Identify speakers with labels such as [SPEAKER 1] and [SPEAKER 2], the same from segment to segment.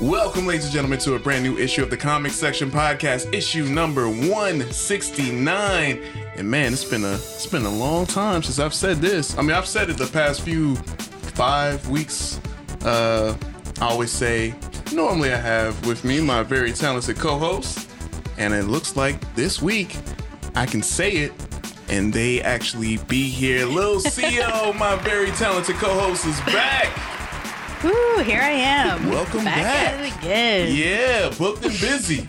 [SPEAKER 1] Welcome, ladies and gentlemen, to a brand new issue of the Comic Section Podcast, issue number 169. And man, it's been a it's been a long time since I've said this. I mean, I've said it the past few five weeks. Uh, I always say, normally I have with me my very talented co-host, and it looks like this week I can say it. And they actually be here. Lil CEO, my very talented co-host, is back.
[SPEAKER 2] Ooh, here I am.
[SPEAKER 1] Welcome
[SPEAKER 2] back,
[SPEAKER 1] back.
[SPEAKER 2] at it again.
[SPEAKER 1] Yeah, booked and busy.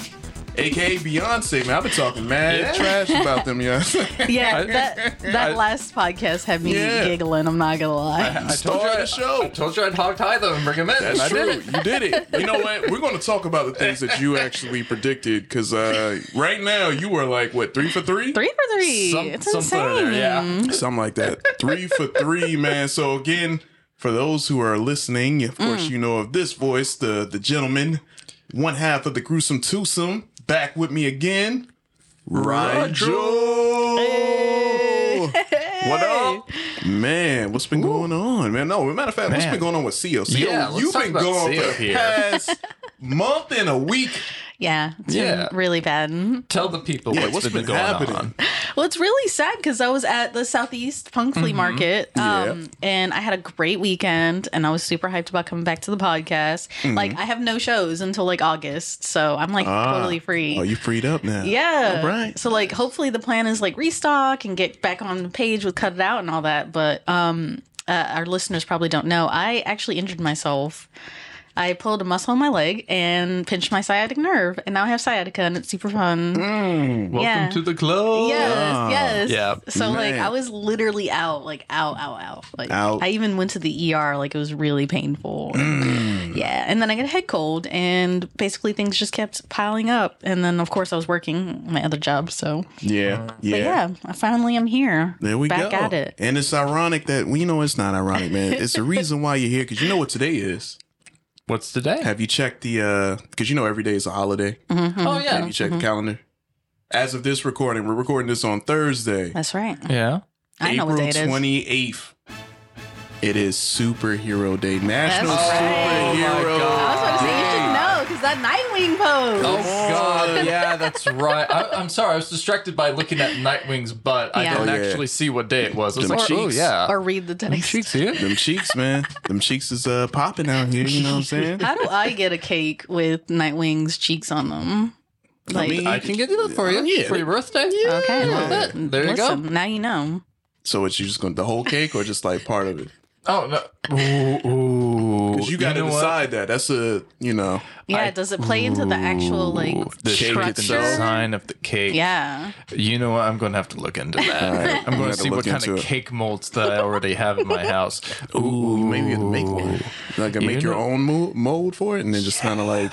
[SPEAKER 1] AKA Beyonce, man. I've been talking mad trash about them, yeah.
[SPEAKER 2] Yeah, that that
[SPEAKER 1] I-
[SPEAKER 2] last podcast had me
[SPEAKER 1] Yeah.
[SPEAKER 2] giggling. I'm not gonna lie.
[SPEAKER 3] I told
[SPEAKER 1] Star
[SPEAKER 3] you
[SPEAKER 1] of
[SPEAKER 3] I-
[SPEAKER 1] the show.
[SPEAKER 3] I told you I'd hog tie them and bring them in. and
[SPEAKER 1] That's
[SPEAKER 3] I
[SPEAKER 1] true.
[SPEAKER 3] did it.
[SPEAKER 1] You did it. You know what? We're going to talk about the things that you actually predicted because uh, right now you were like, what, three for three?
[SPEAKER 2] Three for three.
[SPEAKER 3] Some-
[SPEAKER 2] it's
[SPEAKER 3] something in
[SPEAKER 2] insane.
[SPEAKER 3] there, yeah.
[SPEAKER 1] Something like that. Three for three, man. So, again, for those who are listening, of
[SPEAKER 3] Mm.
[SPEAKER 1] course, you know of this voice, the, the gentleman, one half of the gruesome twosome, back with me again, Rigel.
[SPEAKER 3] What up?
[SPEAKER 1] Man, what's been going on, man? No, matter of fact, what's
[SPEAKER 3] Man.
[SPEAKER 1] been going on with CEO? CEO,
[SPEAKER 3] Yeah, let's
[SPEAKER 1] Oh, you've
[SPEAKER 3] talk
[SPEAKER 1] been
[SPEAKER 3] about
[SPEAKER 1] gone
[SPEAKER 3] Seal
[SPEAKER 1] for the
[SPEAKER 3] here.
[SPEAKER 1] past month and a week.
[SPEAKER 2] Yeah, it's been
[SPEAKER 3] Yeah.
[SPEAKER 2] really bad.
[SPEAKER 3] Tell the people
[SPEAKER 1] Yeah,
[SPEAKER 3] what's
[SPEAKER 1] what's
[SPEAKER 3] been,
[SPEAKER 1] been
[SPEAKER 3] going
[SPEAKER 1] happening?
[SPEAKER 3] on.
[SPEAKER 2] Well, it's really sad because I was at the Southeast Punk Flea Market, um, and I had a great weekend, and I was super hyped about coming back to the podcast. Like, I have no shows until like August, so I'm like totally free.
[SPEAKER 1] Oh, you freed up now.
[SPEAKER 2] Yeah.
[SPEAKER 1] All right.
[SPEAKER 2] So like hopefully the plan is like restock and get back on the page with cut it out and all that, but um uh, our listeners probably don't know. I actually injured myself. I pulled a muscle in my leg and pinched my sciatic nerve, and now I have sciatica, and it's super fun.
[SPEAKER 3] Welcome
[SPEAKER 2] Yeah.
[SPEAKER 3] to the club.
[SPEAKER 2] Yes,
[SPEAKER 1] Oh.
[SPEAKER 2] yes.
[SPEAKER 3] Yeah.
[SPEAKER 2] So like
[SPEAKER 1] Man.
[SPEAKER 2] I was literally out, like out, out, out. Like
[SPEAKER 1] Out.
[SPEAKER 2] I even went to the ER, like it was really painful.
[SPEAKER 1] Mm.
[SPEAKER 2] Yeah. And then I got a head cold and basically things just kept piling up. And then of course I was working my other job, so
[SPEAKER 1] Yeah.
[SPEAKER 2] but yeah, I finally am here.
[SPEAKER 1] There we
[SPEAKER 2] back
[SPEAKER 1] go.
[SPEAKER 2] at it.
[SPEAKER 1] And it's ironic that we know it's not ironic, man. It's the reason why you're here because you know what today is.
[SPEAKER 3] What's today?
[SPEAKER 1] Have you checked the? uh Because you know every day is a holiday.
[SPEAKER 3] oh
[SPEAKER 1] Have
[SPEAKER 2] Mm-hmm,
[SPEAKER 3] yeah.
[SPEAKER 1] you checked the calendar? As of this recording, we're recording this on Thursday.
[SPEAKER 2] That's right.
[SPEAKER 3] Yeah.
[SPEAKER 2] I know
[SPEAKER 1] April
[SPEAKER 2] what day it is.
[SPEAKER 1] twenty eighth. It is Superhero Day, National
[SPEAKER 2] That's right.
[SPEAKER 1] Superhero
[SPEAKER 3] Oh my God.
[SPEAKER 2] I was about to say you should
[SPEAKER 1] Day.
[SPEAKER 2] know because that Nightwing pose.
[SPEAKER 3] Oh god. Yeah, that's right. I, I'm sorry. I was distracted by looking at Nightwing's butt. I
[SPEAKER 2] Yeah.
[SPEAKER 3] didn't
[SPEAKER 1] Oh, yeah.
[SPEAKER 3] actually see what day it was. I was
[SPEAKER 1] Them
[SPEAKER 3] like, oh
[SPEAKER 1] cheeks.
[SPEAKER 3] yeah.
[SPEAKER 2] Or read the text.
[SPEAKER 3] here.
[SPEAKER 1] Them cheeks, man. Them cheeks is uh, popping out here. You know what I'm saying?
[SPEAKER 2] How do I get a cake with Nightwing's cheeks on them? Like
[SPEAKER 1] mean,
[SPEAKER 3] I can get it up for you
[SPEAKER 1] Yeah.
[SPEAKER 3] for your birthday.
[SPEAKER 2] Okay.
[SPEAKER 3] Love it. There you
[SPEAKER 2] Listen,
[SPEAKER 3] go.
[SPEAKER 2] Now you know.
[SPEAKER 1] So it's you just going to the whole cake or just like part of it?
[SPEAKER 3] Oh no. Ooh, ooh.
[SPEAKER 1] 'Cause you got to
[SPEAKER 3] know what?
[SPEAKER 1] decide that. That's a you know.
[SPEAKER 2] Yeah, does it play into the actual like
[SPEAKER 3] the shape and
[SPEAKER 2] structure?
[SPEAKER 3] design of the cake.
[SPEAKER 2] Yeah.
[SPEAKER 3] You know what? I'm going to have to look into that.
[SPEAKER 1] gonna
[SPEAKER 3] I'm going
[SPEAKER 1] have
[SPEAKER 3] to
[SPEAKER 1] to
[SPEAKER 3] see
[SPEAKER 1] look
[SPEAKER 3] what kind
[SPEAKER 1] into
[SPEAKER 3] of
[SPEAKER 1] it.
[SPEAKER 3] cake molds that I already have in my house.
[SPEAKER 1] Ooh, maybe you can make one. Like you make
[SPEAKER 3] You
[SPEAKER 1] your
[SPEAKER 3] know-
[SPEAKER 1] own mo- mold for it, and then just kind of like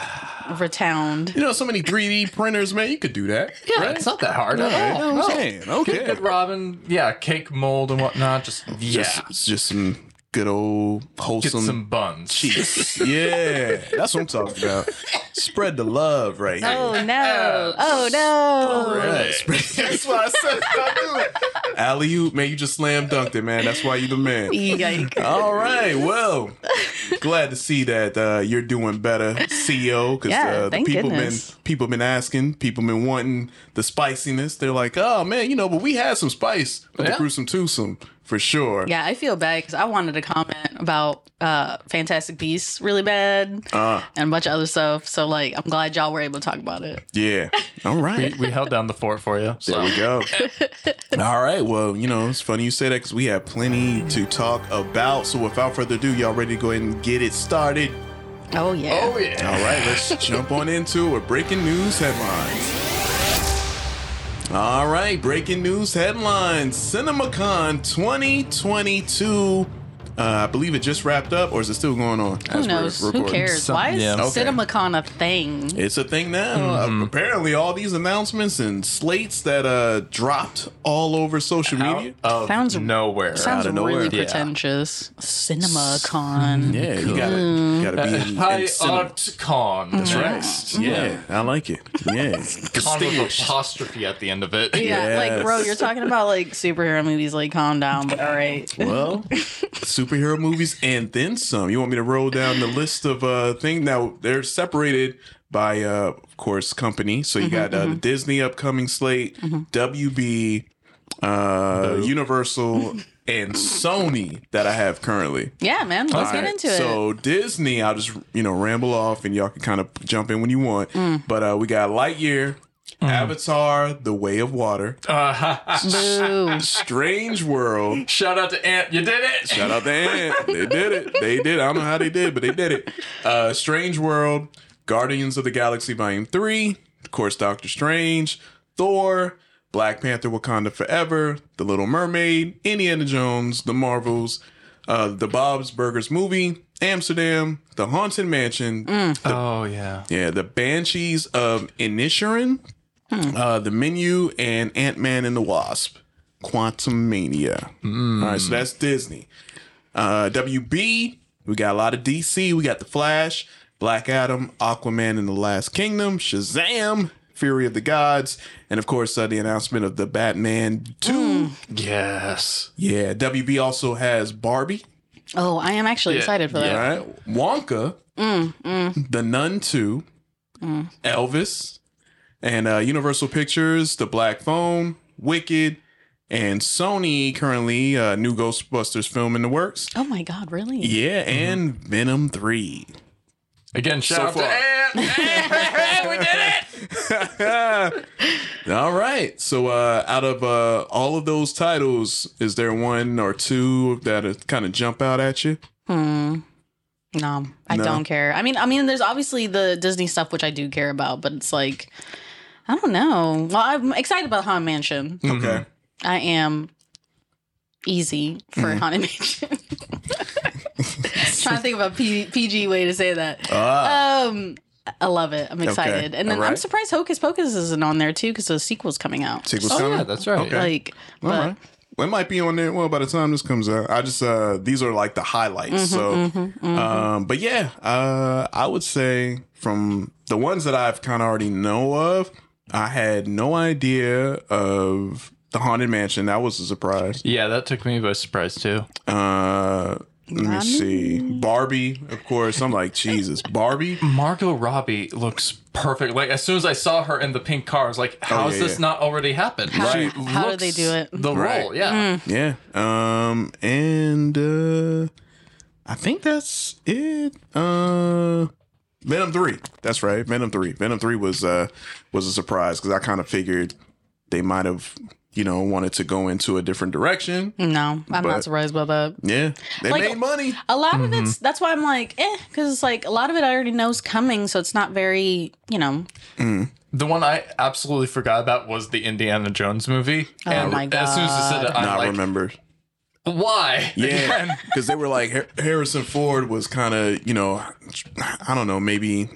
[SPEAKER 2] Retound.
[SPEAKER 1] you know, so many 3D printers, man. You could do that. Oh,
[SPEAKER 3] Yeah, it's not that hard Oh, at
[SPEAKER 1] Right?
[SPEAKER 3] all.
[SPEAKER 1] You know what I'm
[SPEAKER 3] No.
[SPEAKER 1] saying? Okay.
[SPEAKER 3] Good, good Robin. Yeah, cake mold and whatnot. Just yeah,
[SPEAKER 1] Just, it's just some good old
[SPEAKER 3] get
[SPEAKER 1] wholesome
[SPEAKER 3] some, buns.
[SPEAKER 1] cheese. yeah, that's what I'm talking about. Spread the love right here.
[SPEAKER 2] Oh no. Oh no.
[SPEAKER 1] Right. That's why I said I knew it. Alley oop, man, you just slam dunked it, man. That's why you the man.
[SPEAKER 2] Yike.
[SPEAKER 1] All right, well, glad to see that uh, you're doing better, CEO. Because
[SPEAKER 2] Yeah,
[SPEAKER 1] uh, the
[SPEAKER 2] thank
[SPEAKER 1] people
[SPEAKER 2] goodness.
[SPEAKER 1] been people been asking, people been wanting the spiciness. They're like, oh man, you know, but we had some spice with the
[SPEAKER 3] Yeah.
[SPEAKER 1] gruesome twosome for sure.
[SPEAKER 2] Yeah, I feel bad because I wanted to comment about uh Fantastic Beasts really bad and a bunch of other stuff. So like I'm glad y'all were able to talk about it.
[SPEAKER 1] Yeah. All right.
[SPEAKER 3] We held down the fort for you. So.
[SPEAKER 1] There we go. All right. Well, you know, it's funny you say that because we have plenty to talk about. So without further ado, y'all ready to go ahead and get it started?
[SPEAKER 2] Oh yeah.
[SPEAKER 3] Oh yeah.
[SPEAKER 1] All right, let's jump on into it. Breaking news headlines. All right, breaking news headlines CinemaCon 2022. Uh, I believe it just wrapped up, or is it still going on?
[SPEAKER 2] Who knows? Who cares? Why is
[SPEAKER 3] yeah.
[SPEAKER 1] Okay.
[SPEAKER 2] CinemaCon a thing?
[SPEAKER 1] It's a thing now.
[SPEAKER 2] Mm-hmm.
[SPEAKER 1] Uh, apparently, all these announcements and slates that uh, dropped all over social media.
[SPEAKER 3] Out of
[SPEAKER 2] Sounds-
[SPEAKER 3] nowhere.
[SPEAKER 2] Sounds
[SPEAKER 1] outta nowhere.
[SPEAKER 2] really
[SPEAKER 3] Yeah.
[SPEAKER 2] pretentious. CinemaCon.
[SPEAKER 1] Yeah, you gotta, you gotta be in,
[SPEAKER 3] Hi,
[SPEAKER 1] in cinema.
[SPEAKER 3] Art Con. That's
[SPEAKER 1] Right. Yeah, I like it. Yeah,
[SPEAKER 3] Con with
[SPEAKER 1] distinguished.
[SPEAKER 3] apostrophe at the end of it.
[SPEAKER 2] Yeah, like bro,
[SPEAKER 1] Yes.
[SPEAKER 2] you're talking about like superhero movies. Like, calm down. But all right,
[SPEAKER 1] Well, superhero movies and then some. You want me to roll down the list of uh thing now they're separated by uh of course company. So you
[SPEAKER 2] Mm-hmm,
[SPEAKER 1] got uh, the Disney upcoming slate, WB, uh Universal and Sony that I have currently.
[SPEAKER 2] yeah, man, let's get
[SPEAKER 1] Alright,
[SPEAKER 2] into it.
[SPEAKER 1] So Disney, I'll just you know ramble off, and y'all can kind of jump in when you want.
[SPEAKER 2] Mm.
[SPEAKER 1] But uh, we got Lightyear, Avatar, The Way of Water,
[SPEAKER 2] Boo.
[SPEAKER 1] Strange World.
[SPEAKER 3] Shout out to Ant. You did it.
[SPEAKER 1] Shout out to Ant. They did it. They did. it. I don't know how they did, but they did it. Uh, Strange World, Guardians of the Galaxy Volume Three, of course, Doctor Strange, Thor. Black Panther, Wakanda Forever, The Little Mermaid, Indiana Jones, The Marvels, uh, The Bob's Burgers movie, Amsterdam, The Haunted Mansion,
[SPEAKER 3] Oh yeah.
[SPEAKER 1] Yeah, the Banshees of Inisherin, uh, the menu, and Ant Man and the Wasp, Quantum Mania. All right, so that's Disney. Uh, WB, we got a lot of DC. We got The Flash, Black Adam, Aquaman and the Last Kingdom, Shazam, Fury of the Gods, and of course uh, the announcement of the Batman 2.
[SPEAKER 3] Yes.
[SPEAKER 1] Yeah, WB also has Barbie.
[SPEAKER 2] Oh, I am actually excited for
[SPEAKER 1] All
[SPEAKER 2] that.
[SPEAKER 1] right. Wonka, The Nun 2, Elvis, and uh, Universal Pictures, The Black Phone, Wicked, and Sony currently, uh, new Ghostbusters film in the works.
[SPEAKER 2] Oh my god, really?
[SPEAKER 1] Yeah, and Venom 3.
[SPEAKER 3] Again, shout
[SPEAKER 1] So
[SPEAKER 3] out to Ant.
[SPEAKER 1] All right. So, uh, out of uh, all of those titles, is there one or two that kind of jump out at you?
[SPEAKER 2] No, I don't care. I mean, I mean, there's obviously the Disney stuff which I do care about, but it's like, I don't know. Well, I'm excited about Haunted Mansion.
[SPEAKER 1] Okay.
[SPEAKER 2] I am easy for
[SPEAKER 1] Mm-hmm.
[SPEAKER 2] Haunted Mansion. Trying to think of a P- PG way to say that.
[SPEAKER 1] Ah.
[SPEAKER 2] um, I love it. I'm excited, and then I'm
[SPEAKER 1] Alright.
[SPEAKER 2] surprised Hocus Pocus isn't on there too because the sequel's coming out.
[SPEAKER 1] Sequel's
[SPEAKER 3] Oh
[SPEAKER 1] coming?
[SPEAKER 3] yeah, that's right.
[SPEAKER 1] Okay.
[SPEAKER 2] Like, but
[SPEAKER 1] All right. Well, it might be on there. Well, by the time this comes out, I just uh these are like the highlights. so, um, but yeah, uh, I would say from the ones that I've kind of already know of, I had no idea of the haunted mansion. That was a surprise.
[SPEAKER 3] Yeah, that took me by surprise too.
[SPEAKER 1] Uh, let me see, Barbie, of course. I'm like Jesus, Barbie.
[SPEAKER 3] Margot Robbie looks perfect. Like as soon as I saw her in the pink car, I was like, "How's
[SPEAKER 1] Oh, yeah,
[SPEAKER 3] this
[SPEAKER 1] yeah.
[SPEAKER 3] not already happened?" How,
[SPEAKER 2] Right. how did they do it? Mm.
[SPEAKER 3] The
[SPEAKER 1] Right.
[SPEAKER 3] role, yeah.
[SPEAKER 1] Yeah. Um, and uh, I think that's it. Uh, Venom three. That's right. Venom three. Venom three was uh was a surprise because I kind of figured they might have you know wanted to go into a different direction.
[SPEAKER 2] no, I'm
[SPEAKER 1] But- Mm-hmm.
[SPEAKER 2] not surprised by that.
[SPEAKER 1] Yeah, they
[SPEAKER 2] Like-
[SPEAKER 1] made money.
[SPEAKER 2] A lot of it's that's why I'm like, eh, because it's like a lot of it I already know's coming, so it's not very, you know,
[SPEAKER 3] The one I absolutely forgot about was the Indiana Jones movie. Oh
[SPEAKER 2] my
[SPEAKER 3] As soon as I said it, I'm
[SPEAKER 1] Not
[SPEAKER 3] like,
[SPEAKER 1] remember.
[SPEAKER 3] "Why?"
[SPEAKER 1] Yeah, because they were like Har- Harrison Ford was kind of you know I don't know maybe.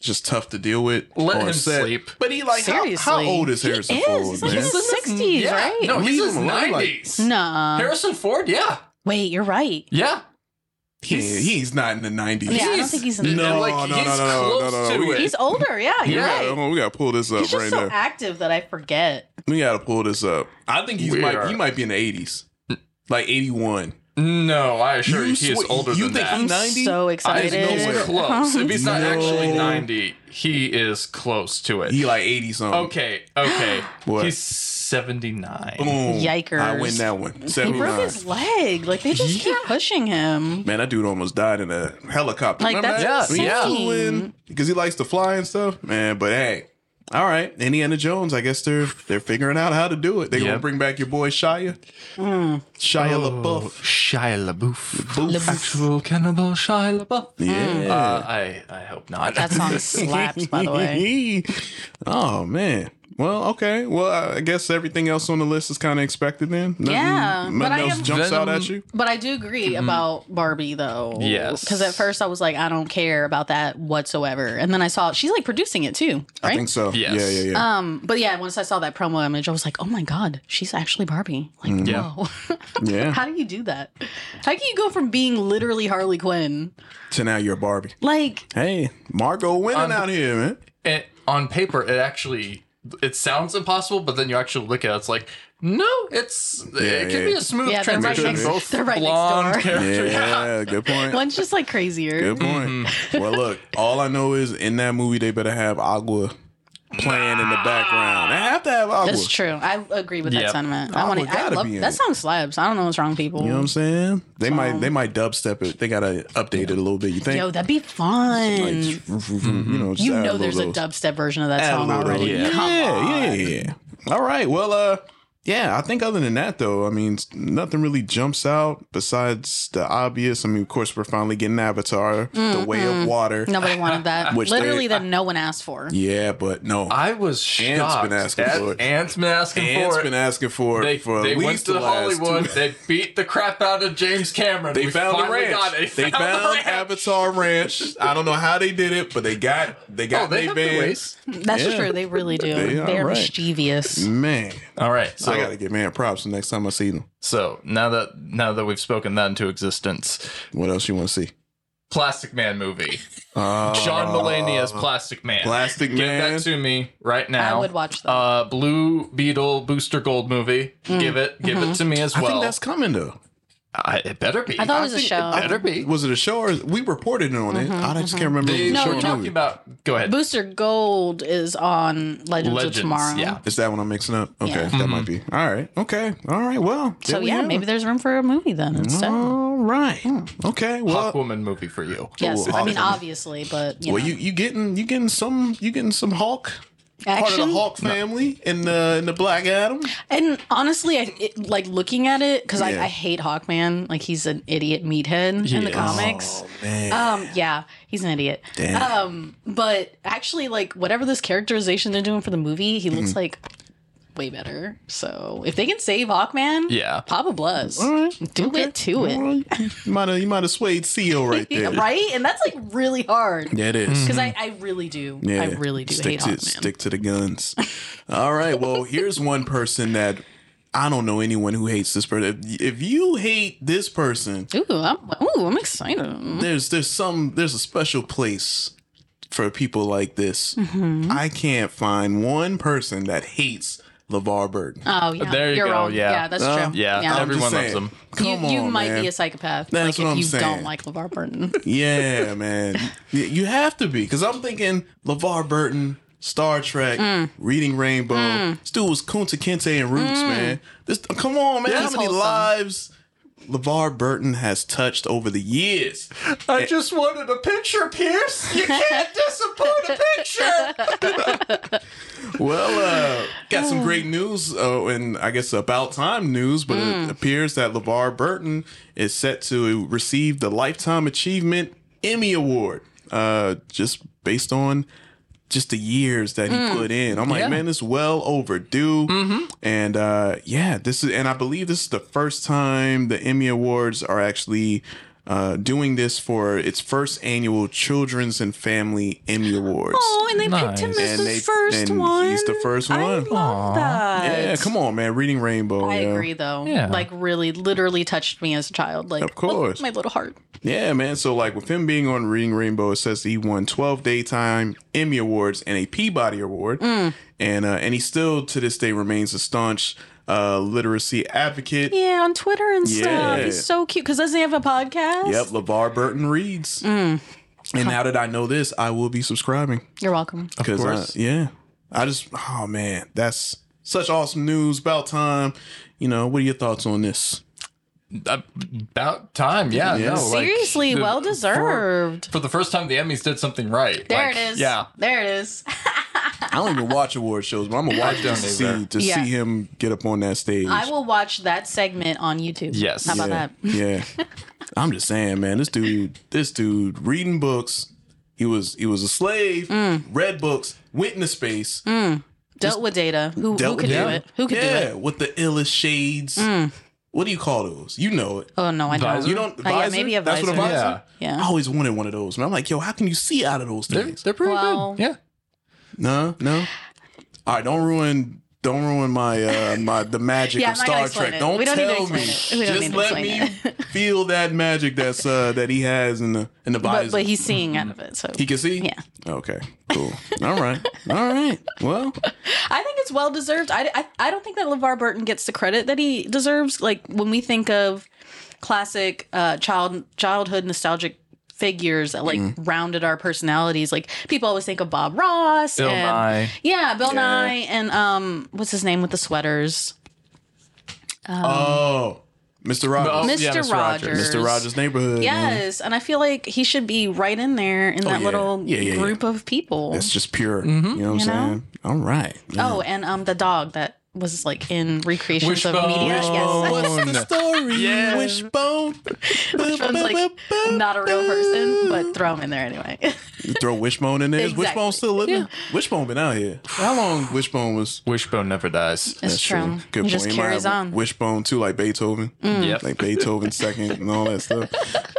[SPEAKER 1] Just tough to deal with.
[SPEAKER 3] Let
[SPEAKER 1] on
[SPEAKER 3] him sleep.
[SPEAKER 1] But he like how,
[SPEAKER 2] seriously.
[SPEAKER 1] how old is Harrison
[SPEAKER 2] he
[SPEAKER 1] Ford?
[SPEAKER 2] Is. He's like
[SPEAKER 1] man?
[SPEAKER 2] in his sixties,
[SPEAKER 3] Yeah.
[SPEAKER 2] right?
[SPEAKER 3] No, he's
[SPEAKER 1] Leave
[SPEAKER 3] in his
[SPEAKER 1] him alone, like-
[SPEAKER 3] nineties.
[SPEAKER 2] no.
[SPEAKER 3] Harrison Ford, yeah,
[SPEAKER 2] Wait, you're right.
[SPEAKER 3] yeah.
[SPEAKER 1] Yeah, he's not in the nineties.
[SPEAKER 2] Yeah, I don't think he's in the
[SPEAKER 1] No,
[SPEAKER 3] And,
[SPEAKER 1] no, no,
[SPEAKER 3] he's
[SPEAKER 1] no, no,
[SPEAKER 3] close
[SPEAKER 1] no, no,
[SPEAKER 3] to
[SPEAKER 1] we-
[SPEAKER 3] it.
[SPEAKER 2] He's older, yeah. You're
[SPEAKER 3] Yeah.
[SPEAKER 2] right.
[SPEAKER 1] we gotta pull this up
[SPEAKER 2] He's just
[SPEAKER 1] right
[SPEAKER 2] so
[SPEAKER 1] now.
[SPEAKER 2] active that I forget.
[SPEAKER 1] we gotta pull this up. I think he's
[SPEAKER 3] We
[SPEAKER 1] might
[SPEAKER 3] are-
[SPEAKER 1] he might be in the eighties, like eighty one.
[SPEAKER 3] no, I assure you, he is
[SPEAKER 1] sw-
[SPEAKER 3] older
[SPEAKER 1] you
[SPEAKER 3] than
[SPEAKER 1] think
[SPEAKER 3] that.
[SPEAKER 1] he
[SPEAKER 2] I'm
[SPEAKER 1] 90?
[SPEAKER 2] so
[SPEAKER 3] I
[SPEAKER 2] excited.
[SPEAKER 1] no
[SPEAKER 3] know
[SPEAKER 1] way.
[SPEAKER 3] he's close. If he's not
[SPEAKER 1] No.
[SPEAKER 3] actually 90, he is close to it.
[SPEAKER 1] He like eighty something.
[SPEAKER 3] okay, okay.
[SPEAKER 1] What?
[SPEAKER 3] He's 79.
[SPEAKER 1] Boom.
[SPEAKER 2] Yikers.
[SPEAKER 1] I win that one.
[SPEAKER 2] He
[SPEAKER 1] Seventy
[SPEAKER 2] broke
[SPEAKER 1] nine.
[SPEAKER 2] his leg. Like they just keep pushing him.
[SPEAKER 1] Man, that dude almost died in a helicopter.
[SPEAKER 2] Like,
[SPEAKER 1] Remember
[SPEAKER 2] that's
[SPEAKER 1] that? When he
[SPEAKER 3] insane.
[SPEAKER 1] flew in because he likes to fly and stuff. Man, but hey. All right, Indiana Jones. I guess they're they're figuring out how to do it. They gonna
[SPEAKER 3] Yep.
[SPEAKER 1] bring back your boy Shia,
[SPEAKER 2] Hmm.
[SPEAKER 1] Shia LaBeouf.
[SPEAKER 3] Shia LaBeouf. Actual cannibal Shia LaBeouf.
[SPEAKER 1] Yeah,
[SPEAKER 3] Uh, I, I hope not.
[SPEAKER 2] That song slaps, by the way.
[SPEAKER 1] oh man. Well, okay. Well, I guess everything else on the list is kind of expected then. Nothing,
[SPEAKER 2] Yeah,
[SPEAKER 1] nothing
[SPEAKER 2] but I
[SPEAKER 1] else
[SPEAKER 2] am-
[SPEAKER 1] jumps out at
[SPEAKER 3] Venom-
[SPEAKER 1] you.
[SPEAKER 2] But I do agree
[SPEAKER 1] Mm-hmm.
[SPEAKER 2] about Barbie though.
[SPEAKER 3] Yes.
[SPEAKER 2] Because at first I was like, I don't care about that whatsoever. And then I saw she's like producing it too,
[SPEAKER 1] I
[SPEAKER 2] right?
[SPEAKER 1] think so.
[SPEAKER 3] Yes.
[SPEAKER 1] Yeah, yeah, yeah.
[SPEAKER 2] Um, but yeah, once I saw that promo image, I was like, oh my God, she's actually Barbie. Like,
[SPEAKER 3] Yeah.
[SPEAKER 2] whoa.
[SPEAKER 1] Mm. yeah.
[SPEAKER 2] How do you do that? How can you go from being literally Harley Quinn?
[SPEAKER 1] To now you're Barbie.
[SPEAKER 2] Like,
[SPEAKER 1] Hey, Margot winning
[SPEAKER 3] Um,
[SPEAKER 1] out here, man.
[SPEAKER 3] It, on paper, it actually it sounds impossible, but then you actually look at it, it's like no, it's it can
[SPEAKER 1] yeah.
[SPEAKER 3] be a smooth
[SPEAKER 2] Yeah, they're right
[SPEAKER 3] transition.
[SPEAKER 1] next-
[SPEAKER 3] Both
[SPEAKER 2] they're right next
[SPEAKER 3] blonde
[SPEAKER 2] door.
[SPEAKER 3] characters.
[SPEAKER 1] Yeah, good point.
[SPEAKER 2] one's just like crazier.
[SPEAKER 1] Good point.
[SPEAKER 3] mm-hmm.
[SPEAKER 1] Well, look, all I know is in that movie they better have Agua playing in the background. They have to have Agua.
[SPEAKER 2] That's true. I agree with
[SPEAKER 3] Yep.
[SPEAKER 2] that sentiment.
[SPEAKER 1] Oh,
[SPEAKER 2] I want
[SPEAKER 1] we
[SPEAKER 2] to. I
[SPEAKER 1] gotta
[SPEAKER 2] love
[SPEAKER 1] be in
[SPEAKER 2] that
[SPEAKER 1] it.
[SPEAKER 2] song slaps. I don't know what's wrong with people.
[SPEAKER 1] You know what I'm saying? They might they might dubstep it. They gotta update it a little bit. You think?
[SPEAKER 2] Yo, that'd be fun.
[SPEAKER 1] Like, you know, just
[SPEAKER 2] you
[SPEAKER 1] add
[SPEAKER 2] know,
[SPEAKER 1] little
[SPEAKER 2] there's a
[SPEAKER 1] those.
[SPEAKER 2] dubstep version of that
[SPEAKER 1] Add a
[SPEAKER 2] song
[SPEAKER 1] little
[SPEAKER 2] already.
[SPEAKER 1] those.
[SPEAKER 3] Yeah.
[SPEAKER 2] Come on.
[SPEAKER 1] Yeah, yeah, yeah. All right. Well, uh, yeah. I think other than that, though, I mean, nothing really jumps out besides the obvious. I mean, of course, we're finally getting Avatar, The Way
[SPEAKER 2] Mm-hmm.
[SPEAKER 1] of Water.
[SPEAKER 2] Nobody wanted that.
[SPEAKER 1] Which they-
[SPEAKER 2] Literally, that no one asked for.
[SPEAKER 1] Yeah, but no.
[SPEAKER 3] I was
[SPEAKER 1] Ant's
[SPEAKER 3] shocked.
[SPEAKER 1] been asking
[SPEAKER 3] That-
[SPEAKER 1] for it.
[SPEAKER 3] Ant's been asking
[SPEAKER 1] Ant's
[SPEAKER 3] for it.
[SPEAKER 1] been asking for it
[SPEAKER 3] they
[SPEAKER 1] for at
[SPEAKER 3] they went
[SPEAKER 1] least
[SPEAKER 3] to
[SPEAKER 1] the last two-
[SPEAKER 3] Hollywood. They beat the crap out of James Cameron.
[SPEAKER 1] They
[SPEAKER 3] We
[SPEAKER 1] found the
[SPEAKER 3] finally
[SPEAKER 1] ranch.
[SPEAKER 3] got it.
[SPEAKER 1] They
[SPEAKER 3] the
[SPEAKER 1] found
[SPEAKER 3] ranch.
[SPEAKER 1] Avatar Ranch. I don't know how they did it, but they got they
[SPEAKER 3] Oh,
[SPEAKER 1] got
[SPEAKER 3] they
[SPEAKER 1] they
[SPEAKER 3] have
[SPEAKER 1] been
[SPEAKER 3] the ways.
[SPEAKER 2] That's
[SPEAKER 1] Yeah.
[SPEAKER 2] true. They really do.
[SPEAKER 1] They
[SPEAKER 2] They
[SPEAKER 1] are
[SPEAKER 2] are,
[SPEAKER 1] right. Mm.
[SPEAKER 2] mischievous.
[SPEAKER 1] man.
[SPEAKER 3] All right, so
[SPEAKER 1] I gotta get man props the next time I see them.
[SPEAKER 3] so now that now that we've spoken that into existence,
[SPEAKER 1] What else you want to see?
[SPEAKER 3] Plastic Man movie,
[SPEAKER 1] Uh,
[SPEAKER 3] John Mulaney as Plastic Man.
[SPEAKER 1] Plastic
[SPEAKER 3] Give
[SPEAKER 1] Man.
[SPEAKER 3] that to me right now.
[SPEAKER 2] I would watch that. Mm.
[SPEAKER 3] Uh, Blue Beetle Booster Gold movie. Give it, give it to me as
[SPEAKER 1] I
[SPEAKER 3] well.
[SPEAKER 1] think that's coming though.
[SPEAKER 3] I- it better be.
[SPEAKER 2] Mm-hmm. I thought it was a
[SPEAKER 1] think-
[SPEAKER 2] show. Mm-hmm,
[SPEAKER 1] I
[SPEAKER 3] better be.
[SPEAKER 1] Was it a show or we reported on it? I just can't remember. if it
[SPEAKER 3] They
[SPEAKER 1] was
[SPEAKER 2] No,
[SPEAKER 1] a
[SPEAKER 3] were
[SPEAKER 1] show
[SPEAKER 2] you
[SPEAKER 1] or
[SPEAKER 2] know-
[SPEAKER 3] talking
[SPEAKER 1] movie.
[SPEAKER 3] about. Go ahead.
[SPEAKER 2] Booster Gold is on Legends,
[SPEAKER 3] Legends,
[SPEAKER 2] of Tomorrow.
[SPEAKER 3] yeah.
[SPEAKER 1] Is that what I'm mixing up? Okay,
[SPEAKER 2] Yeah.
[SPEAKER 1] that might be.
[SPEAKER 3] Mm-hmm.
[SPEAKER 1] All right. Okay. All right. Well.
[SPEAKER 2] So
[SPEAKER 1] there we
[SPEAKER 2] yeah,
[SPEAKER 1] have it.
[SPEAKER 2] maybe Hmm. there's room for a movie then instead.
[SPEAKER 1] All right. Okay. Well.
[SPEAKER 3] Hawkwoman movie for you.
[SPEAKER 2] yes,
[SPEAKER 1] Ooh,
[SPEAKER 2] I mean
[SPEAKER 1] Hawkman.
[SPEAKER 2] obviously, but you
[SPEAKER 1] Well,
[SPEAKER 2] know,
[SPEAKER 1] you you getting you getting some you getting some Hulk part of
[SPEAKER 2] action.
[SPEAKER 1] the Hulk family in the in the Black Adam.
[SPEAKER 2] And honestly, I it, like looking at it because
[SPEAKER 1] Yeah.
[SPEAKER 2] I, I hate Hawkman. Like he's an idiot meathead in the
[SPEAKER 3] Yes.
[SPEAKER 2] comics.
[SPEAKER 1] Man.
[SPEAKER 2] Um, yeah, he's an idiot. Um, but actually, like whatever this characterization they're doing for the movie, he
[SPEAKER 1] Mm-hmm.
[SPEAKER 2] looks like way better. So if they can save Hawkman,
[SPEAKER 3] Yeah.
[SPEAKER 2] Papa Bless, do it to it,
[SPEAKER 1] Well, you might have you might have swayed CEO right there.
[SPEAKER 2] right? Mm-hmm. And that's like really hard
[SPEAKER 1] That is.
[SPEAKER 2] because I, I really do, I really do
[SPEAKER 1] Mm-hmm. stick
[SPEAKER 2] hate
[SPEAKER 1] to,
[SPEAKER 2] Hawkman.
[SPEAKER 1] Stick to the guns. All right. Well, here's one person that I don't know anyone who hates this person. If, if you hate this person,
[SPEAKER 2] Ooh, I'm, ooh, I'm excited.
[SPEAKER 1] there's there's some there's a special place for people like this.
[SPEAKER 2] Mm-hmm.
[SPEAKER 1] I can't find one person that hates LeVar Burton.
[SPEAKER 2] Oh yeah,
[SPEAKER 3] There you
[SPEAKER 2] are
[SPEAKER 3] go,
[SPEAKER 2] Wrong.
[SPEAKER 3] yeah.
[SPEAKER 2] that's
[SPEAKER 1] Uh,
[SPEAKER 2] true.
[SPEAKER 3] Yeah,
[SPEAKER 1] I'm just
[SPEAKER 3] everyone loves
[SPEAKER 1] saying.
[SPEAKER 3] them.
[SPEAKER 1] Come
[SPEAKER 2] you, you
[SPEAKER 1] on,
[SPEAKER 2] might
[SPEAKER 1] man.
[SPEAKER 2] be a psychopath.
[SPEAKER 1] That's
[SPEAKER 2] like
[SPEAKER 1] what
[SPEAKER 2] if
[SPEAKER 1] I'm
[SPEAKER 2] you
[SPEAKER 1] saying.
[SPEAKER 2] don't like LeVar Burton.
[SPEAKER 1] Yeah, man. Y- you have to be. Because I'm thinking LeVar Burton, Star Trek, Reading Rainbow. This dude was Kunta Kinte and Roots, man. This, come on, man. How
[SPEAKER 2] He's
[SPEAKER 1] many
[SPEAKER 2] wholesome.
[SPEAKER 1] lives LeVar Burton has touched over the years?
[SPEAKER 3] I just wanted a picture, Pierce. You can't disappoint a picture.
[SPEAKER 1] Well, uh, got some great news, uh, and I guess about time news, but
[SPEAKER 3] Mm.
[SPEAKER 1] it appears that LeVar Burton is set to receive the Lifetime Achievement Emmy Award uh, just based on just the years that he
[SPEAKER 2] Mm.
[SPEAKER 1] put in. I'm like,
[SPEAKER 3] Yeah.
[SPEAKER 1] man, it's well overdue.
[SPEAKER 2] Mm-hmm.
[SPEAKER 1] And uh, yeah, this is, and I believe this is the first time the Emmy Awards are actually. Uh, doing this for its first annual Children's and Family Emmy Awards.
[SPEAKER 2] Oh, and they picked him
[SPEAKER 3] Nice.
[SPEAKER 2] as
[SPEAKER 1] And
[SPEAKER 2] the
[SPEAKER 1] they-
[SPEAKER 2] first
[SPEAKER 1] and
[SPEAKER 2] one.
[SPEAKER 1] he's the first
[SPEAKER 2] I
[SPEAKER 1] one.
[SPEAKER 2] love that.
[SPEAKER 1] Yeah, come on, man. Reading Rainbow.
[SPEAKER 2] I
[SPEAKER 1] yeah.
[SPEAKER 2] agree, though.
[SPEAKER 3] Yeah.
[SPEAKER 2] Like, really, literally touched me as a child. Like,
[SPEAKER 1] Of course.
[SPEAKER 2] my little heart.
[SPEAKER 1] Yeah, man. So, like, with him being on Reading Rainbow, it says he won 12 daytime Emmy Awards and a Peabody Award. And uh, and he still, to this day, remains a staunch uh, literacy advocate.
[SPEAKER 2] Yeah, on Twitter and stuff.
[SPEAKER 1] Yeah.
[SPEAKER 2] He's so cute. Because doesn't he have a podcast?
[SPEAKER 1] Yep, LeVar Burton reads. And now that I know this, I will be subscribing.
[SPEAKER 2] You're welcome.
[SPEAKER 1] Because
[SPEAKER 3] course.
[SPEAKER 1] yeah, I just oh man, that's such awesome news. About time, you know. What are your thoughts on this?
[SPEAKER 3] About time, yeah.
[SPEAKER 1] Yeah.
[SPEAKER 3] No, like,
[SPEAKER 2] Seriously,
[SPEAKER 3] the-
[SPEAKER 2] well deserved.
[SPEAKER 3] For, for the first time, the Emmys did something right.
[SPEAKER 2] there
[SPEAKER 3] Like,
[SPEAKER 2] it is.
[SPEAKER 3] Yeah.
[SPEAKER 2] There it is.
[SPEAKER 1] I don't even watch award shows, but I'm gonna watch
[SPEAKER 3] I
[SPEAKER 1] it to
[SPEAKER 3] don't
[SPEAKER 1] see
[SPEAKER 3] either.
[SPEAKER 1] to
[SPEAKER 2] Yeah.
[SPEAKER 1] see him get up on that stage.
[SPEAKER 2] I will watch that segment on YouTube.
[SPEAKER 3] Yes.
[SPEAKER 2] How about that?
[SPEAKER 1] yeah. I'm just saying, man, this dude, this dude reading
[SPEAKER 2] Mm.
[SPEAKER 1] books. He was he was a slave, read books, went into space,
[SPEAKER 2] dealt with data. Who, who
[SPEAKER 1] dealt
[SPEAKER 2] could
[SPEAKER 1] with
[SPEAKER 2] do
[SPEAKER 1] data.
[SPEAKER 2] it? Mm, Who could do
[SPEAKER 1] yeah,
[SPEAKER 2] it?
[SPEAKER 1] with the illest shades. What do you call those? You know it.
[SPEAKER 2] Oh no, I don't.
[SPEAKER 3] Visor?
[SPEAKER 1] You don't.
[SPEAKER 2] Oh, yeah,
[SPEAKER 1] visor?
[SPEAKER 2] maybe a
[SPEAKER 1] That's what a
[SPEAKER 2] visor.
[SPEAKER 1] visor.
[SPEAKER 2] Yeah. Yeah.
[SPEAKER 1] I always wanted one of those, man. I'm like, yo, how can you see out of those
[SPEAKER 3] They're,
[SPEAKER 1] things?
[SPEAKER 3] they're pretty
[SPEAKER 2] Well-
[SPEAKER 3] good. Yeah.
[SPEAKER 1] No, no. All right, don't ruin, don't ruin my uh my the magic
[SPEAKER 2] Yeah,
[SPEAKER 1] of
[SPEAKER 2] I'm not gonna
[SPEAKER 1] Star
[SPEAKER 2] explain
[SPEAKER 1] Trek.
[SPEAKER 2] it.
[SPEAKER 1] Don't
[SPEAKER 2] We don't need to
[SPEAKER 1] tell me.
[SPEAKER 2] explain it. We don't
[SPEAKER 1] Just
[SPEAKER 2] need to
[SPEAKER 1] let
[SPEAKER 2] explain
[SPEAKER 1] me feel that magic that's uh that he has in the in the
[SPEAKER 2] But,
[SPEAKER 1] visor.
[SPEAKER 2] but he's seeing out of it, so
[SPEAKER 1] he can see.
[SPEAKER 2] Yeah.
[SPEAKER 1] Okay. Cool. All right. All right. Well,
[SPEAKER 2] I think it's well deserved. I, I, I don't think that LeVar Burton gets the credit that he deserves. Like when we think of classic uh, child childhood nostalgic figures that like rounded our personalities, like people always think of Bob Ross,
[SPEAKER 3] Bill
[SPEAKER 2] and,
[SPEAKER 3] Nye.
[SPEAKER 2] yeah, Bill Nye, and um, what's his name with the sweaters,
[SPEAKER 1] oh, Mr.
[SPEAKER 3] Oh,
[SPEAKER 1] Rogers,
[SPEAKER 2] Mr.
[SPEAKER 3] yeah, Mr. Rogers.
[SPEAKER 2] Rogers.
[SPEAKER 1] Mr. Rogers' neighborhood. man.
[SPEAKER 2] Yes, and I feel like he should be right in there in that
[SPEAKER 1] yeah.
[SPEAKER 2] little
[SPEAKER 1] Yeah, yeah, yeah.
[SPEAKER 2] group of people.
[SPEAKER 1] That's just pure. You know what
[SPEAKER 2] You know?
[SPEAKER 1] I'm saying? All right.
[SPEAKER 2] oh, and um, the dog that was like in recreations of
[SPEAKER 3] Wishbone.
[SPEAKER 2] media. Yes.
[SPEAKER 1] What's the story?
[SPEAKER 3] Yeah.
[SPEAKER 1] Wishbone.
[SPEAKER 2] Sounds like not a real person, but throw him in there anyway.
[SPEAKER 1] Throw Wishbone in there. Is
[SPEAKER 2] Exactly.
[SPEAKER 1] Wishbone still living? Wishbone been out here. How long Wishbone was?
[SPEAKER 3] Wishbone never dies.
[SPEAKER 2] It's true.
[SPEAKER 1] Good
[SPEAKER 2] he just
[SPEAKER 1] point. He might
[SPEAKER 2] carries
[SPEAKER 1] have
[SPEAKER 2] on. Mm.
[SPEAKER 1] Wishbone too, like Beethoven.
[SPEAKER 3] Yep.
[SPEAKER 1] Like Beethoven second and all that stuff.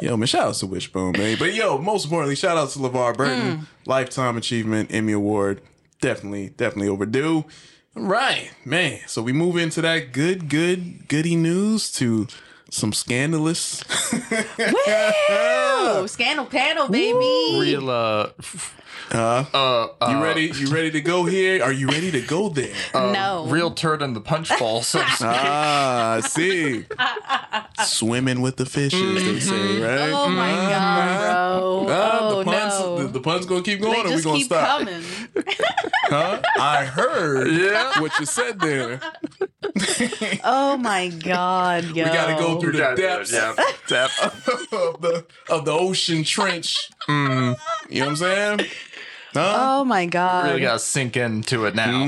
[SPEAKER 1] Yo, man, shout outs to Wishbone, man. But yo, most importantly, shout outs to LeVar Burton.
[SPEAKER 2] Hmm.
[SPEAKER 1] Lifetime Achievement Emmy Award. Definitely, definitely overdue. All right, man. So we move into that good, good, goody news to some scandalous
[SPEAKER 2] Oh, scandal panel, baby.
[SPEAKER 3] Real, uh, f- uh, uh,
[SPEAKER 1] You ready? You ready to go here? Are you ready to go there?
[SPEAKER 2] no.
[SPEAKER 3] real turd in the punch bowl. So to speak.
[SPEAKER 1] ah, I see. Swimming with the fishes, they say, right?
[SPEAKER 2] oh my god, bro.
[SPEAKER 1] Ah,
[SPEAKER 2] oh
[SPEAKER 1] the puns,
[SPEAKER 2] no.
[SPEAKER 1] the, the puns gonna keep going,
[SPEAKER 2] they
[SPEAKER 1] or we
[SPEAKER 2] just
[SPEAKER 1] gonna
[SPEAKER 2] keep
[SPEAKER 1] stop?
[SPEAKER 2] coming.
[SPEAKER 1] Huh? I heard what you said there.
[SPEAKER 2] Oh my god, yo.
[SPEAKER 1] We gotta go through
[SPEAKER 3] We
[SPEAKER 1] the
[SPEAKER 3] gotta do it,
[SPEAKER 1] depths
[SPEAKER 3] yeah.
[SPEAKER 1] of the of the ocean trench. Hmm. You know what I'm saying? Huh?
[SPEAKER 2] Oh my god.
[SPEAKER 3] really gotta sink into it now.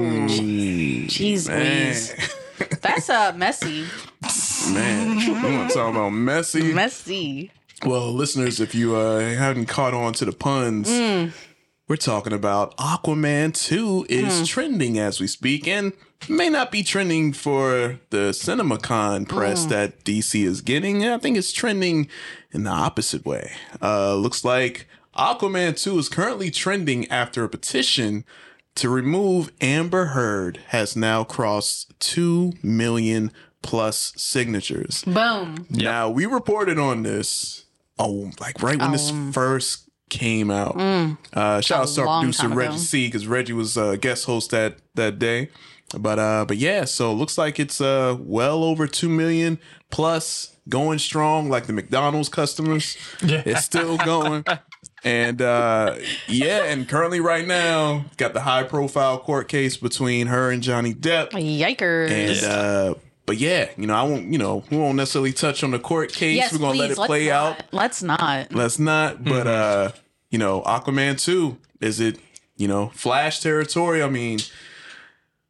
[SPEAKER 1] Mm,
[SPEAKER 2] Jeez Louise.
[SPEAKER 1] man.
[SPEAKER 2] That's uh messy.
[SPEAKER 1] man, we want to talk about messy.
[SPEAKER 2] Messy.
[SPEAKER 1] Well, listeners, if you uh, haven't caught on to the puns, we're talking about Aquaman 2 is trending as we speak and may not be trending for the CinemaCon press that DC is getting. I think it's trending in the opposite way. Uh, looks like Aquaman 2 is currently trending after a petition to remove Amber Heard has now crossed 2 million plus signatures.
[SPEAKER 2] Boom.
[SPEAKER 1] Now we reported on this, oh, like right when this
[SPEAKER 2] Um,
[SPEAKER 1] first came out.
[SPEAKER 2] mm.
[SPEAKER 1] Uh, shout out to our
[SPEAKER 2] long
[SPEAKER 1] producer
[SPEAKER 2] time ago.
[SPEAKER 1] Reggie C because Reggie was uh, guest host that that day. But uh, but yeah, so it looks like it's uh well over two million plus going strong, like the McDonald's customers. It's still going. And uh, yeah, and currently right now, got the high profile court case between her and Johnny Depp.
[SPEAKER 2] Yikers.
[SPEAKER 1] And uh but yeah, you know, I won't, you know, we won't necessarily touch on the court case.
[SPEAKER 2] yes,
[SPEAKER 1] We're gonna
[SPEAKER 2] please,
[SPEAKER 1] let it
[SPEAKER 2] let's
[SPEAKER 1] play
[SPEAKER 2] not.
[SPEAKER 1] out.
[SPEAKER 2] Let's not.
[SPEAKER 1] Let's not. But uh, you know, Aquaman 2, is it, you know, flash territory? I mean,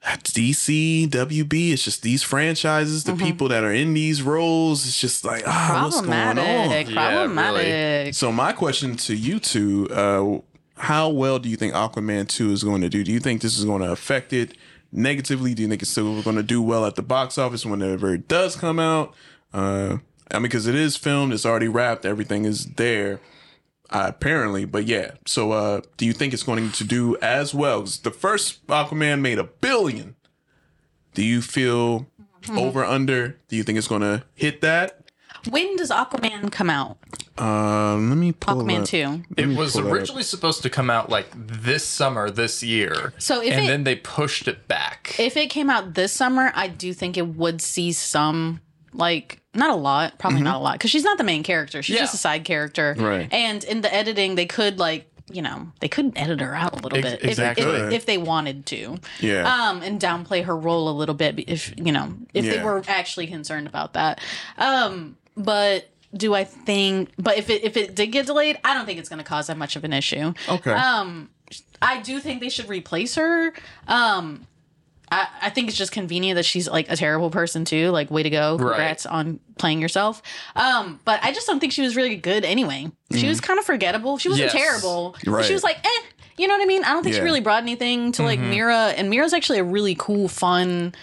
[SPEAKER 1] DC, WB, it's just these franchises,
[SPEAKER 2] Mm-hmm.
[SPEAKER 1] the people that are in these roles, it's just like, ah, what's going on?
[SPEAKER 2] Problematic.
[SPEAKER 3] Yeah, really.
[SPEAKER 2] Problematic.
[SPEAKER 1] So my question to you two, uh, how well do you think Aquaman 2 is going to do? Do you think this is going to affect it negatively? Do you think it's still going to do well at the box office whenever it does come out? Uh, I mean, because it is filmed, it's already wrapped, everything is there. Uh, apparently, but yeah. So, uh, do you think it's going to do as well? 'Cause the first Aquaman made a billion. Do you feel over under? Do you think it's going to hit that?
[SPEAKER 2] When does Aquaman come out?
[SPEAKER 1] Um, let me pull
[SPEAKER 2] Aquaman
[SPEAKER 1] up.
[SPEAKER 2] 2.
[SPEAKER 3] It was
[SPEAKER 1] pull that up.
[SPEAKER 3] originally supposed to come out like this summer, this year.
[SPEAKER 2] So if
[SPEAKER 3] and
[SPEAKER 2] it-
[SPEAKER 3] then they pushed it back.
[SPEAKER 2] If it came out this summer, I do think it would see some, like, not a lot, probably not a lot, because she's not the main character. She's
[SPEAKER 3] Yeah.
[SPEAKER 2] just a side character.
[SPEAKER 1] Right.
[SPEAKER 2] And in the editing, they could, like, you know, they could edit her out a little
[SPEAKER 3] Ex-
[SPEAKER 2] bit if-
[SPEAKER 3] exactly.
[SPEAKER 2] if, if, they wanted to.
[SPEAKER 1] Yeah.
[SPEAKER 2] Um, and downplay her role a little bit if, you know, if they
[SPEAKER 1] Yeah.
[SPEAKER 2] were actually concerned about that. Um, but do I think, but if it, if it did get delayed, I don't think it's going to cause that much of an issue.
[SPEAKER 1] Okay.
[SPEAKER 2] Um, I do think they should replace her. Um, I, I think it's just convenient that she's like a terrible person too. Like, way to go, congrats on playing yourself. Um, but I just don't think she was really good anyway. She was kind of forgettable. She wasn't
[SPEAKER 3] Yes.
[SPEAKER 2] terrible. but
[SPEAKER 1] Mm-hmm. Right.
[SPEAKER 2] She was like, eh, you know what I mean? I don't think she
[SPEAKER 1] Yeah. Mm-hmm.
[SPEAKER 2] really brought anything to like Mira, and Mira's actually a really cool, fun,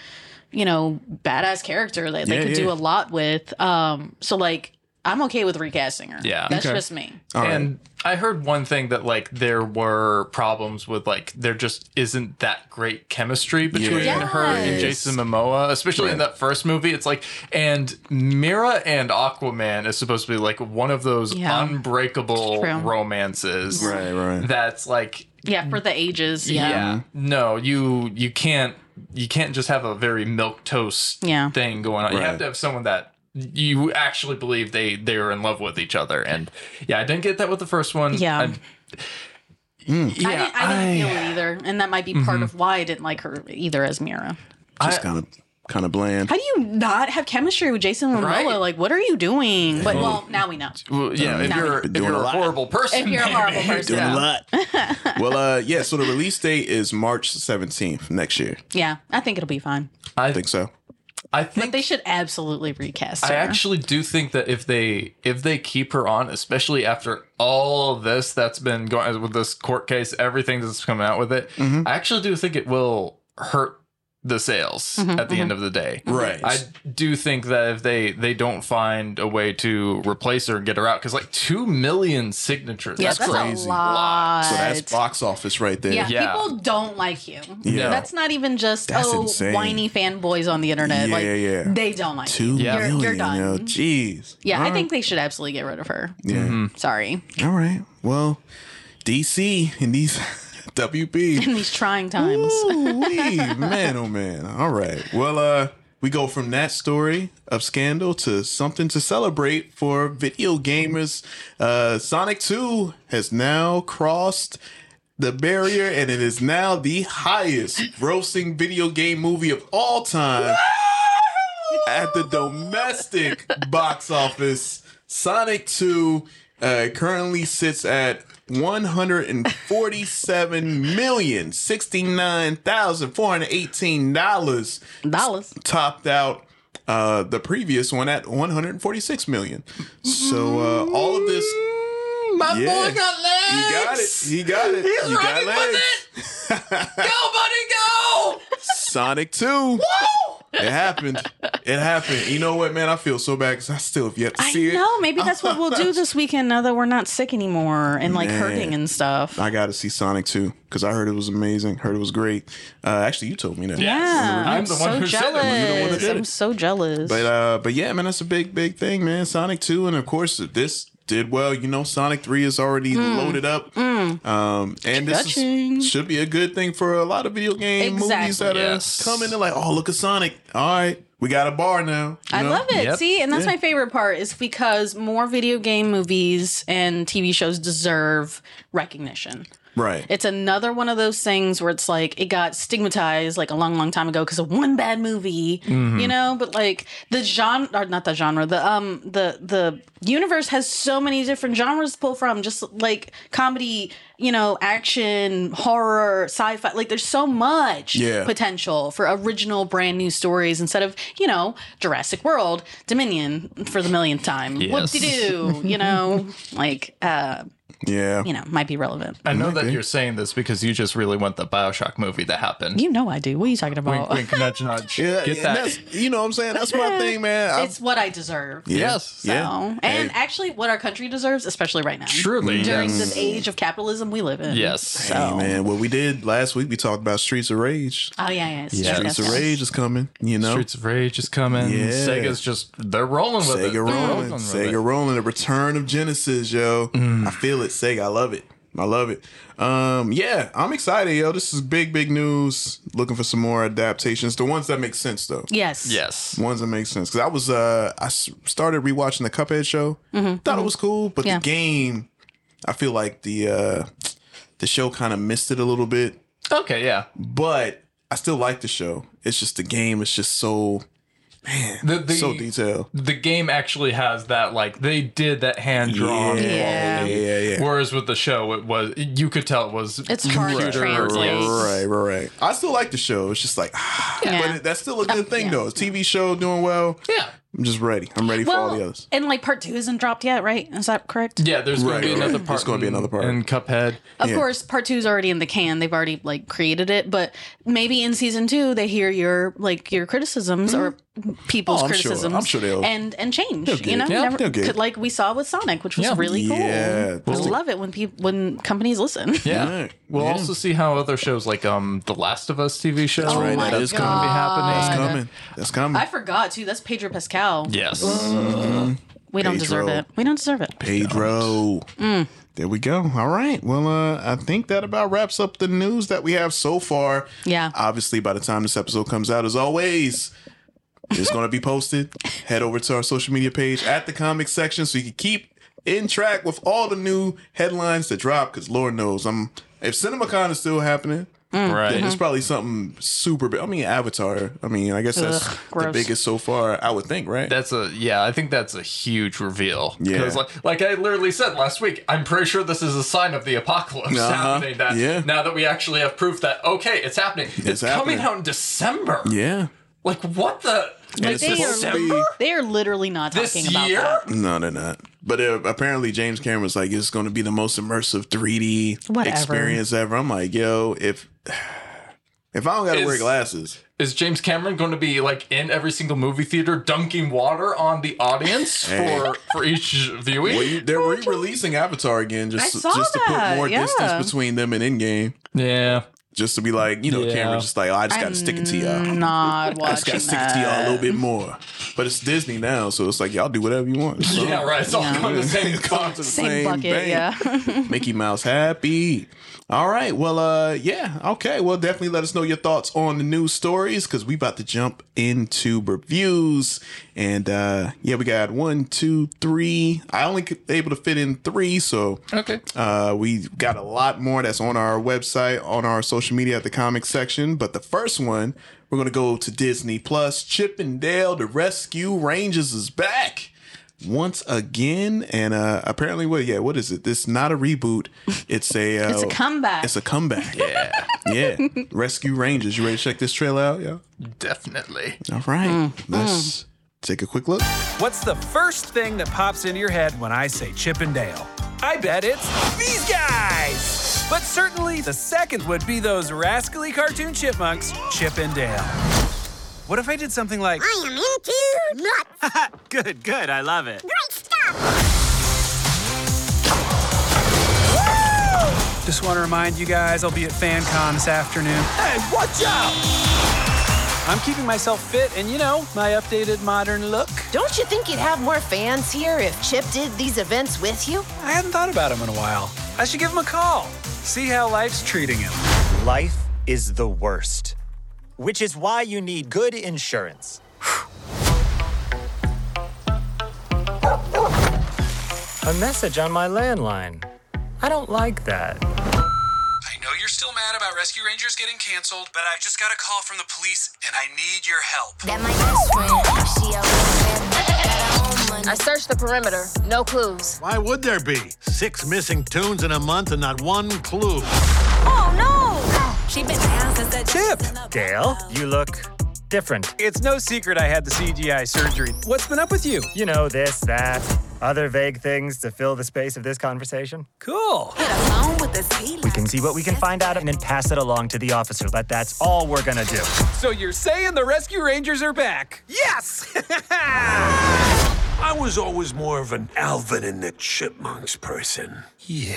[SPEAKER 2] you know, badass character that they
[SPEAKER 1] Yeah,
[SPEAKER 2] could
[SPEAKER 1] yeah.
[SPEAKER 2] do a lot with. Um, so like, I'm okay with recasting her.
[SPEAKER 3] Yeah.
[SPEAKER 2] that's
[SPEAKER 1] Okay.
[SPEAKER 2] just me.
[SPEAKER 1] All right.
[SPEAKER 3] and I heard one thing that like there were problems with like there just isn't that great chemistry between
[SPEAKER 1] Yeah.
[SPEAKER 3] her and
[SPEAKER 2] Yes.
[SPEAKER 3] Jason Momoa, especially in that first movie. It's like and Mira and Aquaman is supposed to be like one of those
[SPEAKER 2] Yeah.
[SPEAKER 3] unbreakable
[SPEAKER 2] True.
[SPEAKER 3] romances.
[SPEAKER 1] Right, right.
[SPEAKER 3] That's like
[SPEAKER 2] Yeah, for the ages.
[SPEAKER 3] yeah.
[SPEAKER 2] Yeah.
[SPEAKER 3] No, you you can't you can't just have a very milk toast
[SPEAKER 2] Yeah.
[SPEAKER 3] thing going on. You
[SPEAKER 1] Right.
[SPEAKER 3] have to have someone that you actually believe they they are in love with each other. And yeah, I didn't get that with the first one.
[SPEAKER 2] Yeah.
[SPEAKER 3] I,
[SPEAKER 2] I
[SPEAKER 3] yeah,
[SPEAKER 2] didn't, I didn't feel it either, and that might be part of why I didn't like her either as Mira.
[SPEAKER 1] just kind of kind of bland.
[SPEAKER 2] How do you not have chemistry with Jason Momoa?
[SPEAKER 3] Right.
[SPEAKER 2] Like, what are you doing? But well, now we know.
[SPEAKER 3] well, yeah, if
[SPEAKER 2] Nah.
[SPEAKER 3] you're if
[SPEAKER 1] Doing
[SPEAKER 3] you're
[SPEAKER 1] a
[SPEAKER 3] a,
[SPEAKER 1] lot.
[SPEAKER 3] horrible person,
[SPEAKER 2] If you're a horrible person,
[SPEAKER 1] Doing
[SPEAKER 2] yeah.
[SPEAKER 1] a lot. well, uh, yeah. So the release date is March 17th next year.
[SPEAKER 2] I think it'll be fine.
[SPEAKER 3] I
[SPEAKER 1] I think
[SPEAKER 3] think
[SPEAKER 1] so.
[SPEAKER 3] I
[SPEAKER 2] But
[SPEAKER 3] think
[SPEAKER 2] they should absolutely recast her.
[SPEAKER 3] I actually do think that if they if they keep her on, especially after all this that's been going with this court case, everything that's coming out with it,
[SPEAKER 2] Mm-hmm.
[SPEAKER 3] I actually do think it will hurt the sales
[SPEAKER 2] Mm-hmm,
[SPEAKER 3] at the end of the day.
[SPEAKER 1] Right.
[SPEAKER 3] I do think that if they they don't find a way to replace her and get her out, because like two million signatures,
[SPEAKER 2] yeah,
[SPEAKER 3] that's,
[SPEAKER 2] that's,
[SPEAKER 3] crazy.
[SPEAKER 2] a lot.
[SPEAKER 1] So that's box office right there.
[SPEAKER 2] yeah,
[SPEAKER 3] Yeah.
[SPEAKER 2] people don't like you.
[SPEAKER 1] Yeah.
[SPEAKER 2] That's not even just
[SPEAKER 1] That's
[SPEAKER 2] oh
[SPEAKER 1] insane.
[SPEAKER 2] whiny fanboys on the internet.
[SPEAKER 1] Yeah,
[SPEAKER 2] like
[SPEAKER 1] yeah.
[SPEAKER 2] they don't like
[SPEAKER 1] Two
[SPEAKER 2] you.
[SPEAKER 3] Yeah.
[SPEAKER 2] You're, you're
[SPEAKER 1] million,
[SPEAKER 2] done.
[SPEAKER 1] yo. Jeez.
[SPEAKER 2] Yeah,
[SPEAKER 1] All
[SPEAKER 2] I
[SPEAKER 1] right.
[SPEAKER 2] think they should absolutely get rid of her.
[SPEAKER 1] Yeah.
[SPEAKER 2] Mm-hmm. Sorry.
[SPEAKER 1] All right. Well, DC and these WB.
[SPEAKER 2] In these trying times.
[SPEAKER 1] Ooh-wee. man, oh man. All right. Well, uh, we go from that story of scandal to something to celebrate for video gamers. Uh, Sonic 2 has now crossed the barrier and it is now the highest grossing video game movie of all time at the domestic box office. Sonic 2 uh, currently sits at 147,069,418 dollars,
[SPEAKER 2] Dollars.
[SPEAKER 1] topped out uh, the previous one at 146 million. So uh, all of this,
[SPEAKER 3] My
[SPEAKER 1] Yeah.
[SPEAKER 3] boy got
[SPEAKER 1] you got it,
[SPEAKER 3] legs.
[SPEAKER 1] you got it,
[SPEAKER 3] He's
[SPEAKER 1] you got
[SPEAKER 3] running
[SPEAKER 1] legs.
[SPEAKER 3] with it. go, buddy, go.
[SPEAKER 1] Sonic 2. It happened. It happened. You know what, man? I feel so bad because I still have yet to
[SPEAKER 2] I
[SPEAKER 1] see it.
[SPEAKER 2] know. Maybe that's what we'll do this weekend now that we're not sick anymore and like
[SPEAKER 1] Man.
[SPEAKER 2] hurting and stuff.
[SPEAKER 1] I got to see Sonic 2 because I heard it was amazing. Heard it was great. Uh, actually, you told me that.
[SPEAKER 2] Yeah.
[SPEAKER 3] I'm the one
[SPEAKER 2] so
[SPEAKER 3] who said it. You're the one
[SPEAKER 2] jealous.
[SPEAKER 3] that
[SPEAKER 1] did it.
[SPEAKER 2] I'm so jealous.
[SPEAKER 1] But uh, but yeah, man, that's a big, big thing, man. Sonic 2, and of course, this did well. You know, Sonic 3 is already
[SPEAKER 2] Mm.
[SPEAKER 1] loaded up. Um, and this
[SPEAKER 2] Cha-ching.
[SPEAKER 1] is, should be a good thing for a lot of video game movies
[SPEAKER 2] Exactly.
[SPEAKER 1] that
[SPEAKER 3] Yes.
[SPEAKER 1] are coming. They're like, oh, look at Sonic. All right, we got a bar now. you
[SPEAKER 2] I
[SPEAKER 1] know?
[SPEAKER 2] love it.
[SPEAKER 3] Yep.
[SPEAKER 2] See, and that's my favorite part is because more video game movies and TV shows deserve recognition.
[SPEAKER 1] Right.
[SPEAKER 2] It's another one of those things where it's like it got stigmatized like a long, long time ago because of one bad movie, you know. But like the genre, or not the genre, the um, the the universe has so many different genres to pull from, just like comedy, you know, action, horror, sci-fi. Like there's so much
[SPEAKER 1] Yeah.
[SPEAKER 2] potential for original, brand new stories instead of you know Jurassic World, Dominion for the millionth time. What
[SPEAKER 3] Yes.
[SPEAKER 2] to do? You know, like uh,
[SPEAKER 1] yeah.
[SPEAKER 2] you know, might be relevant.
[SPEAKER 3] I know that you're saying this because you just really want the Bioshock movie to happen.
[SPEAKER 2] You know I do. What are you talking about?
[SPEAKER 3] wink, wink, nudge, nudge.
[SPEAKER 1] Yeah,
[SPEAKER 3] Get
[SPEAKER 1] yeah,
[SPEAKER 3] that.
[SPEAKER 1] That's, you know what I'm saying? That's my thing, man. I-
[SPEAKER 2] It's what I deserve.
[SPEAKER 1] Um, yeah,
[SPEAKER 3] Yes.
[SPEAKER 2] So,
[SPEAKER 1] Yeah. Hey.
[SPEAKER 2] and actually, what our country deserves, especially right now,
[SPEAKER 3] Truly.
[SPEAKER 2] during
[SPEAKER 3] yes.
[SPEAKER 2] this age of capitalism we live in.
[SPEAKER 3] Yes.
[SPEAKER 2] So,
[SPEAKER 1] Hey, man, what we did last week, we talked about Streets of Rage.
[SPEAKER 2] oh yeah, yeah. It's
[SPEAKER 3] Yeah.
[SPEAKER 2] true.
[SPEAKER 1] Streets
[SPEAKER 2] Yes,
[SPEAKER 1] of
[SPEAKER 2] yes.
[SPEAKER 1] Rage is coming, you know?
[SPEAKER 3] Streets of Rage is coming.
[SPEAKER 1] Yeah.
[SPEAKER 3] Sega's just, they're rolling with it.
[SPEAKER 1] Sega
[SPEAKER 3] They're
[SPEAKER 1] rolling.
[SPEAKER 3] with
[SPEAKER 1] Sega
[SPEAKER 3] it.
[SPEAKER 1] rolling. The return of Genesis, yo.
[SPEAKER 3] Mm.
[SPEAKER 1] I feel it, Sega. I love it. I love it. Um, yeah, I'm excited, yo. This is big, big news. Looking for some more adaptations. The ones that make sense, though.
[SPEAKER 2] Yes.
[SPEAKER 3] Yes.
[SPEAKER 1] Ones that make sense. Because I was, uh, I s- started rewatching the Cuphead show. Thought it was cool, but
[SPEAKER 2] Mm-hmm. Yeah.
[SPEAKER 1] the game, I feel like the uh, the show kind of missed it a little bit.
[SPEAKER 3] Okay, yeah.
[SPEAKER 1] but I still like the show. It's just the game is just so
[SPEAKER 3] The, the,
[SPEAKER 1] so detailed.
[SPEAKER 3] the game actually has that, like, they did that hand drawn
[SPEAKER 1] Yeah. Yeah,
[SPEAKER 2] Yeah.
[SPEAKER 1] yeah, yeah.
[SPEAKER 3] Whereas with the show, it was, you could tell it was.
[SPEAKER 2] It's hard to
[SPEAKER 3] computer-
[SPEAKER 2] translate.
[SPEAKER 1] Right, right, right. I still like the show. It's just like, ah,
[SPEAKER 2] Yeah.
[SPEAKER 1] but it, that's still a good thing
[SPEAKER 2] yeah.
[SPEAKER 1] though. TV show doing well.
[SPEAKER 3] Yeah.
[SPEAKER 1] I'm just ready. I'm ready for all the
[SPEAKER 2] Well,
[SPEAKER 1] others.
[SPEAKER 2] and like part two isn't dropped yet, right? Is that correct?
[SPEAKER 3] Yeah, there's
[SPEAKER 1] Right,
[SPEAKER 3] gonna be
[SPEAKER 1] right.
[SPEAKER 3] another
[SPEAKER 1] There's
[SPEAKER 3] part.
[SPEAKER 1] gonna be
[SPEAKER 3] in-
[SPEAKER 1] another part.
[SPEAKER 3] in Cuphead.
[SPEAKER 2] Of
[SPEAKER 1] Yeah.
[SPEAKER 2] course, part two's already in the can. They've already like created it, but maybe in season two they hear your like your criticisms or people's
[SPEAKER 1] Oh, I'm sure.
[SPEAKER 2] criticisms.
[SPEAKER 1] I'm sure they'll-
[SPEAKER 2] and and change.
[SPEAKER 1] get
[SPEAKER 2] You
[SPEAKER 1] it.
[SPEAKER 2] know,
[SPEAKER 1] Yeah, they'll get it.
[SPEAKER 2] could- like we saw with Sonic, which was
[SPEAKER 3] Yeah.
[SPEAKER 2] really cool.
[SPEAKER 1] Yeah,
[SPEAKER 2] I
[SPEAKER 1] that's the-
[SPEAKER 2] love it when people when companies listen.
[SPEAKER 3] Yeah.
[SPEAKER 1] Right.
[SPEAKER 3] We'll
[SPEAKER 1] Yeah.
[SPEAKER 3] also see how other shows like um The Last of Us TV
[SPEAKER 2] Oh
[SPEAKER 3] show.
[SPEAKER 1] right, that
[SPEAKER 3] That's
[SPEAKER 1] is
[SPEAKER 3] going to be happening.
[SPEAKER 1] That's coming. That's coming.
[SPEAKER 2] uh, I forgot too. That's Pedro Pascal.
[SPEAKER 3] Yes.
[SPEAKER 2] We
[SPEAKER 1] Pedro.
[SPEAKER 2] don't deserve it. We don't deserve it.
[SPEAKER 1] Pedro.
[SPEAKER 2] Mm.
[SPEAKER 1] There we go. All right. Well, uh, I think that about wraps up the news that we have so far.
[SPEAKER 2] Yeah.
[SPEAKER 1] Obviously, by the time this episode comes out, as always, it's going to be posted. Head over to our social media page at the comic section so you can keep in track with all the new headlines that drop. Because Lord knows, I'm if CinemaCon is still happening.
[SPEAKER 2] Mm.
[SPEAKER 3] Right.
[SPEAKER 1] Then it's
[SPEAKER 2] Mm-hmm.
[SPEAKER 1] probably something super big. I mean, Avatar. I mean, I guess that's
[SPEAKER 2] Ugh,
[SPEAKER 1] the
[SPEAKER 2] gross.
[SPEAKER 1] biggest so far, I would think, right?
[SPEAKER 3] That's a yeah. I think that's a huge reveal.
[SPEAKER 1] Yeah.
[SPEAKER 3] 'Cause like, like I literally said last week, I'm pretty sure this is a sign of the apocalypse
[SPEAKER 1] Uh-huh.
[SPEAKER 3] happening. That
[SPEAKER 1] Yeah.
[SPEAKER 3] now that we actually have proof that okay, it's happening. It's,
[SPEAKER 1] happening.
[SPEAKER 3] coming out in December.
[SPEAKER 1] yeah.
[SPEAKER 3] Like what the? Like,
[SPEAKER 1] it's
[SPEAKER 2] supposed to
[SPEAKER 3] December?
[SPEAKER 2] They are literally not
[SPEAKER 3] This
[SPEAKER 2] talking about
[SPEAKER 3] year?
[SPEAKER 2] that.
[SPEAKER 1] No, they're not. But uh, apparently, James Cameron's like, it's going to be the most immersive 3D
[SPEAKER 2] Whatever.
[SPEAKER 1] experience ever. I'm like, yo, if if I don't got to wear
[SPEAKER 3] Is-
[SPEAKER 1] glasses,
[SPEAKER 3] Is James Cameron going to be like in every single movie theater dunking water on the audience for for each viewing?
[SPEAKER 1] well, you, they're re-releasing Avatar again just
[SPEAKER 2] I
[SPEAKER 1] just
[SPEAKER 2] saw
[SPEAKER 1] to put
[SPEAKER 2] that,
[SPEAKER 1] more
[SPEAKER 2] yeah.
[SPEAKER 1] distance between them and Endgame,
[SPEAKER 3] yeah.
[SPEAKER 1] just to be like, you know,
[SPEAKER 3] Yeah.
[SPEAKER 1] Cameron's just like, oh, I just got to stick it to y'all.
[SPEAKER 2] Not
[SPEAKER 1] I just got
[SPEAKER 2] watching
[SPEAKER 1] to stick it to y'all a
[SPEAKER 2] that.
[SPEAKER 1] little bit more. But it's Disney now, so it's like y'all do whatever you want. So,
[SPEAKER 3] Yeah, right. It's all
[SPEAKER 2] Yeah.
[SPEAKER 3] going to the same
[SPEAKER 1] Come to
[SPEAKER 3] box.
[SPEAKER 1] the
[SPEAKER 2] Same, bucket,
[SPEAKER 1] bank.
[SPEAKER 2] yeah.
[SPEAKER 1] Mickey Mouse happy. All right. Well, uh, yeah. Okay. Well, definitely let us know your thoughts on the news stories because we about to jump into reviews. And uh, yeah, we got one, two, three. I only could able to fit in three, so
[SPEAKER 3] Okay.
[SPEAKER 1] uh, we got a lot more that's on our website, on our social media at the comic section. But the first one, we're gonna go to Disney Plus. Chip and Dale, the Rescue Rangers is back once again, and uh, apparently, what? Yeah, what is it? This is not a reboot. It's a. Uh,
[SPEAKER 2] It's a comeback.
[SPEAKER 1] It's a comeback. Yeah, yeah. Rescue Rangers. You ready to check this trailer out? Yeah.
[SPEAKER 3] Definitely.
[SPEAKER 1] All
[SPEAKER 2] Mm.
[SPEAKER 1] right. Let's take a quick look.
[SPEAKER 4] What's the first thing that pops into your head when I say Chippendale? I bet it's these guys! But certainly the second would be those rascally cartoon chipmunks, Chip and Dale. What if I did something like,
[SPEAKER 5] I am into nuts.
[SPEAKER 4] good, good, I love it?
[SPEAKER 5] Great stuff.
[SPEAKER 4] Just want to remind you guys I'll be at FanCon this afternoon. Hey, watch out! I'm keeping myself fit and, you know, my updated modern look.
[SPEAKER 5] Don't you think you'd have more fans here if Chip did these events with you?
[SPEAKER 4] I hadn't thought about him in a while. I should give him a call, see how life's treating him.
[SPEAKER 6] Life is the worst, which is why you need good insurance. A message on my landline. I don't like that.
[SPEAKER 4] I know you're still mad about Rescue Rangers getting canceled, but I've just got a call from the police and I need your help.
[SPEAKER 7] That my best friend. She always said that I own money.
[SPEAKER 8] I searched the perimeter. No clues.
[SPEAKER 9] Why would there be? Six missing tunes in a month and not one clue.
[SPEAKER 7] Oh no! She been down since that
[SPEAKER 4] Chip!
[SPEAKER 6] Dale, you look different.
[SPEAKER 4] It's no secret I had the CGI surgery. What's been up with you?
[SPEAKER 6] You know, this, that, other vague things to fill the space of this conversation.
[SPEAKER 4] Cool.
[SPEAKER 7] Hit a phone with this heat.
[SPEAKER 6] We can see what we can find out and then pass it along to the officer. But that's all we're gonna do.
[SPEAKER 4] So you're saying the Rescue Rangers are back? Yes!
[SPEAKER 9] I was always more of an Alvin and the Chipmunks person. You.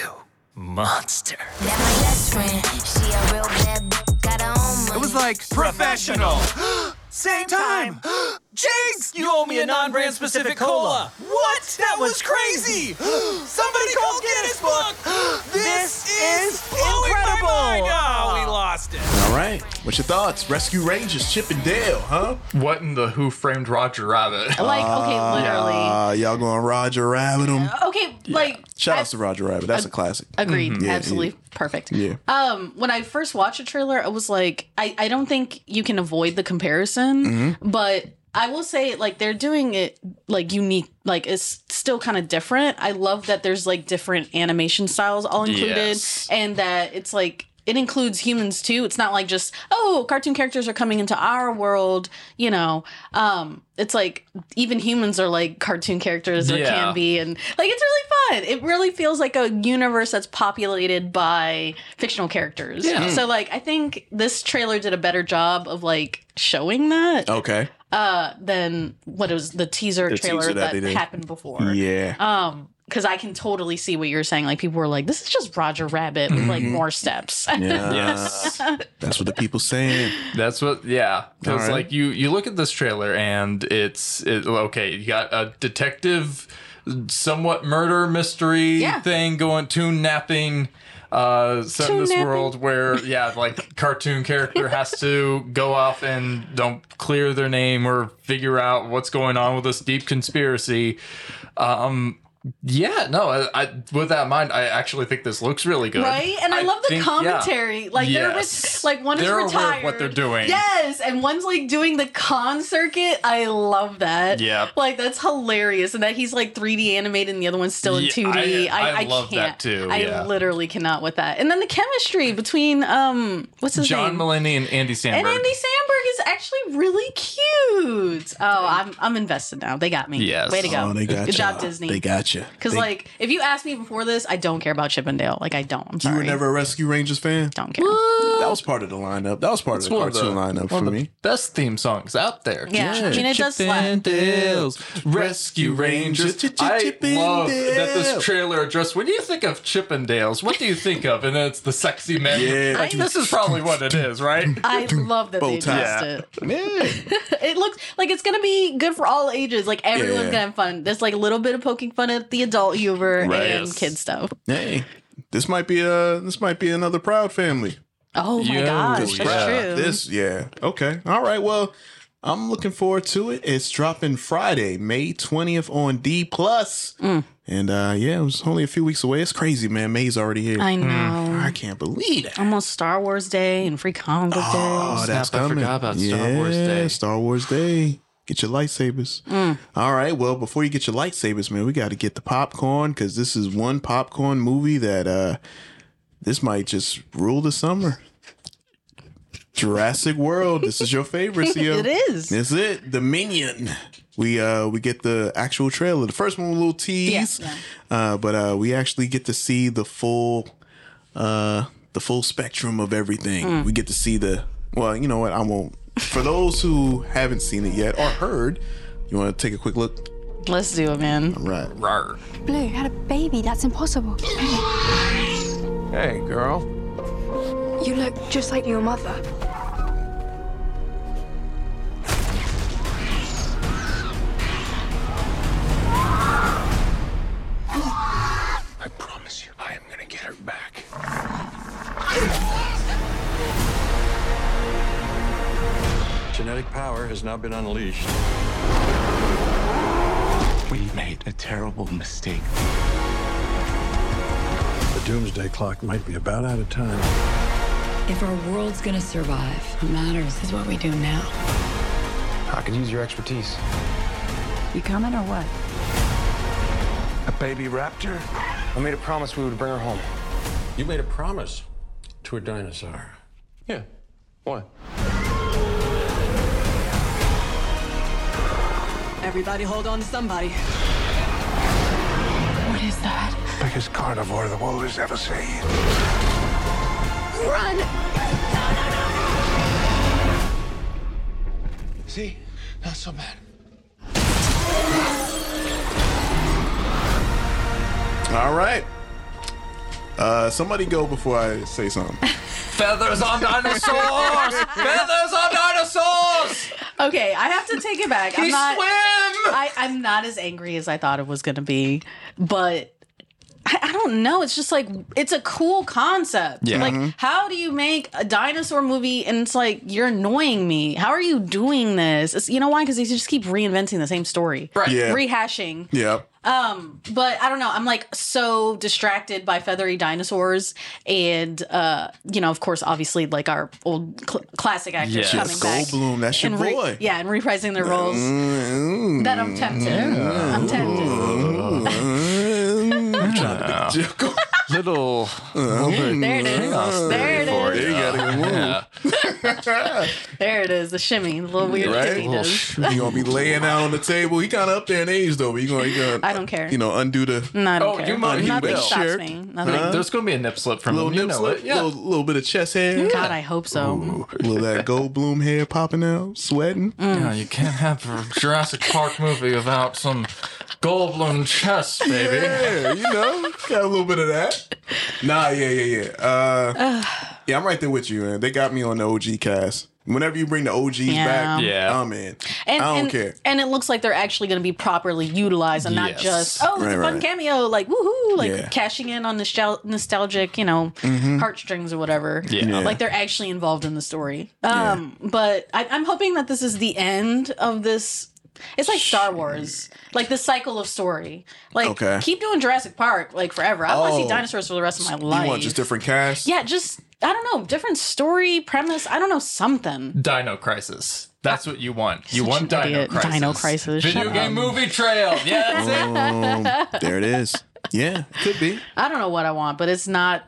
[SPEAKER 6] Monster.
[SPEAKER 7] That my best friend. She a real bad b- got her own money.
[SPEAKER 4] It was like professional. Same time. Jinx! You owe me a non-brand specific cola. What? That was crazy. Somebody call Guinness Book. This is incredible. Oh, we lost it.
[SPEAKER 1] All right. What's your thoughts? Rescue Rangers, Chip and Dale, huh?
[SPEAKER 3] What in the Who Framed Roger Rabbit?
[SPEAKER 2] like okay, literally.
[SPEAKER 1] Uh, y'all going Roger Rabbit 'em?
[SPEAKER 2] okay, like
[SPEAKER 1] Shout outs to Roger Rabbit. That's a classic.
[SPEAKER 2] Agreed. Absolutely perfect.
[SPEAKER 1] Yeah.
[SPEAKER 2] Um, when I first watched the trailer, I was like, I, I don't think you can avoid the comparison, but I will say like they're doing it like unique, like it's still kind of different. I love that there's like different animation styles all included
[SPEAKER 3] Yes.
[SPEAKER 2] and that it's like it includes humans too. It's not like just oh, cartoon characters are coming into our world. You know, um, it's like even humans are like cartoon characters or
[SPEAKER 10] Yeah.
[SPEAKER 2] can be, and like it's really fun. It really feels like a universe that's populated by fictional characters.
[SPEAKER 1] Yeah.
[SPEAKER 2] So like, I think this trailer did a better job of like showing that
[SPEAKER 1] Okay.
[SPEAKER 2] uh than what it was the teaser
[SPEAKER 1] Oh. The
[SPEAKER 2] trailer
[SPEAKER 1] teaser that
[SPEAKER 2] that,
[SPEAKER 1] they did.
[SPEAKER 2] happened before.
[SPEAKER 1] Yeah.
[SPEAKER 2] Um, because I can totally see what you're saying. Like people were like, "This is just Roger Rabbit with
[SPEAKER 1] Mm-hmm.
[SPEAKER 2] like more steps."
[SPEAKER 1] Yeah. Yes. That's what the people saying.
[SPEAKER 3] That's what, yeah. Because
[SPEAKER 1] Alright.
[SPEAKER 3] like you, you look at this trailer and it's it, okay. You got a detective, somewhat murder mystery thing going, tune napping. Uh, set in this
[SPEAKER 2] Tune-napping.
[SPEAKER 3] world where, yeah, like cartoon character has to go off and don't clear their name or figure out what's going on with this deep conspiracy. Um, yeah, no, I, I with that in mind, I actually think this looks really good.
[SPEAKER 2] Right? And I, love the
[SPEAKER 3] think- yeah.
[SPEAKER 2] commentary. Like they're
[SPEAKER 3] Yes.
[SPEAKER 2] with, like one
[SPEAKER 3] They're aware
[SPEAKER 2] is
[SPEAKER 3] of
[SPEAKER 2] retired.
[SPEAKER 3] what they're doing.
[SPEAKER 2] Yes, and one's like doing the con circuit. I love that.
[SPEAKER 3] Yep.
[SPEAKER 2] Like that's hilarious. And that he's like 3D animated and the other one's still in
[SPEAKER 3] Yeah,
[SPEAKER 2] 2D.
[SPEAKER 3] I-
[SPEAKER 2] I,
[SPEAKER 3] I love that
[SPEAKER 2] can't.
[SPEAKER 3] too,
[SPEAKER 2] I
[SPEAKER 3] yeah.
[SPEAKER 2] literally cannot with that. And then the chemistry between um what's his
[SPEAKER 3] John
[SPEAKER 2] name?
[SPEAKER 3] Mulaney and Andy Samberg.
[SPEAKER 2] And Andy Samberg is actually really cute. Oh, I'm I'm invested now. They got me.
[SPEAKER 3] Yes.
[SPEAKER 2] Way to go.
[SPEAKER 3] Oh, they got
[SPEAKER 2] Good job,
[SPEAKER 3] ya.
[SPEAKER 2] Disney.
[SPEAKER 1] They got you.
[SPEAKER 2] Because like, if you asked me before this, I don't care about Chip and Dale. Like, I don't. I'm
[SPEAKER 1] You
[SPEAKER 2] sorry.
[SPEAKER 1] were never a Rescue Rangers fan?
[SPEAKER 2] Don't care.
[SPEAKER 1] That was part of the lineup. That was part
[SPEAKER 3] It's
[SPEAKER 1] of the
[SPEAKER 3] one of
[SPEAKER 1] cartoon
[SPEAKER 3] the-
[SPEAKER 1] lineup
[SPEAKER 3] one
[SPEAKER 1] for
[SPEAKER 3] of the
[SPEAKER 1] me.
[SPEAKER 3] Best theme songs out there.
[SPEAKER 2] Yeah, I mean, it does
[SPEAKER 3] Chip
[SPEAKER 2] slap.
[SPEAKER 3] and Dale's Rescue Rangers. I love that this trailer addressed. When you think of Chippendales, what do you think of? And then it's the sexy men.
[SPEAKER 1] Yeah.
[SPEAKER 3] like, this is probably what it is, right?
[SPEAKER 2] I love that they addressed it. it looks like it's gonna be good for all ages. Like everyone's
[SPEAKER 1] Yeah.
[SPEAKER 2] gonna have fun. There's like a little bit of poking fun at the adult humor
[SPEAKER 1] Right.
[SPEAKER 2] and
[SPEAKER 1] Yes.
[SPEAKER 2] kid stuff.
[SPEAKER 1] Hey, this might be a this might be another proud family.
[SPEAKER 2] Oh my gosh, that's true.
[SPEAKER 1] This, yeah. Okay. All right. Well, I'm looking forward to it. It's dropping Friday, May 20th on D Plus.
[SPEAKER 2] Mm.
[SPEAKER 1] And uh yeah, it was only a few weeks away. It's crazy, man. May's already here.
[SPEAKER 2] I know.
[SPEAKER 1] I can't believe it.
[SPEAKER 2] Almost Star Wars Day and Free Comic Book
[SPEAKER 1] Oh,
[SPEAKER 2] Day.
[SPEAKER 1] that's coming. yeah, Star Wars Day. Get your lightsabers.
[SPEAKER 2] Mm.
[SPEAKER 1] All right. Well, before you get your lightsabers, man, we got to get the popcorn because this is one popcorn movie that uh this might just rule the summer. Jurassic World. This is your favorite, Cio.
[SPEAKER 2] It is.
[SPEAKER 1] That's it. The Minion. We uh we get the actual trailer. The first one was a little tease, uh, but uh, we actually get to see the full uh the full spectrum of everything.
[SPEAKER 11] Mm.
[SPEAKER 1] We get to see the well, you know what? I won't. For those who haven't seen it yet or heard, you want to take a quick look.
[SPEAKER 2] Let's do it, man.
[SPEAKER 1] All right.
[SPEAKER 3] Rar.
[SPEAKER 12] Blue had a baby. That's impossible.
[SPEAKER 9] Hey, girl.
[SPEAKER 12] You look just like your mother.
[SPEAKER 9] I promise you, I am gonna get her back.
[SPEAKER 13] Genetic power has now been unleashed.
[SPEAKER 9] We made a terrible mistake.
[SPEAKER 13] The doomsday clock might be about out of time.
[SPEAKER 14] If our world's gonna survive, what matters is what we do now.
[SPEAKER 13] I could use your expertise.
[SPEAKER 14] You coming or what?
[SPEAKER 9] A baby raptor?
[SPEAKER 13] I made a promise we would bring her home. You made a promise to a dinosaur. Yeah. What?
[SPEAKER 15] Everybody hold on to somebody.
[SPEAKER 14] What is that?
[SPEAKER 9] Biggest carnivore the world has ever seen.
[SPEAKER 14] Run!
[SPEAKER 9] See? Not so bad.
[SPEAKER 1] All right. Uh, somebody go before I say something.
[SPEAKER 3] Feathers on dinosaurs! Feathers on dinosaurs!
[SPEAKER 2] Okay, I have to take it back. I'm
[SPEAKER 3] He
[SPEAKER 2] not.
[SPEAKER 3] swim!
[SPEAKER 2] I, I'm not as angry as I thought it was gonna be, but I, I don't know. It's just like it's a cool concept.
[SPEAKER 10] Yeah.
[SPEAKER 2] Like,
[SPEAKER 10] Mhm.
[SPEAKER 2] how do you make a dinosaur movie and it's like you're annoying me? How are you doing this? It's, you know why? Because they just keep reinventing the same story,
[SPEAKER 10] Right. Yeah.
[SPEAKER 2] Rehashing.
[SPEAKER 1] Yep.
[SPEAKER 2] Um, but I don't know. I'm like so distracted by feathery dinosaurs, and uh, you know, of course, obviously, like our old cl- classic actors
[SPEAKER 1] Yes.
[SPEAKER 2] coming back.
[SPEAKER 1] Goldblum, that's your
[SPEAKER 2] and re-
[SPEAKER 1] boy. Mm-hmm.
[SPEAKER 2] Yeah, and reprising their roles. That I'm
[SPEAKER 1] Mm,
[SPEAKER 2] tempted. I'm tempted.
[SPEAKER 1] I'm trying to be
[SPEAKER 3] little.
[SPEAKER 2] There it is.
[SPEAKER 1] Mm,
[SPEAKER 2] There it is.
[SPEAKER 3] Yeah.
[SPEAKER 2] There it is. The shimmy. The little weird
[SPEAKER 1] right?
[SPEAKER 2] thing he does.
[SPEAKER 1] He gonna be laying out on the table. He kind of up there in age though, but you gonna, you gonna
[SPEAKER 2] I don't care.
[SPEAKER 1] You know, undo the.
[SPEAKER 2] No, I don't care. Nothing
[SPEAKER 1] that
[SPEAKER 2] stops
[SPEAKER 1] shirt.
[SPEAKER 2] me. Nothing.
[SPEAKER 3] There's gonna be a nip slip from
[SPEAKER 1] little
[SPEAKER 3] him. You
[SPEAKER 1] nip
[SPEAKER 3] know
[SPEAKER 1] slip,
[SPEAKER 3] it. Yeah.
[SPEAKER 1] little, little bit of chest hair.
[SPEAKER 2] God, I hope so.
[SPEAKER 1] Mm. little that gold bloom hair popping out, sweating.
[SPEAKER 2] Mm-hmm.
[SPEAKER 3] Yeah, you can't have a Jurassic Park movie without some Goldblum chest, baby.
[SPEAKER 1] Yeah, you know, got a little bit of that. Nah, yeah, yeah, yeah. Uh, yeah, I'm right there with you, man. They got me on the OG cast. Whenever you bring the OGs
[SPEAKER 2] Yeah.
[SPEAKER 1] back,
[SPEAKER 2] Yeah.
[SPEAKER 1] I'm in.
[SPEAKER 2] And,
[SPEAKER 1] I don't
[SPEAKER 2] and,
[SPEAKER 1] care.
[SPEAKER 2] And it looks like they're actually going to be properly utilized and not
[SPEAKER 1] Yes.
[SPEAKER 2] just, oh, it's a
[SPEAKER 1] Right,
[SPEAKER 2] fun
[SPEAKER 1] right.
[SPEAKER 2] cameo, like, woohoo, like
[SPEAKER 1] Yeah.
[SPEAKER 2] cashing in on nostal- nostalgic, you know,
[SPEAKER 1] Mhm.
[SPEAKER 2] heartstrings or whatever.
[SPEAKER 1] Yeah. Yeah.
[SPEAKER 2] Like they're actually involved in the story. Um, But I, I'm hoping that this is the end of this. It's like Star Wars, like the cycle of story. Like,
[SPEAKER 1] Okay.
[SPEAKER 2] keep doing Jurassic Park, like forever. I want to
[SPEAKER 1] Oh.
[SPEAKER 2] see dinosaurs for the rest of my
[SPEAKER 1] You want
[SPEAKER 2] life.
[SPEAKER 1] just different casts?
[SPEAKER 2] yeah, just, I don't know, different story, premise. I don't know, something.
[SPEAKER 3] Dino Crisis. That's what you want. You
[SPEAKER 2] Such
[SPEAKER 3] want
[SPEAKER 2] an
[SPEAKER 3] Dino
[SPEAKER 2] idiot.
[SPEAKER 3] Crisis.
[SPEAKER 2] Dino Crisis,
[SPEAKER 3] Video
[SPEAKER 2] shut
[SPEAKER 3] game
[SPEAKER 2] up.
[SPEAKER 3] movie trail. Yeah, that's
[SPEAKER 1] it. There it is. Yeah, could be.
[SPEAKER 2] I don't know what I want, but it's not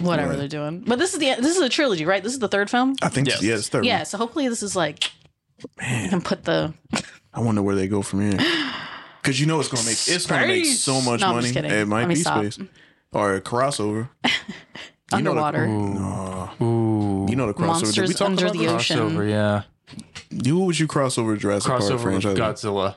[SPEAKER 2] whatever
[SPEAKER 1] Right. Oh.
[SPEAKER 2] they're doing. But this is the this is a trilogy, right? This is the third film.
[SPEAKER 1] I think, yeah, it's third.
[SPEAKER 2] yeah, so hopefully this is like you can put the
[SPEAKER 1] I wonder where they go from here. Because you know it's gonna make it's gonna make
[SPEAKER 2] Space.
[SPEAKER 1] so much
[SPEAKER 2] No, I'm
[SPEAKER 1] money.
[SPEAKER 2] just kidding.
[SPEAKER 1] It might
[SPEAKER 2] Let me
[SPEAKER 1] be
[SPEAKER 2] stop.
[SPEAKER 1] space or a crossover. You know the-
[SPEAKER 2] Underwater.
[SPEAKER 1] Ooh, no. You know the crossover. Did we
[SPEAKER 2] Monsters
[SPEAKER 1] talk
[SPEAKER 2] Under
[SPEAKER 1] about
[SPEAKER 2] the
[SPEAKER 1] this?
[SPEAKER 2] Ocean. Crossover,
[SPEAKER 3] yeah.
[SPEAKER 1] You what would you crossover Jurassic Park
[SPEAKER 3] Crossover with
[SPEAKER 1] franchise?
[SPEAKER 3] Godzilla.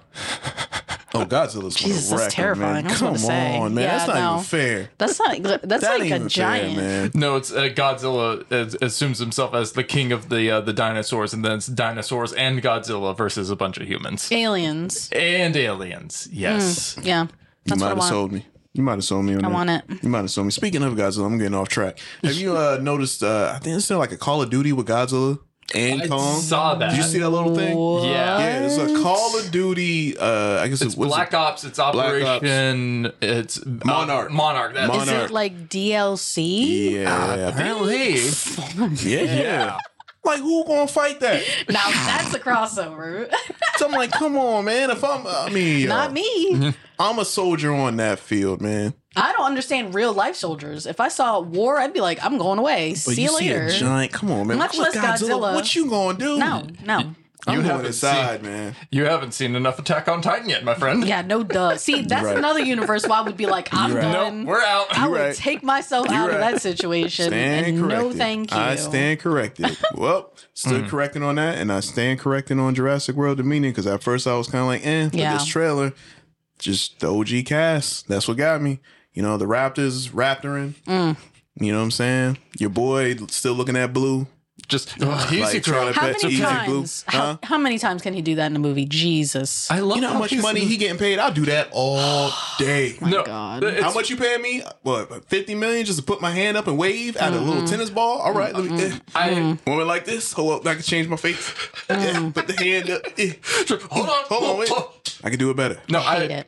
[SPEAKER 1] Oh, Godzilla's gonna
[SPEAKER 2] Jesus, that's
[SPEAKER 1] wreck 'em,
[SPEAKER 2] terrifying. I
[SPEAKER 1] Man.
[SPEAKER 2] was
[SPEAKER 1] Come
[SPEAKER 2] gonna
[SPEAKER 1] on,
[SPEAKER 2] say.
[SPEAKER 1] man.
[SPEAKER 2] Yeah,
[SPEAKER 1] that's not
[SPEAKER 2] no.
[SPEAKER 1] even fair.
[SPEAKER 2] That's not that's
[SPEAKER 1] That
[SPEAKER 2] like
[SPEAKER 1] ain't
[SPEAKER 2] a
[SPEAKER 1] even fair,
[SPEAKER 2] giant.
[SPEAKER 1] man.
[SPEAKER 3] No, it's uh, Godzilla as, assumes himself as the king of the uh, the dinosaurs, and then it's dinosaurs and Godzilla versus a bunch of humans
[SPEAKER 2] Aliens.
[SPEAKER 3] and aliens. Yes,
[SPEAKER 2] Mm, yeah. That's
[SPEAKER 1] you
[SPEAKER 2] what I
[SPEAKER 1] might have
[SPEAKER 2] want.
[SPEAKER 1] sold me. You might have sold me on
[SPEAKER 2] I
[SPEAKER 1] that.
[SPEAKER 2] want it.
[SPEAKER 1] You might have sold me. Speaking of Godzilla, I'm getting off track. Have you uh, noticed? Uh, I think it's like a Call of Duty with Godzilla and
[SPEAKER 3] I
[SPEAKER 1] Kong.
[SPEAKER 3] saw that.
[SPEAKER 1] Did you see that little thing?
[SPEAKER 3] Yeah.
[SPEAKER 1] yeah. It's a Call of Duty. Uh, I guess
[SPEAKER 3] It's
[SPEAKER 1] what's
[SPEAKER 3] Black Ops. It's
[SPEAKER 1] Black Ops.
[SPEAKER 3] Operation. It's Monarch. Monarch. That's
[SPEAKER 2] Is it like DLC?
[SPEAKER 1] Yeah,
[SPEAKER 3] apparently.
[SPEAKER 1] yeah, yeah. Like who gonna fight that?
[SPEAKER 2] Now that's a crossover.
[SPEAKER 1] So I'm like, come on, man. If I'm, I mean, yo,
[SPEAKER 2] Not me.
[SPEAKER 1] I'm a soldier on that field, man.
[SPEAKER 2] I don't understand real life soldiers. If I saw war, I'd be like, I'm going away.
[SPEAKER 1] But you
[SPEAKER 2] see you
[SPEAKER 1] see
[SPEAKER 2] later.
[SPEAKER 1] a giant. Come on, man.
[SPEAKER 2] Much
[SPEAKER 1] Look,
[SPEAKER 2] less Godzilla.
[SPEAKER 1] What you gonna do?
[SPEAKER 2] No, no.
[SPEAKER 1] I'm going
[SPEAKER 3] haven't
[SPEAKER 1] inside,
[SPEAKER 3] seen-
[SPEAKER 1] man.
[SPEAKER 3] You haven't seen enough Attack on Titan yet, my friend.
[SPEAKER 2] Yeah, no duh. See, that's
[SPEAKER 3] Right.
[SPEAKER 2] another universe where I would be like, I'm
[SPEAKER 3] You're right.
[SPEAKER 2] done.
[SPEAKER 3] Nope, we're out.
[SPEAKER 2] I
[SPEAKER 3] You're
[SPEAKER 2] would
[SPEAKER 3] right.
[SPEAKER 2] take myself
[SPEAKER 1] You're
[SPEAKER 2] out of
[SPEAKER 1] right.
[SPEAKER 2] that situation.
[SPEAKER 1] Stand
[SPEAKER 2] and
[SPEAKER 1] corrected.
[SPEAKER 2] no thank you.
[SPEAKER 1] I stand corrected. well, stood correcting on that, and I stand correcting on Jurassic World Dominion because at first I was kind of like, eh, but
[SPEAKER 2] Yeah.
[SPEAKER 1] this trailer, just the OG cast. That's what got me. You know, the Raptors raptoring.
[SPEAKER 2] Mm.
[SPEAKER 1] You know what I'm saying? Your boy still looking at blue.
[SPEAKER 3] Just
[SPEAKER 2] Easy How many times? How, how many times can he do that in a movie? Jesus.
[SPEAKER 3] I love
[SPEAKER 1] You know how much money he getting paid? I'll do that all day.
[SPEAKER 3] no,
[SPEAKER 2] Oh
[SPEAKER 3] it's-
[SPEAKER 1] How much you paying me? What, fifty million just to put my hand up and wave at a
[SPEAKER 2] Mm-hmm.
[SPEAKER 1] little tennis ball? All right, let me. eh.
[SPEAKER 2] Mm.
[SPEAKER 3] I
[SPEAKER 1] Woman like this, hold up, I can change my face. Eh, Put the hand up. eh.
[SPEAKER 3] hold on,
[SPEAKER 1] hold on, wait. I can do it better.
[SPEAKER 3] No, I hate it.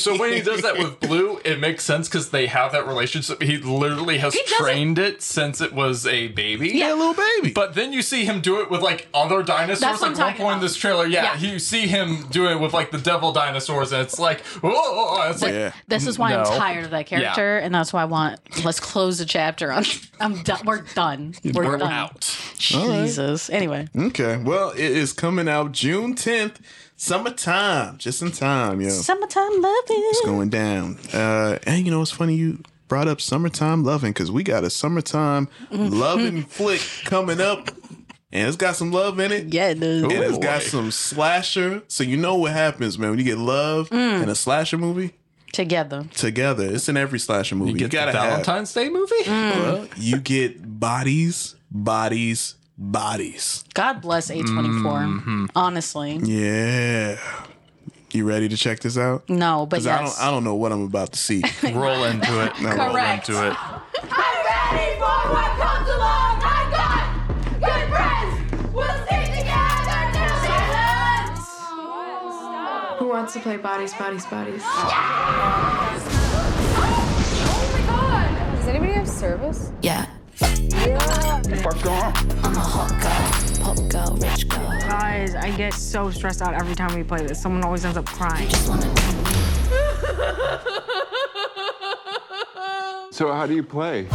[SPEAKER 3] so when he does that with Blue, it makes sense because they have that relationship. He literally has
[SPEAKER 2] He doesn't-
[SPEAKER 3] trained it since it was a baby.
[SPEAKER 2] Yeah,
[SPEAKER 1] a little baby.
[SPEAKER 3] But then you see him do it with like other dinosaurs.
[SPEAKER 2] That's what
[SPEAKER 3] like
[SPEAKER 2] I'm
[SPEAKER 3] one
[SPEAKER 2] talking
[SPEAKER 3] point in this trailer, yeah, you see him doing it with like the devil dinosaurs, and it's like, oh, oh, oh, it's like
[SPEAKER 2] This is why
[SPEAKER 3] no.
[SPEAKER 2] I'm tired of that
[SPEAKER 3] Yeah.
[SPEAKER 2] character, and that's why I want. Let's close the chapter on. I'm done. We're done. We're,
[SPEAKER 3] We're
[SPEAKER 2] done.
[SPEAKER 3] out.
[SPEAKER 1] All right. Mm.
[SPEAKER 2] Jesus. Anyway,
[SPEAKER 1] Okay, well, it is coming out June tenth, summertime, just in time, yo.
[SPEAKER 2] summertime loving.
[SPEAKER 1] It's going down. Uh, and you know, it's funny you brought up summertime loving because we got a summertime loving flick coming up. And it's got some love in it.
[SPEAKER 2] Yeah, it does.
[SPEAKER 1] And it's
[SPEAKER 3] Ooh,
[SPEAKER 1] got
[SPEAKER 3] boy.
[SPEAKER 1] some slasher. So you know what happens, man, when you get love
[SPEAKER 2] Mm.
[SPEAKER 1] and a slasher movie
[SPEAKER 2] Together.
[SPEAKER 1] together. It's in every slasher movie. You,
[SPEAKER 3] Get
[SPEAKER 1] gotta
[SPEAKER 3] the
[SPEAKER 1] have.
[SPEAKER 3] Valentine's Day movie.
[SPEAKER 2] Mm.
[SPEAKER 1] Well, you get bodies, bodies, bodies.
[SPEAKER 2] God bless A24.
[SPEAKER 3] Mm-hmm.
[SPEAKER 2] Honestly.
[SPEAKER 1] Yeah. You ready to check this out?
[SPEAKER 2] No, but
[SPEAKER 1] 'Cause I
[SPEAKER 2] yes.
[SPEAKER 1] don't I don't know what I'm about to see.
[SPEAKER 3] roll into it.
[SPEAKER 1] No.
[SPEAKER 3] Roll
[SPEAKER 1] Correct.
[SPEAKER 3] into it.
[SPEAKER 7] ready for what comes along. I got good friends. We'll stay together till the end.
[SPEAKER 12] Who wants to play bodies, bodies, bodies?
[SPEAKER 8] Does anybody have service?
[SPEAKER 14] Yeah.
[SPEAKER 8] What's going on? I'm a hot girl, pop girl, rich girl. Guys, I get so stressed out every time we play this. Someone always ends up crying.
[SPEAKER 10] So how do you play?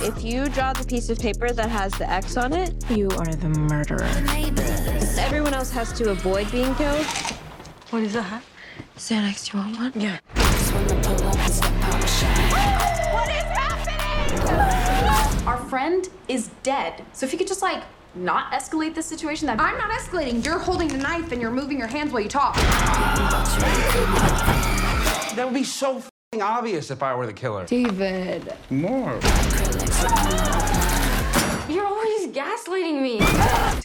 [SPEAKER 16] If you draw the piece of paper that has the X on it,
[SPEAKER 8] You are the murderer.
[SPEAKER 16] everyone else has to avoid being killed.
[SPEAKER 8] What is that?
[SPEAKER 16] Xanax, you want one?
[SPEAKER 8] Yeah.
[SPEAKER 17] Our friend is dead. So if you could just like not escalate this situation that I'm not escalating. You're holding the knife and you're moving your hands while you talk.
[SPEAKER 18] That would be so fing obvious if I were the killer.
[SPEAKER 14] David.
[SPEAKER 18] More.
[SPEAKER 17] You're always gaslighting me.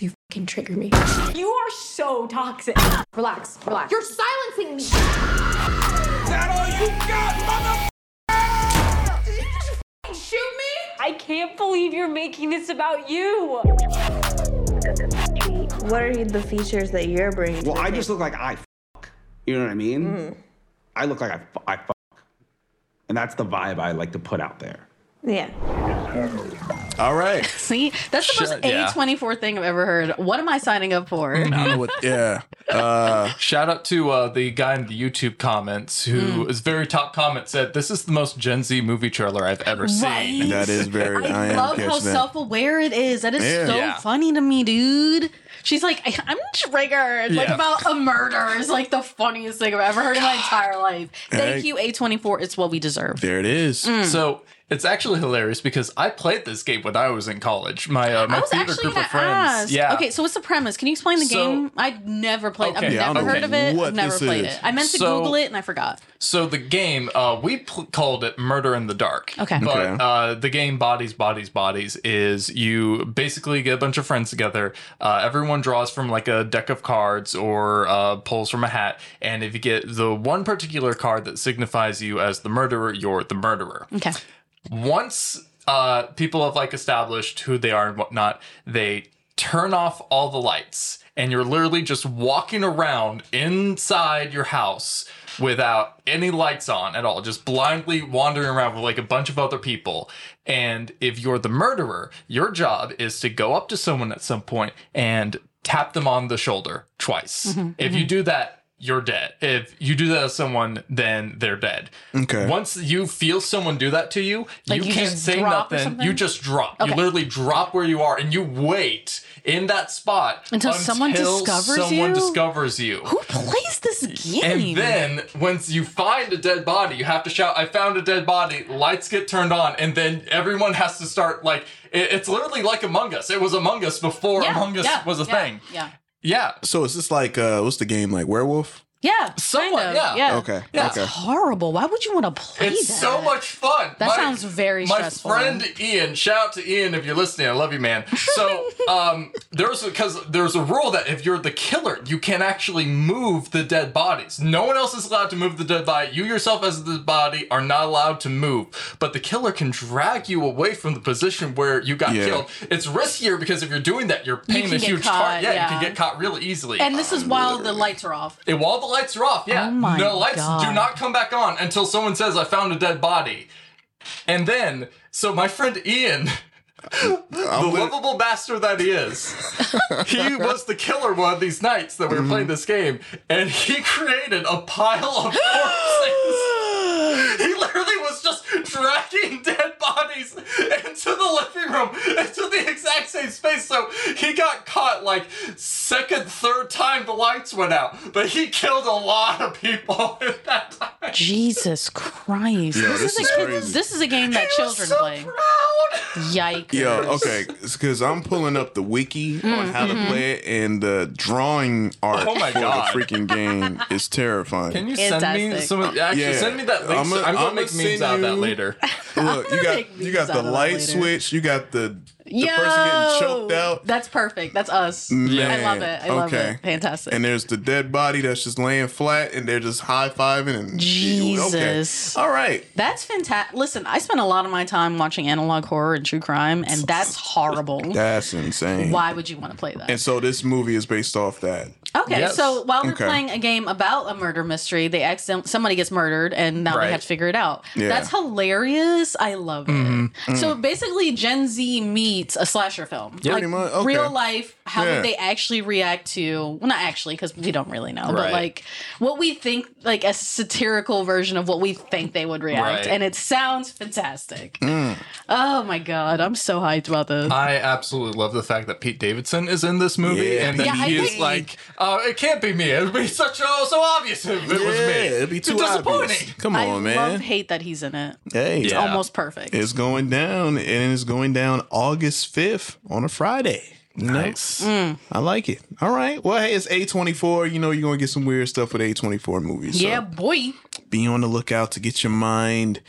[SPEAKER 14] You fucking trigger me.
[SPEAKER 17] You are so toxic. Relax, relax. You're silencing me.
[SPEAKER 7] that all you got, mother? Did you just f***ing shoot me? I can't believe you're making this about you.
[SPEAKER 16] What are the features that you're bringing?
[SPEAKER 18] Well, I just look like I fuck. You know what I mean? I look like I, fu- I fuck. And that's the vibe I like to put out there.
[SPEAKER 16] Yeah.
[SPEAKER 1] All right.
[SPEAKER 2] See, that's the most
[SPEAKER 1] Shut- yeah.
[SPEAKER 2] A24 thing I've ever heard. What am I signing up for?
[SPEAKER 3] I don't know
[SPEAKER 1] what. Yeah. Uh,
[SPEAKER 3] Shout out to uh, the guy in the YouTube comments who
[SPEAKER 2] Mm.
[SPEAKER 3] is very top comment said, This is the most Gen Z movie trailer I've ever
[SPEAKER 2] Right?
[SPEAKER 3] seen.
[SPEAKER 1] That is very- I
[SPEAKER 2] I love how self aware it is. That is
[SPEAKER 3] Yeah.
[SPEAKER 2] so
[SPEAKER 3] Yeah.
[SPEAKER 2] funny to me, dude. She's like, "I- I'm triggered. Like
[SPEAKER 3] Yeah.
[SPEAKER 2] about a murder is like the funniest thing I've ever heard in my entire life. Thank
[SPEAKER 3] Right.
[SPEAKER 2] you, A24. It's what we deserve.
[SPEAKER 1] There it is.
[SPEAKER 2] Mm.
[SPEAKER 3] So it's actually hilarious because I played this game when I was in college. My uh, my
[SPEAKER 2] I was
[SPEAKER 3] theater
[SPEAKER 2] actually
[SPEAKER 3] group
[SPEAKER 2] gonna
[SPEAKER 3] of friends.
[SPEAKER 2] ask.
[SPEAKER 3] Yeah.
[SPEAKER 2] Okay, so what's the premise? Can you explain the
[SPEAKER 3] So-
[SPEAKER 2] game? I've never played.
[SPEAKER 3] Okay. Yeah, I
[SPEAKER 2] I've
[SPEAKER 3] don't
[SPEAKER 2] never heard
[SPEAKER 3] know
[SPEAKER 2] of it.
[SPEAKER 3] what
[SPEAKER 2] I've never
[SPEAKER 3] this
[SPEAKER 2] played
[SPEAKER 3] is.
[SPEAKER 2] it. I meant to
[SPEAKER 3] So-
[SPEAKER 2] Google it and I forgot.
[SPEAKER 3] So the game, uh, we pl- called it Murder in the Dark.
[SPEAKER 2] Okay.
[SPEAKER 3] But
[SPEAKER 2] Okay.
[SPEAKER 3] Uh, the game Bodies, Bodies, Bodies is you basically get a bunch of friends together. Uh, everyone draws from like a deck of cards or uh, pulls from a hat. And if you get the one particular card that signifies you as the murderer, you're the murderer
[SPEAKER 2] Okay.
[SPEAKER 3] once uh, people have like established who they are and whatnot, they turn off all the lights, and you're literally just walking around inside your house without any lights on at all, just blindly wandering around with like a bunch of other people. And if you're the murderer, your job is to go up to someone at some point and tap them on the shoulder twice.
[SPEAKER 19] Mhm,
[SPEAKER 3] if you do that, you're dead. If you do that to someone, then they're dead.
[SPEAKER 1] Okay.
[SPEAKER 3] Once you feel someone do that to you,
[SPEAKER 1] Like,
[SPEAKER 3] you,
[SPEAKER 1] you
[SPEAKER 3] can't
[SPEAKER 1] just
[SPEAKER 3] say
[SPEAKER 1] drop or
[SPEAKER 3] nothing.
[SPEAKER 1] something?
[SPEAKER 3] You just drop.
[SPEAKER 1] Okay.
[SPEAKER 3] You literally drop where you are and you wait in that spot
[SPEAKER 2] Until someone discovers
[SPEAKER 3] someone
[SPEAKER 2] you?
[SPEAKER 3] discovers you.
[SPEAKER 2] Who plays this game?
[SPEAKER 3] And then once you find a dead body, you have to shout, I found a dead body. Lights get turned on, and then everyone has to start like it- it's literally like Among Us. It was Among Us before Among Us was a thing.
[SPEAKER 2] Yeah.
[SPEAKER 3] Yeah.
[SPEAKER 1] So is this like uh what's the game like Werewolf?
[SPEAKER 2] Yeah.
[SPEAKER 3] Someone.
[SPEAKER 2] yeah.
[SPEAKER 1] Okay,
[SPEAKER 2] That's
[SPEAKER 1] okay.
[SPEAKER 2] horrible. Why would you want to play
[SPEAKER 3] It's
[SPEAKER 2] that?
[SPEAKER 3] so much fun.
[SPEAKER 2] That
[SPEAKER 3] My-
[SPEAKER 2] sounds very
[SPEAKER 3] my
[SPEAKER 2] stressful.
[SPEAKER 3] friend Ian, shout out to Ian if you're listening. I love you, man. So um, there's because there's a rule that if you're the killer, you can actually move the dead bodies. No one else is allowed to move the dead body. You yourself as the body are not allowed to move. But the killer can drag you away from the position where you got
[SPEAKER 1] Yeah.
[SPEAKER 3] killed. It's riskier because if you're doing that, you're paying
[SPEAKER 2] can
[SPEAKER 3] a
[SPEAKER 2] get
[SPEAKER 3] huge
[SPEAKER 2] caught,
[SPEAKER 3] charge. Yeah, you
[SPEAKER 2] yeah.
[SPEAKER 3] can get caught really easily.
[SPEAKER 2] And this is while the lights are off.
[SPEAKER 3] And while the lights are off, yeah.
[SPEAKER 2] Oh my
[SPEAKER 3] the lights do
[SPEAKER 2] God.
[SPEAKER 3] not come back on until someone says, I found a dead body. And then, so my friend Ian, the lovable bastard that he is, he was the killer one of these nights that we were
[SPEAKER 2] Mm-hmm.
[SPEAKER 3] playing this game, and he created a pile of corpses. he literally was just dragging dead bodies into the living room, into the exact same space. So he got caught like second, third time the lights went out, but he killed a lot of people in that time.
[SPEAKER 2] Jesus Christ.
[SPEAKER 1] Yeah,
[SPEAKER 2] this,
[SPEAKER 1] this
[SPEAKER 2] is
[SPEAKER 1] is
[SPEAKER 2] a kid-
[SPEAKER 1] crazy.
[SPEAKER 2] this is a game that children play. Yikes.
[SPEAKER 1] Yo, okay, because I'm pulling up the wiki on
[SPEAKER 2] Mm,
[SPEAKER 1] how to
[SPEAKER 2] mhm.
[SPEAKER 1] play it, and the drawing art
[SPEAKER 3] Oh my
[SPEAKER 1] for
[SPEAKER 3] God.
[SPEAKER 1] the freaking game is terrifying.
[SPEAKER 3] Can you send me
[SPEAKER 2] Fantastic.
[SPEAKER 3] some? of- Actually,
[SPEAKER 1] Yeah.
[SPEAKER 3] send me that link. I'm
[SPEAKER 1] I'ma-
[SPEAKER 3] gonna, I'm gonna
[SPEAKER 1] I'ma
[SPEAKER 3] make memes
[SPEAKER 1] send
[SPEAKER 3] out of that
[SPEAKER 1] you-
[SPEAKER 3] later.
[SPEAKER 1] Look, you got
[SPEAKER 2] make
[SPEAKER 1] you got
[SPEAKER 2] memes out
[SPEAKER 1] the
[SPEAKER 2] of that
[SPEAKER 1] light
[SPEAKER 2] later.
[SPEAKER 1] switch, you got the
[SPEAKER 2] Yo,
[SPEAKER 1] person getting choked out.
[SPEAKER 2] That's perfect. That's us.
[SPEAKER 1] man.
[SPEAKER 2] I love it. I love
[SPEAKER 1] okay.
[SPEAKER 2] it. Fantastic.
[SPEAKER 1] And there's the dead body that's just laying flat, and they're just high fiving and
[SPEAKER 2] Jesus.
[SPEAKER 1] Okay. All right.
[SPEAKER 2] That's fantastic. Listen, I spent a lot of my time watching analog horror and true crime, and that's horrible.
[SPEAKER 1] That's insane.
[SPEAKER 2] Why would you want to play that?
[SPEAKER 1] And so this movie is based off that.
[SPEAKER 2] Okay,
[SPEAKER 3] Yes.
[SPEAKER 2] so while they're
[SPEAKER 3] Okay.
[SPEAKER 2] playing a game about a murder mystery, they accident somebody gets murdered, and now
[SPEAKER 3] Right.
[SPEAKER 2] they have to figure it out.
[SPEAKER 3] Yeah. Mm-hmm. Mm.
[SPEAKER 2] That's hilarious. I love it. So basically, Gen Z meets a slasher film,
[SPEAKER 3] Yeah.
[SPEAKER 2] like
[SPEAKER 3] Pretty much, okay.
[SPEAKER 2] real life. How
[SPEAKER 3] Yeah.
[SPEAKER 2] would they actually react to? Well, not actually, because we don't really know,
[SPEAKER 3] Right.
[SPEAKER 2] but like what we think, like a satirical version of what we think they would react,
[SPEAKER 3] Right. Mm.
[SPEAKER 2] and it sounds fantastic. Oh my god, I'm so hyped about this.
[SPEAKER 3] I absolutely love the fact that Pete Davidson is in this movie,
[SPEAKER 2] Yeah.
[SPEAKER 3] and that
[SPEAKER 2] Yeah, I
[SPEAKER 3] he is
[SPEAKER 2] think-
[SPEAKER 3] like, "Oh, it can't be me. It'd be such oh, so obvious if it was me.
[SPEAKER 1] Yeah, it'd be too
[SPEAKER 3] disappointing."
[SPEAKER 1] obvious. Come
[SPEAKER 2] I
[SPEAKER 1] on,
[SPEAKER 2] love
[SPEAKER 1] man.
[SPEAKER 2] hate that he's in it.
[SPEAKER 1] Hey.
[SPEAKER 2] it's
[SPEAKER 1] Yeah.
[SPEAKER 2] almost perfect.
[SPEAKER 1] It's going down, and it's going down August 5th on a Friday. Nice.
[SPEAKER 2] Mm.
[SPEAKER 1] I like it. All right. Well, hey, it's A24. You know, you're going to get some weird stuff with A24 movies. so
[SPEAKER 2] Yeah, boy.
[SPEAKER 1] be on the lookout to get your mind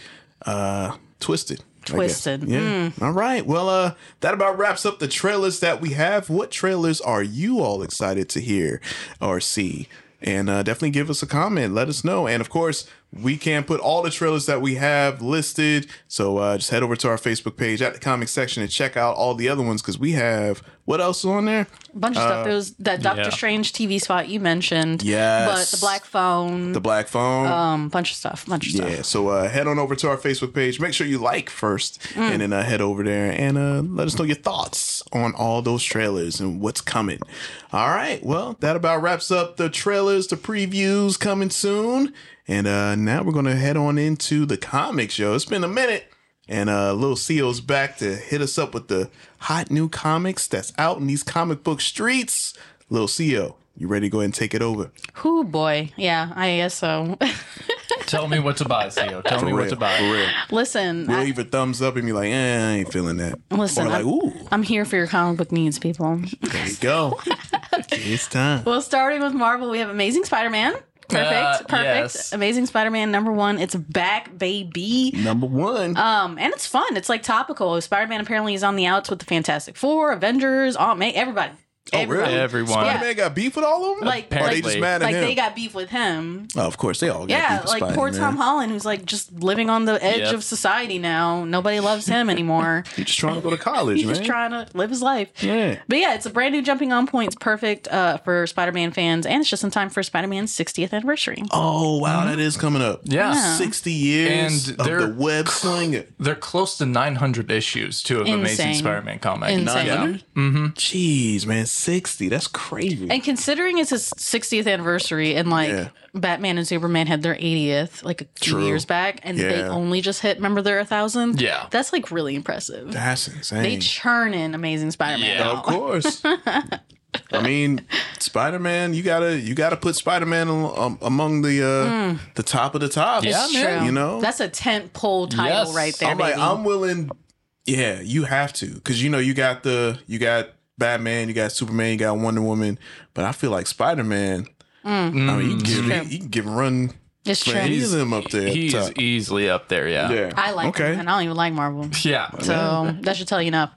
[SPEAKER 1] uh, twisted. I guess.
[SPEAKER 2] Twisted.
[SPEAKER 1] Yeah.
[SPEAKER 2] Mm.
[SPEAKER 1] All right. Well, uh, that about wraps up the trailers that we have. What trailers are you all excited to hear or see? And uh, definitely give us a comment. Let us know. And of course, we can put all the trailers that we have listed. So uh, just head over to our Facebook page at the comic section and check out all the other ones because we have what else is on there?
[SPEAKER 2] A bunch of stuff.
[SPEAKER 1] Uh,
[SPEAKER 2] There was that Doctor
[SPEAKER 1] yeah.
[SPEAKER 2] Strange TV spot you mentioned.
[SPEAKER 1] Yes.
[SPEAKER 2] But the black phone.
[SPEAKER 1] The black phone.
[SPEAKER 2] Um, bunch of stuff. Bunch of stuff.
[SPEAKER 1] Yeah, so uh, head on over to our Facebook page. Make sure you like first,
[SPEAKER 2] Mm.
[SPEAKER 1] and then uh, head over there and uh, let us know your thoughts on all those trailers and what's coming. All right, well, that about wraps up the trailers, the previews coming soon. And uh, now we're going to head on into the comic show. It's been a minute. And uh, Lil Seal's back to hit us up with the hot new comics that's out in these comic book streets. Lil Seal, you ready to go ahead and take it over?
[SPEAKER 2] Who boy? Yeah, I guess so.
[SPEAKER 3] Tell me what to buy, Theo. Tell
[SPEAKER 1] For
[SPEAKER 3] me what
[SPEAKER 1] real,
[SPEAKER 3] to buy.
[SPEAKER 1] for real.
[SPEAKER 2] Listen,
[SPEAKER 1] We'll either thumbs up and be like, eh, I ain't feeling that.
[SPEAKER 2] listen.
[SPEAKER 1] Or like,
[SPEAKER 2] I'm,
[SPEAKER 1] ooh,
[SPEAKER 2] I'm here for your comic book needs, people.
[SPEAKER 1] there you go. it's time.
[SPEAKER 2] well, starting with Marvel, we have Amazing Spider-Man. Perfect.
[SPEAKER 1] Uh,
[SPEAKER 2] perfect.
[SPEAKER 1] yes.
[SPEAKER 2] Amazing Spider-Man number one. It's back, baby.
[SPEAKER 1] Number one.
[SPEAKER 2] Um, and it's fun. It's like topical. Spider-Man apparently is on the outs with the Fantastic Four, Avengers, Aunt May, everybody.
[SPEAKER 1] Oh, really?
[SPEAKER 2] Everybody.
[SPEAKER 1] Spider
[SPEAKER 2] Yeah.
[SPEAKER 1] Man got beef with all of them?
[SPEAKER 2] Like,
[SPEAKER 1] Or
[SPEAKER 2] like,
[SPEAKER 1] they just mad at
[SPEAKER 2] like
[SPEAKER 1] him?
[SPEAKER 2] they got beef with him.
[SPEAKER 1] oh, of course, they all got
[SPEAKER 2] Yeah,
[SPEAKER 1] beef with
[SPEAKER 2] like poor
[SPEAKER 1] Spider-Man.
[SPEAKER 2] Tom Holland, who's like just living on the edge
[SPEAKER 1] Yep.
[SPEAKER 2] of society now. Nobody loves him anymore.
[SPEAKER 1] He's just trying to go to college,
[SPEAKER 2] He's
[SPEAKER 1] man.
[SPEAKER 2] just trying to live his life.
[SPEAKER 1] Yeah.
[SPEAKER 2] But yeah, it's a brand new jumping on point. It's perfect uh, for Spider Man fans, and it's just in time for Spider Man's 60th anniversary.
[SPEAKER 1] Oh, wow,
[SPEAKER 2] Mm-hmm.
[SPEAKER 1] that is coming up.
[SPEAKER 3] Yeah.
[SPEAKER 2] Yeah.
[SPEAKER 1] 60 years
[SPEAKER 3] And
[SPEAKER 1] of
[SPEAKER 3] they're-
[SPEAKER 1] the web slinger.
[SPEAKER 3] They're close to 900 issues too of Amazing
[SPEAKER 2] Insane.
[SPEAKER 3] Spider-Man comic.
[SPEAKER 2] Insane. 900?
[SPEAKER 1] Mm-hmm. Jeez, man, 60. That's crazy.
[SPEAKER 2] And considering it's his 60th anniversary, and like
[SPEAKER 1] Yeah.
[SPEAKER 2] Batman and Superman had their 80th like a few
[SPEAKER 1] True.
[SPEAKER 2] years back, and they
[SPEAKER 1] Yeah.
[SPEAKER 2] only just hit, remember, their 1,000?
[SPEAKER 1] Yeah.
[SPEAKER 2] That's like really impressive.
[SPEAKER 1] That's insane.
[SPEAKER 2] They churn in Amazing Spider Man.
[SPEAKER 1] Of course. I mean, Spider Man. You gotta you gotta put Spider Man um, among the uh,
[SPEAKER 2] Mm.
[SPEAKER 1] the top of the top.
[SPEAKER 2] It's true.
[SPEAKER 1] You know,
[SPEAKER 2] that's a tent pole title right there.
[SPEAKER 1] I'm like,
[SPEAKER 2] baby.
[SPEAKER 1] I'm willing. Yeah, you have to, because you know you got the you got Batman, you got Superman, you got Wonder Woman, but I feel like Spider Man.
[SPEAKER 2] Mm.
[SPEAKER 1] I mean,
[SPEAKER 3] Mm-hmm.
[SPEAKER 1] you can give
[SPEAKER 2] It's true.
[SPEAKER 1] you can give him run.
[SPEAKER 2] It's
[SPEAKER 1] for
[SPEAKER 2] true.
[SPEAKER 1] any of them up there. at the
[SPEAKER 3] He's
[SPEAKER 1] top.
[SPEAKER 3] easily up there. Yeah.
[SPEAKER 1] Yeah.
[SPEAKER 2] I like him, and I don't even like Marvel.
[SPEAKER 3] Yeah.
[SPEAKER 2] So that should tell you enough.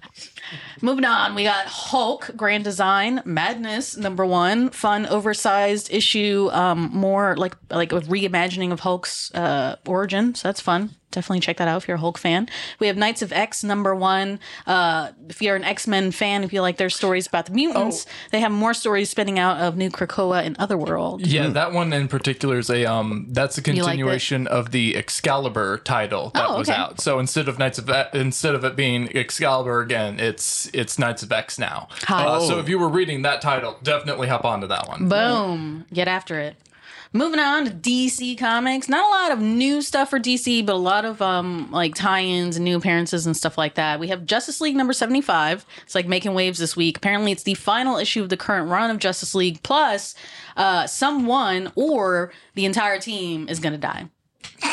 [SPEAKER 2] Moving on, we got Hulk Grand Design Madness number one, fun oversized issue, um, more like like a reimagining of Hulk's uh, origin. So that's fun. Definitely check that out if you're a Hulk fan. We have Knights of X number one. Uh, if you're an X Men fan, if you like their stories about the mutants, they have more stories spinning out of New Krakoa and Otherworld.
[SPEAKER 3] Yeah, that one in particular is a um. That's a
[SPEAKER 2] Hmm. You like it?
[SPEAKER 3] continuation of the Excalibur title that
[SPEAKER 2] Oh,
[SPEAKER 3] was
[SPEAKER 2] okay.
[SPEAKER 3] out. So instead of Knights of E, instead of it being Excalibur again, it's it's Knights of X now.
[SPEAKER 2] Hi.
[SPEAKER 3] Uh,
[SPEAKER 2] Oh.
[SPEAKER 3] so if you were reading that title, definitely hop onto that one.
[SPEAKER 2] Boom. Get after it. Moving on to DC Comics. Not a lot of new stuff for DC, but a lot of um like tie-ins and new appearances and stuff like that. We have Justice League number 75. It's like making waves this week. Apparently it's the final issue of the current run of Justice League plus uh someone or the entire team is going to die.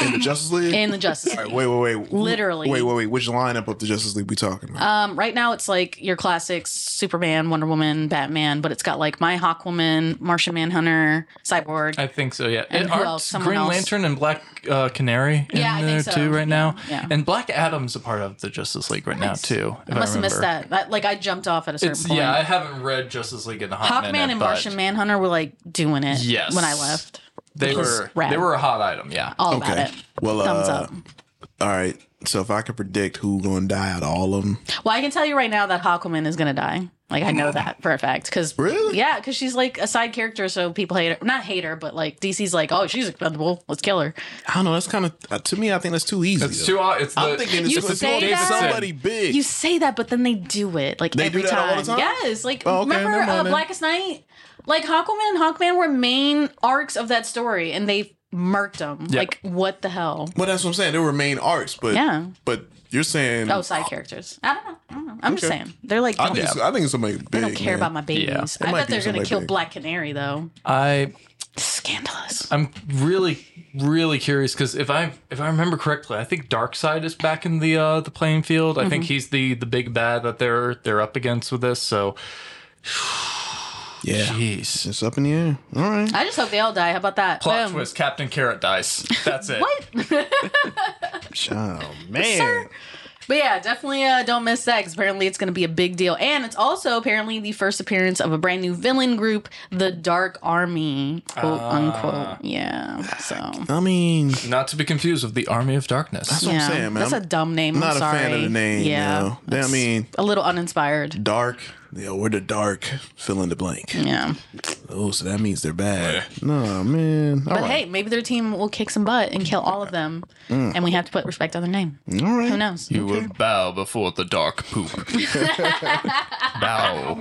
[SPEAKER 1] in the Justice League.
[SPEAKER 2] In the Justice
[SPEAKER 1] All right,
[SPEAKER 2] League.
[SPEAKER 1] wait, wait, wait.
[SPEAKER 2] Literally.
[SPEAKER 1] Wait, wait, wait. Which lineup of the Justice League we talking about?
[SPEAKER 2] Um, right now it's like your classics: Superman, Wonder Woman, Batman, but it's got like My Hawkwoman, Martian Manhunter, Cyborg.
[SPEAKER 3] I think so. Yeah.
[SPEAKER 2] And
[SPEAKER 3] And
[SPEAKER 2] who else?
[SPEAKER 3] aren't
[SPEAKER 2] Someone
[SPEAKER 3] Green
[SPEAKER 2] else.
[SPEAKER 3] Lantern and Black uh, Canary in
[SPEAKER 2] Yeah, I think so.
[SPEAKER 3] there too right now.
[SPEAKER 2] yeah.
[SPEAKER 3] And Black Adam's a part of the Justice League right now too. if
[SPEAKER 2] I must have missed
[SPEAKER 3] remember.
[SPEAKER 2] that. That- Like I jumped off at a certain
[SPEAKER 3] It's,
[SPEAKER 2] point.
[SPEAKER 3] yeah, I haven't read Justice League in a hot
[SPEAKER 2] Hawkman
[SPEAKER 3] minute,
[SPEAKER 2] and
[SPEAKER 3] but
[SPEAKER 2] Martian Manhunter were like doing it
[SPEAKER 3] Yes.
[SPEAKER 2] when I left.
[SPEAKER 3] They
[SPEAKER 2] Which is
[SPEAKER 3] were
[SPEAKER 2] rad.
[SPEAKER 3] they were a hot item. Yeah.
[SPEAKER 2] All about it.
[SPEAKER 1] Well,
[SPEAKER 2] Thumbs
[SPEAKER 1] uh,
[SPEAKER 2] up.
[SPEAKER 1] All right. So if I could predict who gonna die out of all of them,
[SPEAKER 2] Well, I can tell you right now that Hawkwoman is gonna die. Like I know that for a fact. Cause
[SPEAKER 1] really,
[SPEAKER 2] yeah, because she's like a side character, so people hate her. Not hate her, but like DC's like, oh, she's expendable. Let's kill her.
[SPEAKER 1] I don't know. That's kind of uh, to me. I think that's too easy.
[SPEAKER 3] It's
[SPEAKER 1] though.
[SPEAKER 3] too o- it's
[SPEAKER 1] I'm
[SPEAKER 3] the-
[SPEAKER 1] thinking it's,
[SPEAKER 3] You
[SPEAKER 1] it's, it's
[SPEAKER 3] say
[SPEAKER 1] gonna be
[SPEAKER 3] that-
[SPEAKER 1] somebody big.
[SPEAKER 2] You say that, but then they do it like
[SPEAKER 1] They do
[SPEAKER 2] every
[SPEAKER 1] that all the time?
[SPEAKER 2] Yes, like
[SPEAKER 1] Oh, okay,
[SPEAKER 2] remember
[SPEAKER 1] never mind
[SPEAKER 2] uh,
[SPEAKER 1] then.
[SPEAKER 2] Blackest Night? Like Hawkwoman and Hawkman were main arcs of that story, and they murked them.
[SPEAKER 1] Yeah.
[SPEAKER 2] Like what the hell?
[SPEAKER 1] Well, that's what I'm saying. There were main arcs, but
[SPEAKER 2] Yeah.
[SPEAKER 1] but you're saying
[SPEAKER 2] oh, side characters. I don't know. I don't know. I'm just
[SPEAKER 1] Okay.
[SPEAKER 2] saying they're like
[SPEAKER 1] I
[SPEAKER 2] don't-
[SPEAKER 1] think, it's, I think it's somebody big.
[SPEAKER 2] they don't care
[SPEAKER 1] man.
[SPEAKER 2] about my babies.
[SPEAKER 1] It
[SPEAKER 2] I
[SPEAKER 1] might
[SPEAKER 2] bet
[SPEAKER 1] be
[SPEAKER 2] they're gonna
[SPEAKER 1] somebody
[SPEAKER 2] kill
[SPEAKER 1] big.
[SPEAKER 2] Black Canary though.
[SPEAKER 3] I
[SPEAKER 2] scandalous.
[SPEAKER 3] I'm really, really curious because if I if I remember correctly, I think Darkseid is back in the uh the playing field. I think
[SPEAKER 2] Mhm.
[SPEAKER 3] he's the the big bad that they're they're up against with this. So
[SPEAKER 1] Yeah,
[SPEAKER 3] jeez,
[SPEAKER 1] it's up in the air. All right.
[SPEAKER 2] I just hope they all die. How about that?
[SPEAKER 3] Plot
[SPEAKER 2] Boom.
[SPEAKER 3] twist: Captain Carrot dies. That's it.
[SPEAKER 2] What?
[SPEAKER 1] Child, man.
[SPEAKER 2] But yeah, definitely uh, don't miss that 'cause apparently it's going to be a big deal. And it's also apparently the first appearance of a brand new villain group, the Dark Army, quote
[SPEAKER 3] Ah.
[SPEAKER 2] unquote. Yeah. So
[SPEAKER 1] I mean,
[SPEAKER 3] not to be confused with the Army of Darkness.
[SPEAKER 2] That's what I'm Yeah, saying, man. that's a dumb name. I'm
[SPEAKER 1] Not a fan of
[SPEAKER 2] sorry.
[SPEAKER 1] the name.
[SPEAKER 2] Yeah,
[SPEAKER 1] Yeah, I
[SPEAKER 2] that's-
[SPEAKER 1] mean,
[SPEAKER 2] a little uninspired.
[SPEAKER 1] dark. Yeah, we're the dark. Fill in the blank.
[SPEAKER 2] Yeah.
[SPEAKER 1] Oh, so that means they're bad. No, man. All
[SPEAKER 2] But hey, maybe their team will kick some butt and kill all of them.
[SPEAKER 3] Mm.
[SPEAKER 2] And we have to put respect on their name.
[SPEAKER 1] All
[SPEAKER 2] Who knows?
[SPEAKER 3] You will bow before the dark poop. bow.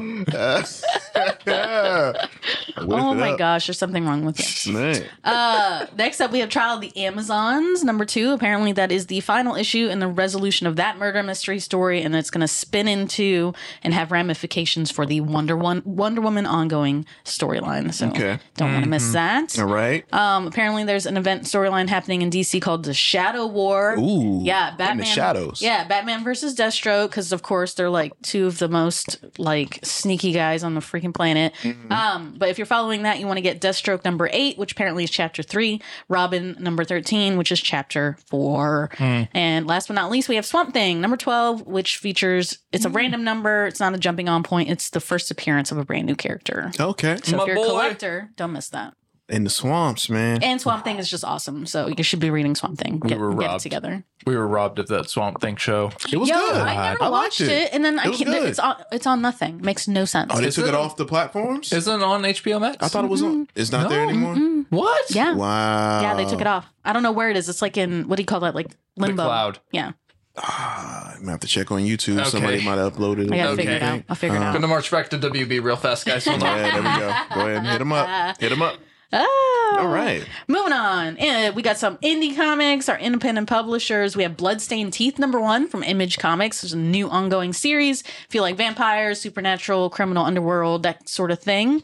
[SPEAKER 2] Oh my gosh, there's something wrong with it.
[SPEAKER 1] Man.
[SPEAKER 2] Uh, next up, we have Trial of the Amazons, number two. Apparently, that is the final issue in the resolution of that murder mystery story, and it's going to spin into and have ramifications for the Wonder, One- Wonder Woman ongoing storyline. So,
[SPEAKER 1] Okay.
[SPEAKER 2] don't want to miss that.
[SPEAKER 1] All right.
[SPEAKER 2] Um, apparently, there's an event storyline happening in DC called the Shadow War.
[SPEAKER 1] Ooh,
[SPEAKER 2] yeah,
[SPEAKER 1] in the
[SPEAKER 2] Batman.
[SPEAKER 1] shadows.
[SPEAKER 2] Yeah, Batman versus Deathstroke, because of course they're like two of the most like sneaky guys on the freaking planet.
[SPEAKER 1] Mm-hmm.
[SPEAKER 2] Um, but if you're following that, you want to get Deathstroke number eight, which apparently is chapter three. Robin number thirteen, which is chapter four.
[SPEAKER 1] Hmm.
[SPEAKER 7] Mm.
[SPEAKER 2] And last but not least, we have Swamp Thing number twelve, which features it's a
[SPEAKER 1] Hmm.
[SPEAKER 2] random number. It's not a jumping on point. It's the first appearance of a brand new character.
[SPEAKER 1] Okay.
[SPEAKER 2] So if you're a collector, don't miss that.
[SPEAKER 1] In the swamps, man.
[SPEAKER 2] And Swamp Thing is just awesome. So you should be reading Swamp Thing.
[SPEAKER 3] We
[SPEAKER 2] Get,
[SPEAKER 3] were
[SPEAKER 2] get it
[SPEAKER 3] robbed.
[SPEAKER 2] together.
[SPEAKER 3] We were robbed of that Swamp Thing show.
[SPEAKER 1] It
[SPEAKER 2] Yo, I never watched it. and then I
[SPEAKER 3] was
[SPEAKER 2] can't,
[SPEAKER 3] good.
[SPEAKER 2] it's on it's on nothing. Makes no sense.
[SPEAKER 1] Oh, they took it off the platforms.
[SPEAKER 3] Isn't it on HBO Max?
[SPEAKER 1] I thought it was on. It's not there anymore.
[SPEAKER 3] What?
[SPEAKER 2] Yeah.
[SPEAKER 1] Wow.
[SPEAKER 2] Mm-hmm. Yeah,
[SPEAKER 3] Oh.
[SPEAKER 2] they took it off. I don't know where it is. It's like in what do you call that? Like limbo.
[SPEAKER 3] cloud.
[SPEAKER 2] Yeah.
[SPEAKER 1] I might have to check on YouTube.
[SPEAKER 3] Okay.
[SPEAKER 1] Somebody might have uploaded it.
[SPEAKER 2] I gotta figure it out. I'll figure it out.
[SPEAKER 3] Gonna march back to WB real fast, guys. Hold on.
[SPEAKER 1] Yeah, there we go. Go ahead and hit them up. Hit them up.
[SPEAKER 2] Oh.
[SPEAKER 1] All right.
[SPEAKER 2] Moving on. And we got some indie comics, our independent publishers. We have Bloodstained Teeth number one from Image Comics. It's a new ongoing series. If you like vampires, supernatural, criminal underworld, that sort of thing.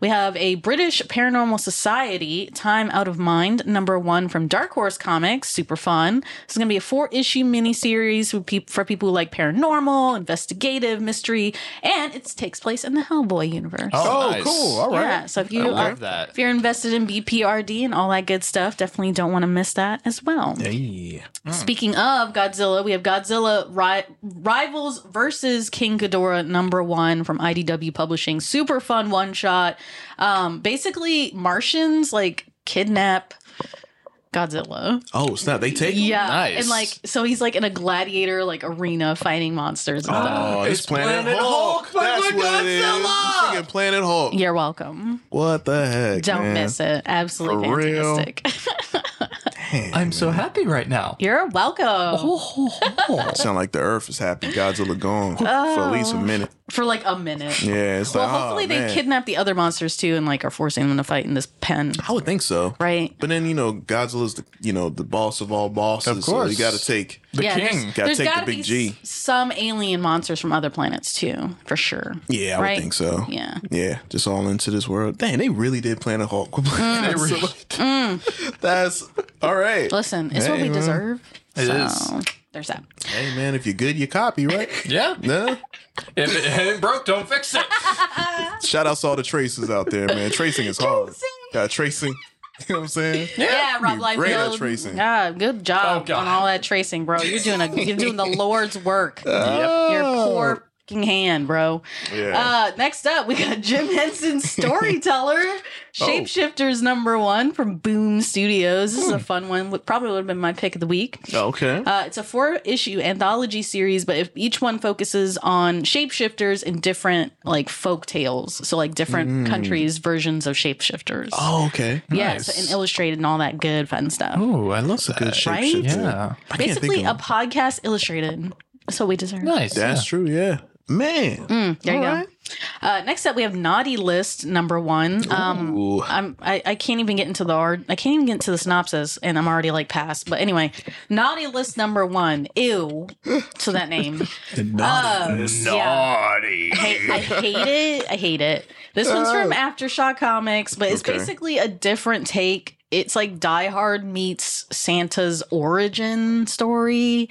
[SPEAKER 2] We have a British Paranormal Society, Time Out of Mind, number one from Dark Horse Comics. Super fun. This is going to be a four issue miniseries for peop- for people who like paranormal, investigative, mystery, and it takes place in the Hellboy universe.
[SPEAKER 3] Oh, Oh, nice. cool. All right.
[SPEAKER 2] Yeah. So if you
[SPEAKER 3] I love
[SPEAKER 2] are,
[SPEAKER 3] that.
[SPEAKER 2] if you're invested in BPRD and all that good stuff, definitely don't want to miss that as well. Mm. Speaking of Godzilla, we have Godzilla Ri- Rivals versus King Ghidorah number one from IDW Publishing. Super fun one shot. Um, basically, Martians like kidnap Godzilla.
[SPEAKER 1] Oh, snap. They take them?
[SPEAKER 2] Yeah, and like so he's like in a gladiator like arena fighting monsters. And
[SPEAKER 1] Oh,
[SPEAKER 2] stuff.
[SPEAKER 1] it's, Planet, Hulk. That's what it is. You freaking Planet Hulk.
[SPEAKER 2] You're welcome.
[SPEAKER 1] What the heck?
[SPEAKER 2] Don't
[SPEAKER 1] man?
[SPEAKER 2] miss it. Absolutely
[SPEAKER 1] For real?
[SPEAKER 2] fantastic.
[SPEAKER 3] I'm so happy right now.
[SPEAKER 2] You're welcome.
[SPEAKER 1] Oh. Sound like the Earth is happy. Godzilla gone for at least a
[SPEAKER 2] Oh.
[SPEAKER 1] minute.
[SPEAKER 2] For like a minute.
[SPEAKER 1] Yeah, it's
[SPEAKER 2] well,
[SPEAKER 1] like,
[SPEAKER 2] hopefully
[SPEAKER 1] oh,
[SPEAKER 2] they
[SPEAKER 1] man.
[SPEAKER 2] kidnap the other monsters too and like are forcing them to fight in this pen.
[SPEAKER 1] I would think so.
[SPEAKER 2] Right.
[SPEAKER 1] But then you know Godzilla's the you know the boss of all bosses.
[SPEAKER 3] Of
[SPEAKER 1] So
[SPEAKER 3] course.
[SPEAKER 1] you got to take Got to take
[SPEAKER 2] there's
[SPEAKER 1] the
[SPEAKER 2] gotta
[SPEAKER 1] big
[SPEAKER 2] be
[SPEAKER 1] G.
[SPEAKER 2] s- Some alien monsters from other planets too, for sure.
[SPEAKER 1] Yeah, I
[SPEAKER 2] Right?
[SPEAKER 1] would think so.
[SPEAKER 2] Yeah.
[SPEAKER 1] Yeah, just all into this world. Dang, they really did Planet Hulk.
[SPEAKER 2] Mm.
[SPEAKER 1] That's-
[SPEAKER 2] They really Mm.
[SPEAKER 1] That's all right.
[SPEAKER 2] Listen, it's what
[SPEAKER 1] Hey,
[SPEAKER 2] we
[SPEAKER 1] man.
[SPEAKER 2] deserve.
[SPEAKER 1] It
[SPEAKER 2] so
[SPEAKER 1] is.
[SPEAKER 2] there's that.
[SPEAKER 1] Hey man, if you're good, you copy, right?
[SPEAKER 3] yeah.
[SPEAKER 1] No.
[SPEAKER 3] If it ain't broke, don't fix it.
[SPEAKER 1] Shout out to all the tracers out there, man. Tracing is hard. Got tracing. You know what I'm saying?
[SPEAKER 2] Yeah, Rob
[SPEAKER 1] You
[SPEAKER 2] Liefeld. Oh,
[SPEAKER 1] Great at tracing.
[SPEAKER 2] Yeah, good job on all that tracing, bro. You're doing a you're doing the Lord's work.
[SPEAKER 1] Oh.
[SPEAKER 2] Your poor fucking hand, bro.
[SPEAKER 4] Yeah.
[SPEAKER 2] Uh, next up, we got Jim Henson's storyteller, Oh. Shapeshifters number one from Boom Studios. This is a fun one. Would- Probably would have been my pick of the week.
[SPEAKER 1] Oh, Okay.
[SPEAKER 2] Uh, it's a four issue anthology series, but if each one focuses on shapeshifters in different like folk tales. So like different
[SPEAKER 1] Mm.
[SPEAKER 2] countries' versions of shapeshifters.
[SPEAKER 1] Oh, okay.
[SPEAKER 2] Yeah, so- and illustrated and all that good fun stuff.
[SPEAKER 1] Oh, I love that. Good
[SPEAKER 2] Right?
[SPEAKER 1] shapeshifter.
[SPEAKER 2] Yeah.
[SPEAKER 1] I can't think
[SPEAKER 2] Basically
[SPEAKER 1] of
[SPEAKER 2] a podcast illustrated. So we deserve.
[SPEAKER 1] That's true. Yeah, man.
[SPEAKER 2] Mm, there you
[SPEAKER 1] All
[SPEAKER 2] go.
[SPEAKER 1] right.
[SPEAKER 2] Uh, next up, we have naughty list number one. Um,
[SPEAKER 1] Ooh.
[SPEAKER 2] I'm, I I can't even get into the art. I can't even get into the synopsis, and I'm already like past. But anyway, naughty list number one. Ew, to that name.
[SPEAKER 4] naughty.
[SPEAKER 2] Naughty. I, I hate it. I hate it. This one's from AfterShock Comics, but it's
[SPEAKER 4] Okay.
[SPEAKER 2] basically a different take. It's like Die Hard meets Santa's origin story.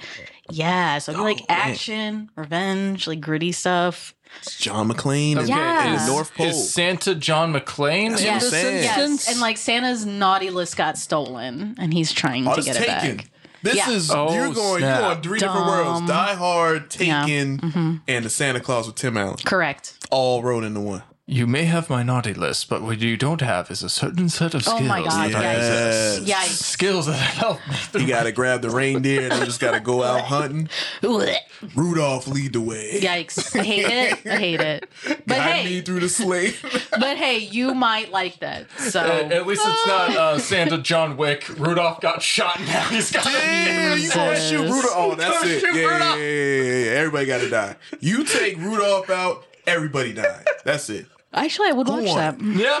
[SPEAKER 2] Yeah, so it'd be like
[SPEAKER 4] Oh,
[SPEAKER 2] action, revenge, like gritty stuff.
[SPEAKER 1] John McClane and, and the North Pole.
[SPEAKER 3] Is Santa John McClane?
[SPEAKER 1] That's
[SPEAKER 3] in
[SPEAKER 1] what I'm
[SPEAKER 3] this
[SPEAKER 1] saying.
[SPEAKER 3] instance?
[SPEAKER 2] Yes, and like Santa's naughty list got stolen, and he's trying
[SPEAKER 1] Oh,
[SPEAKER 2] to
[SPEAKER 1] it's
[SPEAKER 2] get
[SPEAKER 1] taken.
[SPEAKER 2] it back.
[SPEAKER 1] This
[SPEAKER 2] Yeah.
[SPEAKER 1] is
[SPEAKER 3] Oh,
[SPEAKER 1] you're going
[SPEAKER 3] snap.
[SPEAKER 1] you're on three different worlds:
[SPEAKER 2] Dumb.
[SPEAKER 1] Die Hard,
[SPEAKER 2] Yeah. Mm-hmm.
[SPEAKER 1] Taken, and the Santa Claus with Tim Allen.
[SPEAKER 2] Correct.
[SPEAKER 1] All rolled into one.
[SPEAKER 3] You may have my naughty list, but what you don't have is a certain set of
[SPEAKER 2] Oh
[SPEAKER 3] skills.
[SPEAKER 2] my God,
[SPEAKER 3] that I
[SPEAKER 1] yes.
[SPEAKER 3] possess.
[SPEAKER 2] Yikes.
[SPEAKER 3] Skills that help me.
[SPEAKER 1] You gotta grab the reindeer and you just gotta go out hunting.
[SPEAKER 2] Blech.
[SPEAKER 1] Rudolph lead the way.
[SPEAKER 2] Yikes! I hate it. I hate it. But
[SPEAKER 1] Guide
[SPEAKER 2] hey,
[SPEAKER 1] me through the sleigh.
[SPEAKER 2] but hey, you might like that. So
[SPEAKER 3] At, at least it's not uh, Santa John Wick. Rudolph got shot and now he's got
[SPEAKER 1] Yeah, you gonna shoot Rudolph. Oh, that's it. Yeah, yeah, yeah, yeah, yeah. Everybody gotta die. You take Rudolph out, everybody die. That's it.
[SPEAKER 2] Actually, I would watch that.
[SPEAKER 3] Yeah.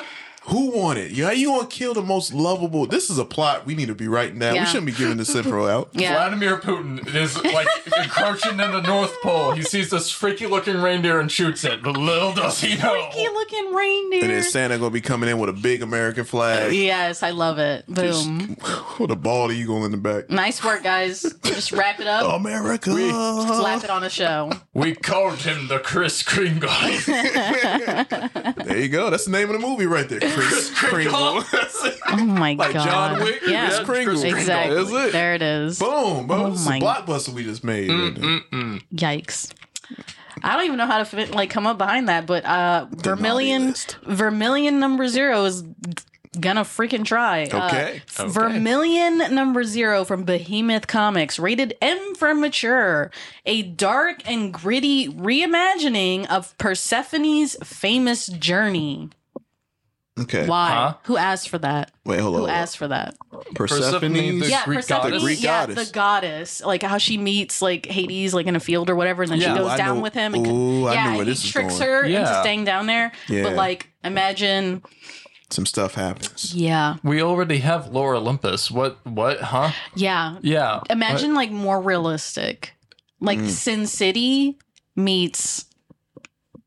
[SPEAKER 1] Who won it? Yeah, you gonna kill the most lovable? This is a plot we need to be writing down.
[SPEAKER 2] Yeah.
[SPEAKER 1] We shouldn't be giving this info out.
[SPEAKER 3] Vladimir Putin is like encroaching in the North Pole. He sees this freaky looking reindeer and shoots it, but little does he know.
[SPEAKER 2] freaky looking reindeer.
[SPEAKER 1] And then Santa gonna be coming in with a big American flag.
[SPEAKER 2] Yes, I love it.
[SPEAKER 1] Just-
[SPEAKER 2] Boom.
[SPEAKER 1] With a bald eagle in the back.
[SPEAKER 2] Nice work, guys. Just wrap it up.
[SPEAKER 1] America. Oh.
[SPEAKER 2] Slap it on a show.
[SPEAKER 3] We called him the Chris Kringle.
[SPEAKER 1] There you go. That's the name of the movie right there. Chris Kringle.
[SPEAKER 2] Oh my
[SPEAKER 1] Like
[SPEAKER 2] god.
[SPEAKER 1] John Wick or
[SPEAKER 2] Yeah.
[SPEAKER 1] Chris Kringle.
[SPEAKER 2] Exactly.
[SPEAKER 1] That's it.
[SPEAKER 2] There it is.
[SPEAKER 1] Boom, bro.
[SPEAKER 2] Oh
[SPEAKER 1] this is a
[SPEAKER 2] my
[SPEAKER 1] blockbuster we just made.
[SPEAKER 2] Yikes. I don't even know how to fit, like come up behind that, but uh Vermilion Vermilion number 0 is gonna freaking try. Uh,
[SPEAKER 4] Okay. Okay.
[SPEAKER 2] Vermilion number 0 from Behemoth Comics, rated M for mature, a dark and gritty reimagining of Persephone's famous journey.
[SPEAKER 1] Okay.
[SPEAKER 2] Why? Who asked for that?
[SPEAKER 1] Wait, hold on,
[SPEAKER 2] Who
[SPEAKER 1] hold on.
[SPEAKER 2] asked for that?
[SPEAKER 1] Persephone, the
[SPEAKER 2] yeah,
[SPEAKER 1] Greek
[SPEAKER 2] Persephone,
[SPEAKER 1] goddess. The Greek
[SPEAKER 2] yeah,
[SPEAKER 1] goddess.
[SPEAKER 2] the goddess, like how she meets like Hades, like in a field or whatever, and then
[SPEAKER 1] Yeah.
[SPEAKER 2] she
[SPEAKER 1] Ooh,
[SPEAKER 2] goes
[SPEAKER 1] I
[SPEAKER 2] down
[SPEAKER 1] know-
[SPEAKER 2] with him. And,
[SPEAKER 1] ooh, I
[SPEAKER 2] yeah,
[SPEAKER 1] know where
[SPEAKER 2] and he
[SPEAKER 1] this is
[SPEAKER 2] tricks
[SPEAKER 1] going.
[SPEAKER 2] her into
[SPEAKER 1] Yeah.
[SPEAKER 2] staying down there.
[SPEAKER 1] Yeah.
[SPEAKER 2] But like, imagine,
[SPEAKER 1] Some stuff happens.
[SPEAKER 2] yeah,
[SPEAKER 3] We already have Laura Olympus. What? What? Huh?
[SPEAKER 2] yeah,
[SPEAKER 3] Yeah.
[SPEAKER 2] Imagine like more realistic, like
[SPEAKER 3] Mm.
[SPEAKER 2] Sin City meets,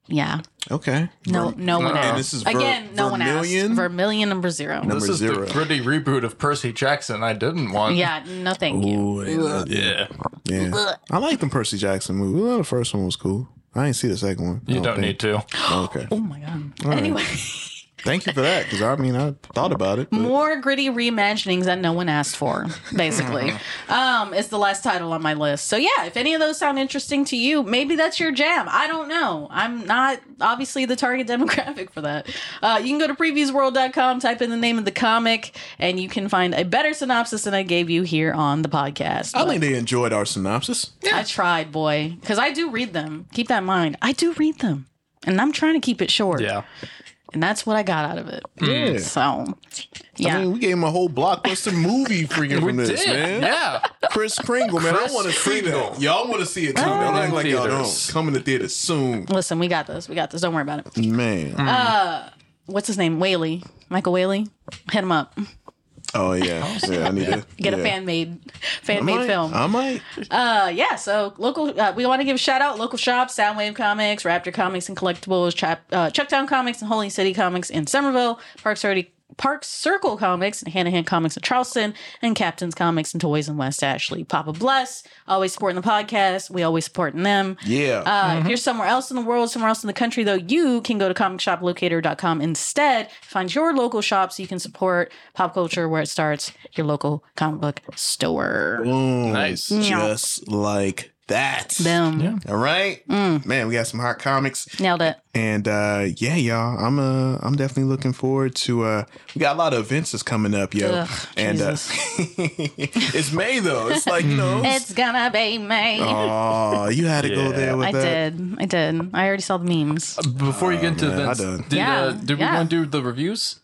[SPEAKER 2] yeah,
[SPEAKER 1] Okay.
[SPEAKER 2] no, no one
[SPEAKER 3] Uh-uh.
[SPEAKER 2] asked.
[SPEAKER 3] And this is Ver-
[SPEAKER 2] Again, no one
[SPEAKER 3] Vermilion?
[SPEAKER 2] asked. Vermilion number zero.
[SPEAKER 3] this is the gritty reboot of Percy Jackson I didn't want.
[SPEAKER 2] yeah, no thank you.
[SPEAKER 1] Ooh,
[SPEAKER 3] Yeah.
[SPEAKER 1] Yeah. I like the Percy Jackson movie. Well, the first one was cool. I didn't see the second one.
[SPEAKER 3] You don't need to.
[SPEAKER 1] Okay.
[SPEAKER 2] Oh my god.
[SPEAKER 1] All right.
[SPEAKER 2] Anyway.
[SPEAKER 1] Thank you for that, because I mean I thought about it.
[SPEAKER 2] More gritty reimaginings that no one asked for, basically. um, is the last title on my list. So yeah, if any of those sound interesting to you, maybe that's your jam. I don't know. I'm not obviously the target demographic for that. Uh, you can go to previewsworld.com, type in the name of the comic, and you can find a better synopsis than I gave you here on the podcast.
[SPEAKER 1] I think they enjoyed our synopsis.
[SPEAKER 2] I tried, boy, because I do read them. Keep that in mind. I do read them, and I'm trying to keep it short.
[SPEAKER 3] Yeah.
[SPEAKER 2] And that's what I got out of it.
[SPEAKER 1] Yeah.
[SPEAKER 2] So, yeah.
[SPEAKER 1] I mean, we gave him a whole blockbuster movie freaking
[SPEAKER 3] We
[SPEAKER 1] from this,
[SPEAKER 3] did,
[SPEAKER 1] man.
[SPEAKER 3] yeah.
[SPEAKER 1] Chris Kringle, man. I
[SPEAKER 3] Kris
[SPEAKER 1] want to see
[SPEAKER 3] Kringle.
[SPEAKER 1] that. Y'all want to see it too.
[SPEAKER 2] Coming
[SPEAKER 1] Don't
[SPEAKER 2] in
[SPEAKER 1] act like y'all
[SPEAKER 3] theaters.
[SPEAKER 1] don't. Coming to theaters soon. Mm.
[SPEAKER 2] Listen, we got this. We got this. Don't worry about it.
[SPEAKER 1] Man.
[SPEAKER 2] Uh, what's his name? Whaley, Michael Whaley. Hit him up.
[SPEAKER 1] oh, yeah. Yeah, I need to
[SPEAKER 2] Get a
[SPEAKER 1] yeah.
[SPEAKER 2] fan made,
[SPEAKER 1] I
[SPEAKER 2] fan
[SPEAKER 1] might-
[SPEAKER 2] made film.
[SPEAKER 1] I might.
[SPEAKER 2] Uh, yeah. So local, uh, we want to give a shout out local shops: Soundwave Comics, Raptor Comics and Collectibles, Chap, uh, Chucktown Comics and Holy City Comics in Somerville, Park City. Park Circle Comics and Hanahan Comics in Charleston, and Captain's Comics and Toys in West Ashley. Papa Bless, always supporting the podcast. We always supporting them.
[SPEAKER 1] Yeah.
[SPEAKER 2] Uh, If you're somewhere else in the world, somewhere else in the country, though, you can go to comicshoplocator.com instead. Find your local shop so you can support pop culture where it starts, your local comic book store.
[SPEAKER 1] Boom. Nice.
[SPEAKER 2] Meow.
[SPEAKER 1] Just like that.
[SPEAKER 2] Boom. Mm.
[SPEAKER 1] All right. Man, we got some hot comics.
[SPEAKER 2] Nailed it.
[SPEAKER 1] And uh, yeah, y'all, I'm uh, I'm definitely looking forward to. Uh, we got a lot of events that's coming up, yo.
[SPEAKER 2] Ugh,
[SPEAKER 1] and Uh, it's May though. It's like you know.
[SPEAKER 2] it's gonna be me.
[SPEAKER 1] oh, you had to go there with
[SPEAKER 2] I
[SPEAKER 1] that.
[SPEAKER 2] did. I did. I already saw the
[SPEAKER 1] Uh,
[SPEAKER 2] memes.
[SPEAKER 3] Before you get into
[SPEAKER 1] man, I
[SPEAKER 3] this,
[SPEAKER 1] done.
[SPEAKER 3] did,
[SPEAKER 2] Yeah,
[SPEAKER 3] uh, did
[SPEAKER 2] yeah.
[SPEAKER 3] we want to do the reviews?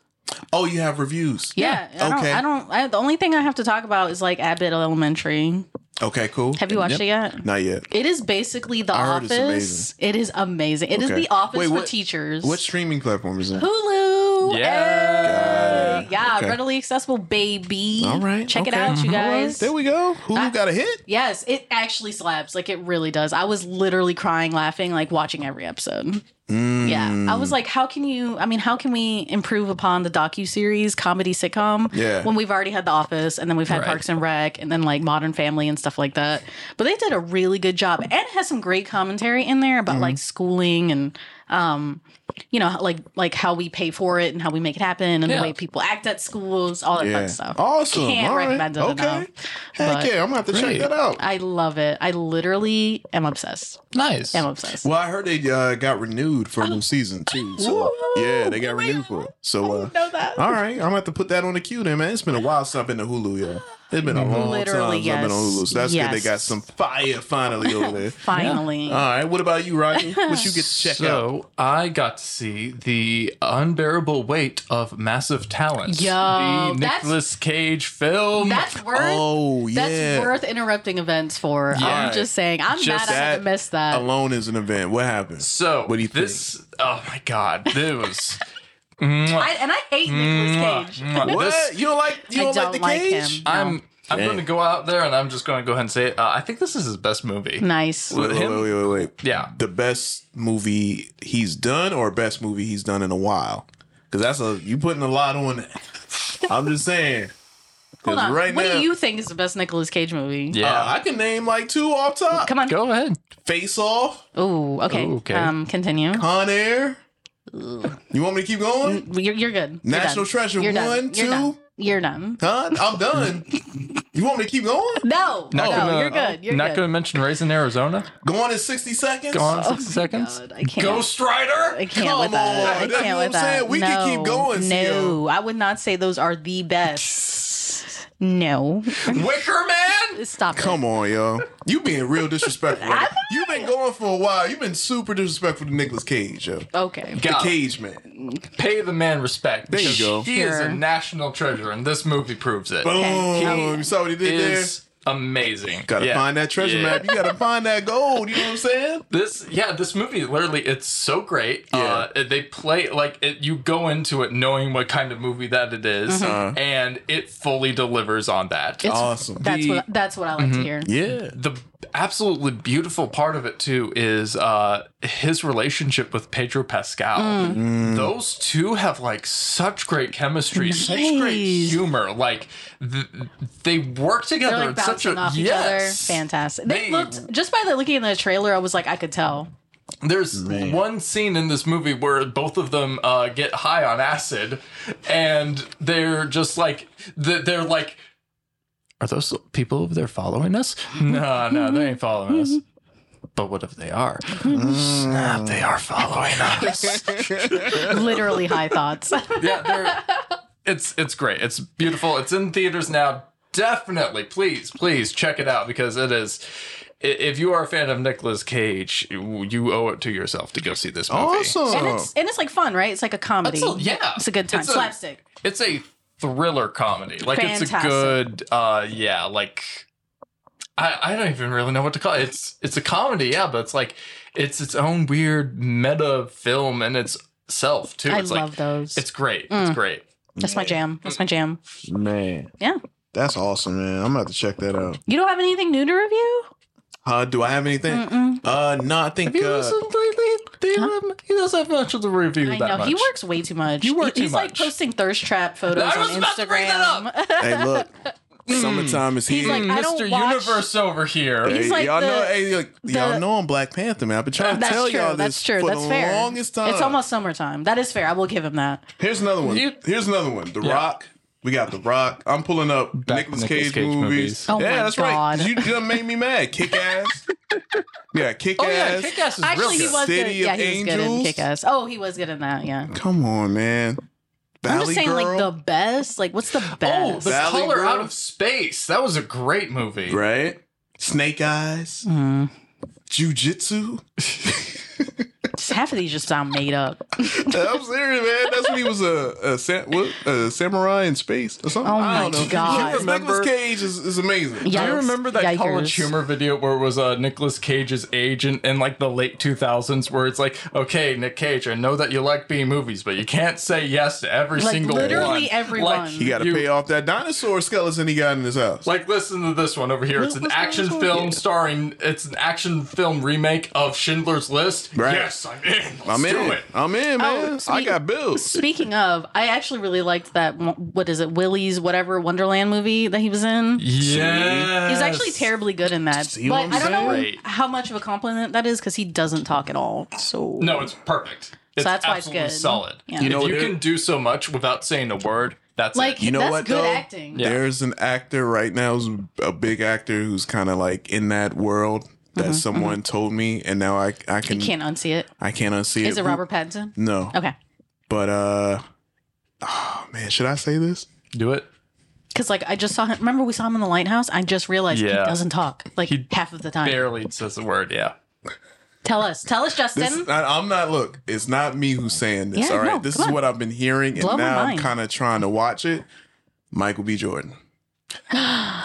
[SPEAKER 1] Oh, you have reviews.
[SPEAKER 2] Yeah. I
[SPEAKER 1] okay.
[SPEAKER 2] Don't, I don't. I, the only thing I have to talk about is like Abbott Elementary.
[SPEAKER 1] Okay. Cool.
[SPEAKER 2] Have you watched it yet?
[SPEAKER 1] Not yet.
[SPEAKER 2] It is basically The
[SPEAKER 1] I heard
[SPEAKER 2] Office.
[SPEAKER 1] it's amazing.
[SPEAKER 2] It is amazing. It is
[SPEAKER 1] Okay.
[SPEAKER 2] The Office
[SPEAKER 1] Wait,
[SPEAKER 2] for
[SPEAKER 1] what-
[SPEAKER 2] teachers.
[SPEAKER 1] What streaming platform is it?
[SPEAKER 2] Hulu.
[SPEAKER 1] Yeah.
[SPEAKER 2] Hey. Yeah.
[SPEAKER 1] Okay.
[SPEAKER 2] Readily accessible, baby.
[SPEAKER 1] All right.
[SPEAKER 2] Check it
[SPEAKER 1] okay. Mm-hmm.
[SPEAKER 2] out, you
[SPEAKER 1] All right,
[SPEAKER 2] guys.
[SPEAKER 1] There we go. Hulu got a hit.
[SPEAKER 2] Yes, it actually slaps. Like it really does. I was literally crying, laughing, like watching every episode. Yeah,
[SPEAKER 1] Mm.
[SPEAKER 2] I was like, how can you? I mean, how can we improve upon the docu series comedy sitcom?
[SPEAKER 7] Yeah.
[SPEAKER 2] when we've already had The Office, and then we've had
[SPEAKER 7] Right.
[SPEAKER 2] Parks and Rec, and then like Modern Family and stuff like that. But they did a really good job, and it has some great commentary in there about
[SPEAKER 1] Mm-hmm.
[SPEAKER 2] like schooling and, um, you know, like like how we pay for it and how we make it happen and
[SPEAKER 1] Yeah.
[SPEAKER 2] the way people act at schools, all that
[SPEAKER 1] Yeah.
[SPEAKER 2] fun stuff.
[SPEAKER 1] Awesome.
[SPEAKER 2] Can't
[SPEAKER 1] All right.
[SPEAKER 2] recommend it
[SPEAKER 1] Okay.
[SPEAKER 2] enough.
[SPEAKER 1] Heck yeah, I'm gonna have to check Great. that out.
[SPEAKER 2] I love it. I literally am obsessed.
[SPEAKER 3] Nice.
[SPEAKER 2] Am obsessed.
[SPEAKER 1] Well, I heard they uh, got renewed for a new season too. So uh, yeah, they got renewed for it. So uh,
[SPEAKER 2] know that.
[SPEAKER 1] all right, I'm gonna have to put that on the queue then, man. It's been a while since I've been to Hulu, yeah. It's been a long time
[SPEAKER 2] Literally,
[SPEAKER 1] since I've been on
[SPEAKER 2] yes.
[SPEAKER 1] Hulu. So that's good.
[SPEAKER 2] Yes.
[SPEAKER 1] They got some fire finally over there.
[SPEAKER 2] Finally.
[SPEAKER 1] All right. What about you, Ryan? What you get to check out?
[SPEAKER 3] so I got to see the unbearable weight of massive talent.
[SPEAKER 2] Yo,
[SPEAKER 3] the
[SPEAKER 2] that's-
[SPEAKER 3] Nicolas Cage film.
[SPEAKER 2] That's worth.
[SPEAKER 1] oh,
[SPEAKER 2] That's worth interrupting events for.
[SPEAKER 3] Yeah.
[SPEAKER 2] I'm just saying. I'm
[SPEAKER 3] Just
[SPEAKER 2] mad I had to
[SPEAKER 3] that
[SPEAKER 2] miss that.
[SPEAKER 1] Alone is an event. What happened?
[SPEAKER 3] So what do you this? Oh my god, this was. Mwah.
[SPEAKER 2] I, and I hate
[SPEAKER 3] Mwah.
[SPEAKER 2] Nicolas Cage.
[SPEAKER 3] Mwah. This-
[SPEAKER 1] You don't like? Mm-hmm. You
[SPEAKER 2] I
[SPEAKER 1] don't, like the cage?
[SPEAKER 2] him.
[SPEAKER 3] I'm I'm
[SPEAKER 1] Dang.
[SPEAKER 3] going to go out there and I'm just going to go ahead and say it. Uh, I think this is his best movie.
[SPEAKER 2] Nice.
[SPEAKER 1] Wait,
[SPEAKER 3] With
[SPEAKER 1] wait,
[SPEAKER 3] him,
[SPEAKER 1] wait, wait, wait.
[SPEAKER 3] Yeah.
[SPEAKER 1] The best movie he's done, or best movie he's done in a while, because that's a you putting a lot on. it. I'm just saying. 'Cause
[SPEAKER 2] Hold on.
[SPEAKER 1] Right
[SPEAKER 2] what
[SPEAKER 1] now,
[SPEAKER 2] do you think is the best Nicolas Cage movie?
[SPEAKER 1] Uh, I can name like two off top. Come
[SPEAKER 2] on,
[SPEAKER 3] go ahead.
[SPEAKER 1] Face Off,
[SPEAKER 2] Oh, okay.
[SPEAKER 1] Ooh, okay.
[SPEAKER 2] Um, continue.
[SPEAKER 1] Con Air. You want me to keep going?
[SPEAKER 2] You're, you're good. You're
[SPEAKER 1] National
[SPEAKER 2] done.
[SPEAKER 1] Treasure,
[SPEAKER 2] You're done.
[SPEAKER 1] one,
[SPEAKER 2] You're
[SPEAKER 1] two.
[SPEAKER 2] done. You're done.
[SPEAKER 1] Huh? I'm done. you want me to keep going?
[SPEAKER 2] No.
[SPEAKER 3] Not
[SPEAKER 2] no,
[SPEAKER 3] gonna,
[SPEAKER 2] you're good. You're
[SPEAKER 3] not
[SPEAKER 2] good. Oh
[SPEAKER 3] gonna mention Raising Arizona.
[SPEAKER 1] Go on in 60 seconds.
[SPEAKER 3] Go on in 60 seconds.
[SPEAKER 2] I can't.
[SPEAKER 3] Ghost Rider.
[SPEAKER 2] I can't
[SPEAKER 1] Come
[SPEAKER 2] with that.
[SPEAKER 1] on,
[SPEAKER 2] I
[SPEAKER 1] that's
[SPEAKER 2] can't
[SPEAKER 1] what
[SPEAKER 2] with
[SPEAKER 1] I'm
[SPEAKER 2] that.
[SPEAKER 1] saying. We
[SPEAKER 2] no,
[SPEAKER 1] can keep going,
[SPEAKER 2] No, I would not say those are the best. No.
[SPEAKER 3] Wicker Man.
[SPEAKER 2] Stop. it.
[SPEAKER 1] Come on, yo. You being real disrespectful. You've been going for a while. You've been super disrespectful to Nicolas Cage, yo.
[SPEAKER 2] Okay.
[SPEAKER 1] The Cage Man.
[SPEAKER 3] Pay the man respect.
[SPEAKER 1] There you
[SPEAKER 3] because
[SPEAKER 1] go.
[SPEAKER 3] He is
[SPEAKER 1] Sure.
[SPEAKER 3] a national treasure, and this movie proves it.
[SPEAKER 1] Boom. Okay. Oh, You saw what he did there?
[SPEAKER 3] is Amazing.
[SPEAKER 1] Gotta
[SPEAKER 3] Yeah.
[SPEAKER 1] find that treasure
[SPEAKER 3] Yeah.
[SPEAKER 1] map. You gotta find that gold. You know what I'm saying?
[SPEAKER 3] This yeah, this movie literally it's so great. Yeah. Uh, they play like it, you go into it knowing what kind of movie that it is,
[SPEAKER 2] Mhm. Uh-huh.
[SPEAKER 3] and it fully delivers on that.
[SPEAKER 2] It's- That's what that's what I like to
[SPEAKER 3] Mhm.
[SPEAKER 2] hear.
[SPEAKER 1] Yeah.
[SPEAKER 3] The absolutely beautiful part of it too is uh his relationship with Pedro Pascal.
[SPEAKER 2] Mm.
[SPEAKER 3] Those two have like such great chemistry, such great humor. Like th- they work together
[SPEAKER 2] They're
[SPEAKER 3] in
[SPEAKER 2] like
[SPEAKER 3] such
[SPEAKER 2] bouncing
[SPEAKER 3] a
[SPEAKER 2] off
[SPEAKER 3] yes.
[SPEAKER 2] each other. Fantastic. They, looked just by the looking in the trailer, I was like, I could tell.
[SPEAKER 3] There's one scene in this movie where both of them uh, get high on acid, and they're just like th- they're like, are those people over there following us? No, no, they ain't following us. But what if they are? Snap, they are following us.
[SPEAKER 2] Literally high thoughts.
[SPEAKER 3] yeah, they're, it's it's great. It's beautiful. It's in theaters now. Definitely, please, please check it out because it is. i- If you are a fan of Nicolas Cage, you you owe it to yourself to go see this movie.
[SPEAKER 2] And it's and it's like fun, right? It's like a comedy.
[SPEAKER 3] It's a- yeah.
[SPEAKER 2] It's a good time.
[SPEAKER 3] It's a-
[SPEAKER 2] Slapstick.
[SPEAKER 3] It's a thriller comedy. Like it's a
[SPEAKER 2] Fantastic.
[SPEAKER 3] good uh yeah, like I, I don't even really know what to call it. It's it's a comedy, yeah, but it's like it's its own weird meta film in itself too.
[SPEAKER 2] I
[SPEAKER 3] It's
[SPEAKER 2] love
[SPEAKER 3] like,
[SPEAKER 2] those.
[SPEAKER 3] It's great.
[SPEAKER 2] Mm.
[SPEAKER 3] It's great.
[SPEAKER 2] That's my jam. That's my jam.
[SPEAKER 1] Man.
[SPEAKER 2] Yeah.
[SPEAKER 1] That's awesome, man. I'm about to check that out.
[SPEAKER 2] You don't have anything new to review?
[SPEAKER 1] Uh, do I have anything?
[SPEAKER 2] Mm-mm.
[SPEAKER 1] Uh, no, I think.
[SPEAKER 3] Have you
[SPEAKER 1] uh,
[SPEAKER 3] listened lately? They- um, He doesn't have much of the review
[SPEAKER 2] I
[SPEAKER 3] that
[SPEAKER 2] know
[SPEAKER 3] much.
[SPEAKER 2] he works way too much.
[SPEAKER 3] You work
[SPEAKER 2] He-
[SPEAKER 3] too
[SPEAKER 2] He's like
[SPEAKER 3] much.
[SPEAKER 2] posting thirst trap photos
[SPEAKER 3] I
[SPEAKER 2] on
[SPEAKER 3] was about to bring
[SPEAKER 2] Instagram.
[SPEAKER 1] hey, look. Summertime is
[SPEAKER 2] Mm. He's
[SPEAKER 1] here.
[SPEAKER 2] like, I don't
[SPEAKER 3] Mr.
[SPEAKER 2] watch-
[SPEAKER 3] Universe over here.
[SPEAKER 1] Hey, y'all know, hey, look, y'all
[SPEAKER 2] the-
[SPEAKER 1] know I'm Black Panther, man. I've been trying to
[SPEAKER 2] That's
[SPEAKER 1] tell
[SPEAKER 2] true.
[SPEAKER 1] y'all this
[SPEAKER 2] That's true.
[SPEAKER 1] for
[SPEAKER 2] That's
[SPEAKER 1] the
[SPEAKER 2] fair.
[SPEAKER 1] longest time.
[SPEAKER 2] It's almost summertime. That is fair. I will give him that.
[SPEAKER 1] Here's another one. Here's another one. The Rock We got The Rock. I'm pulling up Nicolas,
[SPEAKER 3] Nicolas
[SPEAKER 1] Cage,
[SPEAKER 3] Cage
[SPEAKER 1] movies.
[SPEAKER 3] movies. Oh
[SPEAKER 1] yeah,
[SPEAKER 3] my
[SPEAKER 1] that's
[SPEAKER 3] God.
[SPEAKER 1] right. You done made me mad. Kick ass. yeah, kick
[SPEAKER 2] Oh, yeah,
[SPEAKER 1] ass.
[SPEAKER 2] Kick-Ass is Actually, real he good. was good.
[SPEAKER 1] City
[SPEAKER 2] Yeah,
[SPEAKER 1] of
[SPEAKER 2] he was good in
[SPEAKER 1] Angels.
[SPEAKER 2] Kick-Ass. Oh, he was good in that. Yeah.
[SPEAKER 1] Come on, man. Valley
[SPEAKER 2] I'm just saying,
[SPEAKER 1] Girl.
[SPEAKER 2] like the best. Like, what's the best?
[SPEAKER 3] Oh, the color out of space. That was a great movie.
[SPEAKER 1] Right? Snake Eyes.
[SPEAKER 2] Mm-hmm.
[SPEAKER 1] Jujitsu.
[SPEAKER 2] half of these just sound made up.
[SPEAKER 1] I'm serious, man. That's when he was a a, sa- what? a samurai in space or something.
[SPEAKER 2] Oh
[SPEAKER 1] I
[SPEAKER 2] my
[SPEAKER 1] don't know.
[SPEAKER 2] God.
[SPEAKER 1] Nicolas- Nicolas Cage is, is amazing.
[SPEAKER 3] Do you remember that college humor video where it was uh, Nicolas Cage's agent in like the late 2000s where it's like, okay, Nick Cage, I know that you like B movies, but you can't say yes to every
[SPEAKER 2] Like,
[SPEAKER 3] single
[SPEAKER 2] literally
[SPEAKER 3] one.
[SPEAKER 2] everyone.
[SPEAKER 3] Like,
[SPEAKER 1] He got to
[SPEAKER 3] you-
[SPEAKER 1] pay off that dinosaur skeleton he got in his house.
[SPEAKER 3] Like, listen to this one over here. It's an
[SPEAKER 1] What's going
[SPEAKER 3] action
[SPEAKER 1] on?
[SPEAKER 3] film starring, it's an action film remake of Schindler's List.
[SPEAKER 1] Right.
[SPEAKER 3] Yes, I'm in. Let's
[SPEAKER 1] I'm in.
[SPEAKER 3] do it.
[SPEAKER 1] I'm in, man.
[SPEAKER 2] Oh,
[SPEAKER 1] I
[SPEAKER 2] speak-
[SPEAKER 1] got bills.
[SPEAKER 2] Speaking of, I actually really liked that. mo- What is it? Willie's whatever Wonderland movie that he was in.
[SPEAKER 3] Yeah.
[SPEAKER 2] He's actually terribly good in that.
[SPEAKER 3] See
[SPEAKER 2] but
[SPEAKER 3] what I'm
[SPEAKER 2] I don't know
[SPEAKER 3] saying?
[SPEAKER 2] how much of a compliment that is because he doesn't talk at all. So
[SPEAKER 3] No, it's perfect. It's
[SPEAKER 2] that's why it's
[SPEAKER 3] absolutely
[SPEAKER 2] good.
[SPEAKER 3] solid.
[SPEAKER 2] Yeah. You know
[SPEAKER 3] if
[SPEAKER 2] what,
[SPEAKER 3] you
[SPEAKER 2] dude?
[SPEAKER 3] can do so much without saying a word, that's
[SPEAKER 2] Like,
[SPEAKER 3] it.
[SPEAKER 2] You know that's what, good though? acting. Yeah.
[SPEAKER 1] There's an actor right now who's a big actor who's kind of like in that world that
[SPEAKER 2] Mhm,
[SPEAKER 1] someone told me, and now I I
[SPEAKER 2] you
[SPEAKER 1] can
[SPEAKER 2] can't unsee it.
[SPEAKER 1] I can't unsee
[SPEAKER 2] Is
[SPEAKER 1] it.
[SPEAKER 2] it
[SPEAKER 1] Who-
[SPEAKER 2] Robert Pattinson?
[SPEAKER 1] No.
[SPEAKER 2] Okay,
[SPEAKER 1] But uh, oh man, should I say this?
[SPEAKER 3] Do it.
[SPEAKER 2] because like I just saw him. Remember we saw him in the lighthouse? I just realized he
[SPEAKER 3] Yeah.
[SPEAKER 2] doesn't talk like half of the time.
[SPEAKER 3] Barely says a word, yeah.
[SPEAKER 2] Tell us, tell us, Justin.
[SPEAKER 1] This, I, I'm not. Look, it's not me who's saying this.
[SPEAKER 2] Yeah,
[SPEAKER 1] all right,
[SPEAKER 2] no,
[SPEAKER 1] this
[SPEAKER 2] come
[SPEAKER 1] is
[SPEAKER 2] on.
[SPEAKER 1] what I've been hearing,
[SPEAKER 2] Blow
[SPEAKER 1] and
[SPEAKER 2] my
[SPEAKER 1] now I'm
[SPEAKER 2] mind.
[SPEAKER 1] kind of trying to watch it. Michael B. Jordan.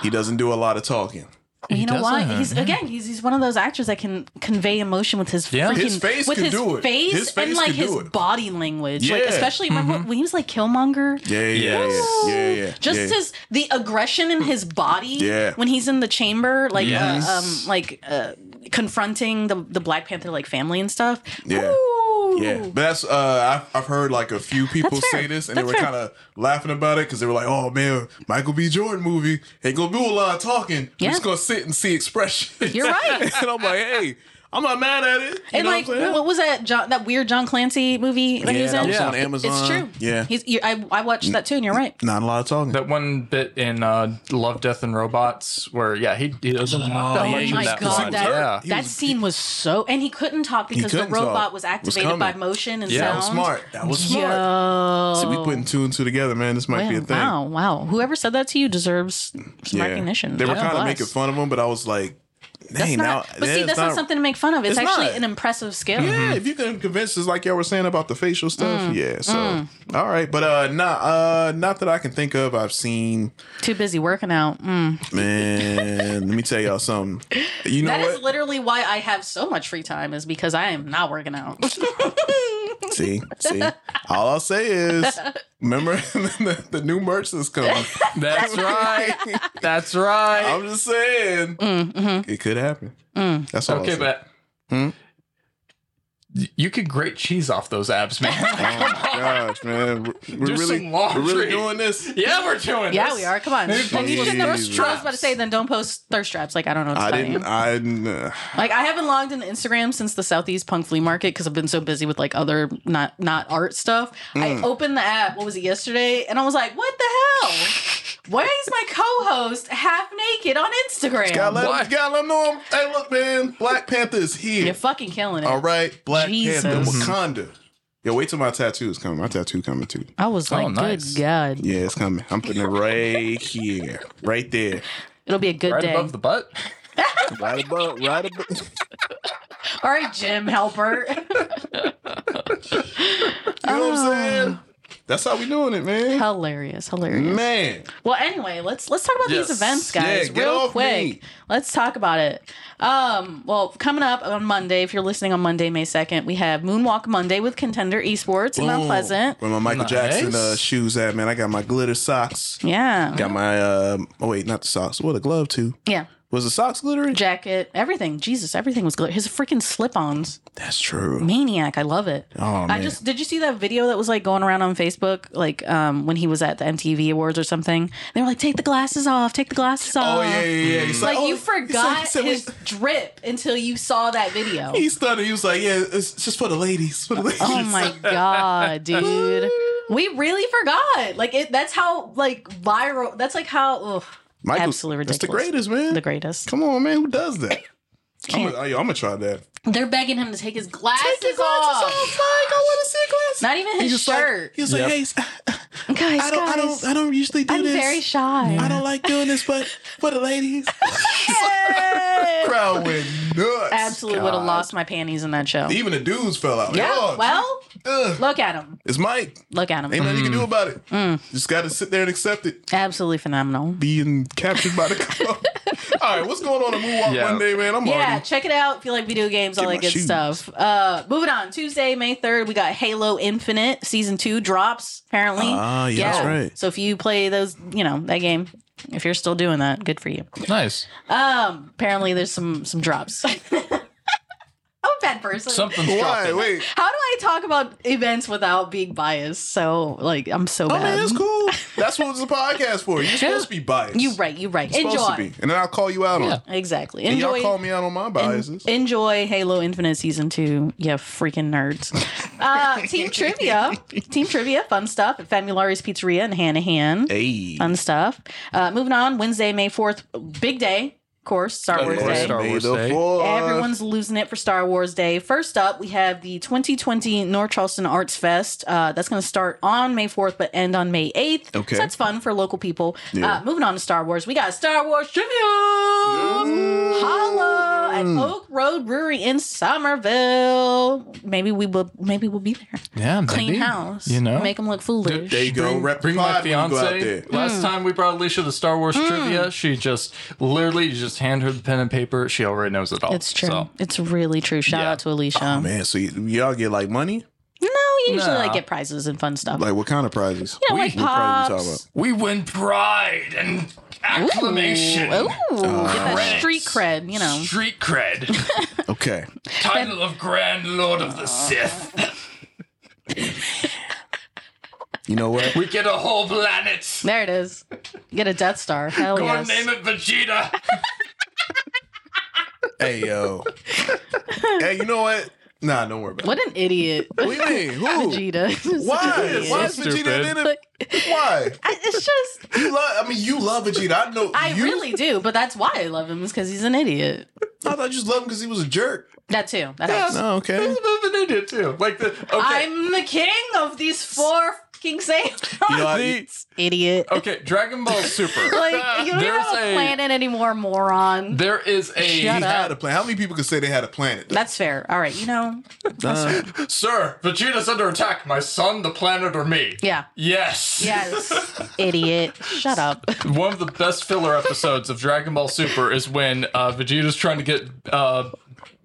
[SPEAKER 1] he doesn't do a lot of talking.
[SPEAKER 2] you know why? He's again. He's he's one of those actors that can convey emotion with his
[SPEAKER 1] Yeah.
[SPEAKER 2] freaking
[SPEAKER 1] His face
[SPEAKER 2] with
[SPEAKER 1] could
[SPEAKER 2] his
[SPEAKER 1] do it.
[SPEAKER 2] face,
[SPEAKER 1] His face
[SPEAKER 2] and like
[SPEAKER 1] could do
[SPEAKER 2] his
[SPEAKER 1] it.
[SPEAKER 2] body language. Like
[SPEAKER 1] Yeah.
[SPEAKER 2] especially remember when he was like Killmonger.
[SPEAKER 1] Yeah, yeah, yeah, yeah, yeah, yeah.
[SPEAKER 2] Just
[SPEAKER 1] yeah.
[SPEAKER 2] his the aggression in his body
[SPEAKER 1] Yeah.
[SPEAKER 2] when he's in the chamber, like
[SPEAKER 1] Yes.
[SPEAKER 2] uh, um, like uh, confronting the the Black Panther like family and stuff.
[SPEAKER 1] Yeah. Yeah, but that's uh, I've, I've heard like a few people
[SPEAKER 2] That's fair.
[SPEAKER 1] say this, and
[SPEAKER 2] That's
[SPEAKER 1] they were
[SPEAKER 2] fair.
[SPEAKER 1] kind of laughing about it because they were like, "Oh man, Michael B. Jordan movie ain't gonna do a lot of talking.
[SPEAKER 2] Yeah.
[SPEAKER 1] We're just gonna sit and see expression."
[SPEAKER 2] You're right.
[SPEAKER 1] and I'm like, "Hey, I'm not mad at it." You
[SPEAKER 2] and
[SPEAKER 1] know
[SPEAKER 2] like,
[SPEAKER 1] what I'm saying?
[SPEAKER 2] what was that? John, that weird John Clancy movie that he
[SPEAKER 1] Yeah,
[SPEAKER 2] was
[SPEAKER 1] that
[SPEAKER 2] in?
[SPEAKER 1] was on
[SPEAKER 2] It's-
[SPEAKER 1] Amazon.
[SPEAKER 2] It's true.
[SPEAKER 1] Yeah.
[SPEAKER 2] he's. You, I I watched that too, and you're right.
[SPEAKER 1] Not a lot of talking.
[SPEAKER 3] That one bit in uh, Love, Death, and Robots where, yeah, he, he doesn't talk
[SPEAKER 2] Oh,
[SPEAKER 3] that much in
[SPEAKER 2] my
[SPEAKER 3] that
[SPEAKER 2] god,
[SPEAKER 3] one.
[SPEAKER 2] that,
[SPEAKER 3] yeah.
[SPEAKER 2] that scene was so, and he couldn't talk
[SPEAKER 3] He
[SPEAKER 2] because
[SPEAKER 3] couldn't
[SPEAKER 2] the robot
[SPEAKER 3] talk.
[SPEAKER 2] was
[SPEAKER 3] Was
[SPEAKER 2] activated
[SPEAKER 1] coming.
[SPEAKER 2] by motion and
[SPEAKER 1] Yeah, that
[SPEAKER 2] sound.
[SPEAKER 1] was smart. That was smart.
[SPEAKER 2] Yo.
[SPEAKER 1] See, we putting two and two together, man. This might be a
[SPEAKER 2] Wow,
[SPEAKER 1] thing.
[SPEAKER 2] Wow, wow. Whoever said that to you deserves some
[SPEAKER 1] Yeah.
[SPEAKER 2] recognition.
[SPEAKER 1] They were
[SPEAKER 2] God
[SPEAKER 1] kind of
[SPEAKER 2] bless.
[SPEAKER 1] making fun of him, but I was like,
[SPEAKER 2] That's
[SPEAKER 1] "Dang, now."
[SPEAKER 2] not, but see,
[SPEAKER 1] it's
[SPEAKER 2] that's not, something to make fun of. It's, Mm-hmm.
[SPEAKER 1] It's
[SPEAKER 2] actually
[SPEAKER 1] not.
[SPEAKER 2] an impressive skill.
[SPEAKER 1] Yeah, if you can convince us, like y'all were saying about the facial stuff,
[SPEAKER 2] Mm.
[SPEAKER 1] yeah. So,
[SPEAKER 2] Mm.
[SPEAKER 1] all right, but uh, not uh, not that I can think of. I've seen,
[SPEAKER 2] Too busy working out. Mm.
[SPEAKER 1] man. let me tell y'all something. You know
[SPEAKER 2] That is
[SPEAKER 1] what?
[SPEAKER 2] literally why I have so much free time is because I am not working out.
[SPEAKER 1] see, see. All I'll say is, remember the, the new merch that's coming.
[SPEAKER 3] That's right. That's right.
[SPEAKER 1] I'm just saying,
[SPEAKER 2] Mm, mm-hmm.
[SPEAKER 1] it could happen. That's all.
[SPEAKER 3] okay,
[SPEAKER 1] I'll say.
[SPEAKER 3] but
[SPEAKER 1] Hmm?
[SPEAKER 3] Y- you could grate cheese off those abs, man.
[SPEAKER 1] Oh Gosh, man, we're, we're
[SPEAKER 3] Do
[SPEAKER 1] really,
[SPEAKER 3] some
[SPEAKER 1] we're
[SPEAKER 3] laundry.
[SPEAKER 1] really doing this.
[SPEAKER 3] Yeah, we're doing
[SPEAKER 2] yeah,
[SPEAKER 3] this.
[SPEAKER 2] we are. Come on.
[SPEAKER 3] Maybe
[SPEAKER 2] Well, you
[SPEAKER 1] post
[SPEAKER 2] shouldn't have-
[SPEAKER 1] Jesus.
[SPEAKER 2] I was about to say, then don't post thirst traps. Like, I don't know what to
[SPEAKER 1] I
[SPEAKER 2] tell you.
[SPEAKER 1] didn't. I. Uh,
[SPEAKER 2] Like I haven't logged into Instagram since the Southeast Punk Flea Market because I've been so busy with like other not not art stuff.
[SPEAKER 1] Mm.
[SPEAKER 2] I opened the app. What was it yesterday? And I was like, "What the hell? Why is my co-host half naked on Instagram?
[SPEAKER 1] Gotta let, him, gotta let 'em know. I'm, hey, look, man, Black Panther is here.
[SPEAKER 2] You're fucking killing it.
[SPEAKER 1] All right, Black
[SPEAKER 2] Jesus. Mm-hmm.
[SPEAKER 1] Panther, Wakanda. Yo, wait till my tattoo is coming. My tattoo coming too.
[SPEAKER 2] I was like, "Good God,
[SPEAKER 1] Yeah, it's coming. I'm putting it right here, right there,
[SPEAKER 2] it'll be a good day."
[SPEAKER 3] the butt.
[SPEAKER 1] right above, right above.
[SPEAKER 2] All right, Jim Helper.
[SPEAKER 1] You know what I'm saying?
[SPEAKER 2] Oh.
[SPEAKER 1] That's how we doing it, man.
[SPEAKER 2] Hilarious, hilarious.
[SPEAKER 1] Man,
[SPEAKER 2] Well, anyway, let's let's talk about
[SPEAKER 1] Yes.
[SPEAKER 2] these events,
[SPEAKER 1] Yeah,
[SPEAKER 2] guys,
[SPEAKER 1] get
[SPEAKER 2] real
[SPEAKER 1] off
[SPEAKER 2] quick.
[SPEAKER 1] me.
[SPEAKER 2] Let's talk about it. Um, well, coming up on Monday, if you're listening on Monday, May second, we have Moonwalk Monday with Contender Esports in Mount
[SPEAKER 1] Boom.
[SPEAKER 2] Pleasant.
[SPEAKER 1] Where my Michael
[SPEAKER 3] Nice.
[SPEAKER 1] Jackson uh, shoes at, man? I got my glitter socks.
[SPEAKER 2] Yeah.
[SPEAKER 1] Got my uh, oh wait, not the socks. What a glove too.
[SPEAKER 2] Yeah.
[SPEAKER 1] Was the socks glittery?
[SPEAKER 2] Jacket, everything. Jesus, everything was glitter. His freaking slip-ons.
[SPEAKER 1] That's true.
[SPEAKER 2] Maniac, I love it.
[SPEAKER 1] Oh man.
[SPEAKER 2] I just did you see that video that was like going around on Facebook, like um, when he was at the MTV Awards or something? They were like, "Take the glasses off, take the glasses off."
[SPEAKER 1] Oh yeah, yeah, yeah. He's
[SPEAKER 2] Like
[SPEAKER 1] oh,
[SPEAKER 2] you
[SPEAKER 1] he said- he
[SPEAKER 2] forgot
[SPEAKER 1] said,
[SPEAKER 2] his drip until you saw that video.
[SPEAKER 1] He started. He was like, "Yeah, it's just for the ladies. For the ladies."
[SPEAKER 2] Oh my god, Oh dude. We really forgot. Like it. That's how like viral. That's like how. Ugh,
[SPEAKER 1] Michael's-
[SPEAKER 2] absolutely
[SPEAKER 1] that's
[SPEAKER 2] ridiculous.
[SPEAKER 1] the greatest, man.
[SPEAKER 2] The greatest.
[SPEAKER 1] Come on, man. Who does that? I'm
[SPEAKER 2] Can't.
[SPEAKER 1] gonna try that.
[SPEAKER 2] They're begging him to take his glasses,
[SPEAKER 4] glasses
[SPEAKER 2] off.
[SPEAKER 4] off,
[SPEAKER 2] Like, I want to see glasses. Not even his
[SPEAKER 1] He's just like-
[SPEAKER 2] shirt.
[SPEAKER 1] he's like,
[SPEAKER 4] Yep.
[SPEAKER 1] hey, s-
[SPEAKER 2] guys,
[SPEAKER 1] I don't, I
[SPEAKER 2] guys.
[SPEAKER 1] don't, I don't usually do
[SPEAKER 2] I'm
[SPEAKER 1] this.
[SPEAKER 2] very shy.
[SPEAKER 1] I don't like doing this, but for the ladies, crowd went nuts.
[SPEAKER 2] Absolutely would have lost my panties in that show.
[SPEAKER 1] Even the dudes fell out.
[SPEAKER 2] yeah.
[SPEAKER 1] Oh,
[SPEAKER 2] well, look at him.
[SPEAKER 1] it's Mike.
[SPEAKER 2] Look at him.
[SPEAKER 1] Ain't nothing you can do about it.
[SPEAKER 2] Mm.
[SPEAKER 1] Just got to sit there and accept it.
[SPEAKER 2] Absolutely phenomenal.
[SPEAKER 1] Being captured by the club. All right, what's going on at Moonwalk
[SPEAKER 3] Yeah.
[SPEAKER 1] Monday, man? I'm
[SPEAKER 2] yeah,
[SPEAKER 1] already.
[SPEAKER 2] check it out if you like video games, all
[SPEAKER 1] Get
[SPEAKER 2] that
[SPEAKER 1] my
[SPEAKER 2] good
[SPEAKER 1] shoes.
[SPEAKER 2] stuff. Uh moving on. Tuesday, May 3rd, we got Halo Infinite season two drops, apparently.
[SPEAKER 3] Ah, yeah, that's right.
[SPEAKER 2] So if you play those, you know, that game, if you're still doing that, good for you.
[SPEAKER 3] Nice.
[SPEAKER 2] Um, apparently there's some some drops. I'm a bad person.
[SPEAKER 3] Something's
[SPEAKER 1] Why? dropping. Wait.
[SPEAKER 2] How do I talk about events without being biased? So like I'm so
[SPEAKER 1] I
[SPEAKER 2] bad.
[SPEAKER 1] mean, it's cool. Oh, That's what this podcast for. You're supposed to be biased.
[SPEAKER 2] You right, you right.
[SPEAKER 1] You're supposed to
[SPEAKER 2] Enjoy.
[SPEAKER 1] be. And then I'll call you out on it.
[SPEAKER 2] Exactly.
[SPEAKER 1] And
[SPEAKER 2] Enjoy.
[SPEAKER 1] y'all call me out on my biases.
[SPEAKER 2] En- enjoy Halo Infinite Season 2, you freaking nerds. Uh, team Trivia. Team Trivia, fun stuff at Famulari's Pizzeria in Hanahan.
[SPEAKER 1] Hey.
[SPEAKER 2] Fun stuff. Uh, moving on, Wednesday, May 4th, big day, of course, Star Wars Day. Everyone's losing it for Star Wars Day. First up, we have the 2020 North Charleston Arts Fest. Uh, that's going to start on May 4th, but end on May 8th.
[SPEAKER 4] Okay.
[SPEAKER 2] So that's fun for local people.
[SPEAKER 4] Yeah.
[SPEAKER 2] Uh, moving on to Star Wars, we got Star Wars Trivia! Holla at Oak Road Brewery in Somerville. Maybe we will. Maybe we'll be there.
[SPEAKER 3] Yeah,
[SPEAKER 2] Clean
[SPEAKER 3] maybe,
[SPEAKER 2] house.
[SPEAKER 3] you know?
[SPEAKER 2] make them look foolish.
[SPEAKER 1] There you go.
[SPEAKER 3] Bring,
[SPEAKER 1] Rep
[SPEAKER 3] bring my
[SPEAKER 1] pride when you go out
[SPEAKER 3] fiance.
[SPEAKER 1] there.
[SPEAKER 3] Last
[SPEAKER 2] Mm.
[SPEAKER 3] time we brought Alicia to Star
[SPEAKER 2] Hmm.
[SPEAKER 3] Wars trivia, she just literally you just hand her the pen and paper. She already knows it all.
[SPEAKER 2] It's true.
[SPEAKER 3] So,
[SPEAKER 2] It's really true. Shout out to Alicia.
[SPEAKER 1] Oh, man. So y- y'all get like money?
[SPEAKER 2] No, you usually
[SPEAKER 1] Nah.
[SPEAKER 2] like get prizes and fun stuff.
[SPEAKER 1] Like what kind of prizes?
[SPEAKER 2] You know, like
[SPEAKER 1] What prizes we
[SPEAKER 2] pops.
[SPEAKER 3] we win pride and acclamation.
[SPEAKER 2] Ooh, ooh,
[SPEAKER 3] Uh,
[SPEAKER 2] get that
[SPEAKER 3] credits.
[SPEAKER 2] street cred, you know.
[SPEAKER 3] Street cred.
[SPEAKER 1] talking about? Okay.
[SPEAKER 3] Title of Grand Lord of the Sith.
[SPEAKER 1] You know what?
[SPEAKER 3] We get a whole planet.
[SPEAKER 2] There it is. Get a Death Star. Hell
[SPEAKER 3] Go
[SPEAKER 2] yes.
[SPEAKER 3] and name it Vegeta.
[SPEAKER 1] hey, yo. hey, you know what? Nah, don't worry about
[SPEAKER 2] What an idiot.
[SPEAKER 1] What do you mean? Who?
[SPEAKER 2] Vegeta. Just
[SPEAKER 1] it.
[SPEAKER 2] an
[SPEAKER 1] Why?
[SPEAKER 2] idiot.
[SPEAKER 1] Why is Vegeta in it? Why?
[SPEAKER 2] I- It's just,
[SPEAKER 1] You love, I mean, you love Vegeta. I know.
[SPEAKER 2] I
[SPEAKER 1] you,
[SPEAKER 2] really do, but that's why I love him, is because he's an idiot.
[SPEAKER 1] I thought you just loved him because he was a jerk.
[SPEAKER 2] That too. That helps.
[SPEAKER 1] Oh, okay.
[SPEAKER 3] He's a bit of an idiot too. Like the okay.
[SPEAKER 2] I'm the king of these four fucking saiyans. idiot.
[SPEAKER 3] Okay, Dragon Ball Super.
[SPEAKER 2] like, you don't even
[SPEAKER 3] There's
[SPEAKER 2] have a
[SPEAKER 3] a-
[SPEAKER 2] planet anymore, moron.
[SPEAKER 3] There is a
[SPEAKER 2] Shut He up. had
[SPEAKER 1] a plan. How many people could say they had a planet?
[SPEAKER 2] That's fair. All right, you know.
[SPEAKER 3] Sir, Vegeta's under attack. My son, the planet, or me?
[SPEAKER 2] Yeah.
[SPEAKER 3] Yes.
[SPEAKER 2] Yes. idiot. Shut up.
[SPEAKER 3] One of the best filler episodes of Dragon Ball Super is when uh, Vegeta's trying to get uh,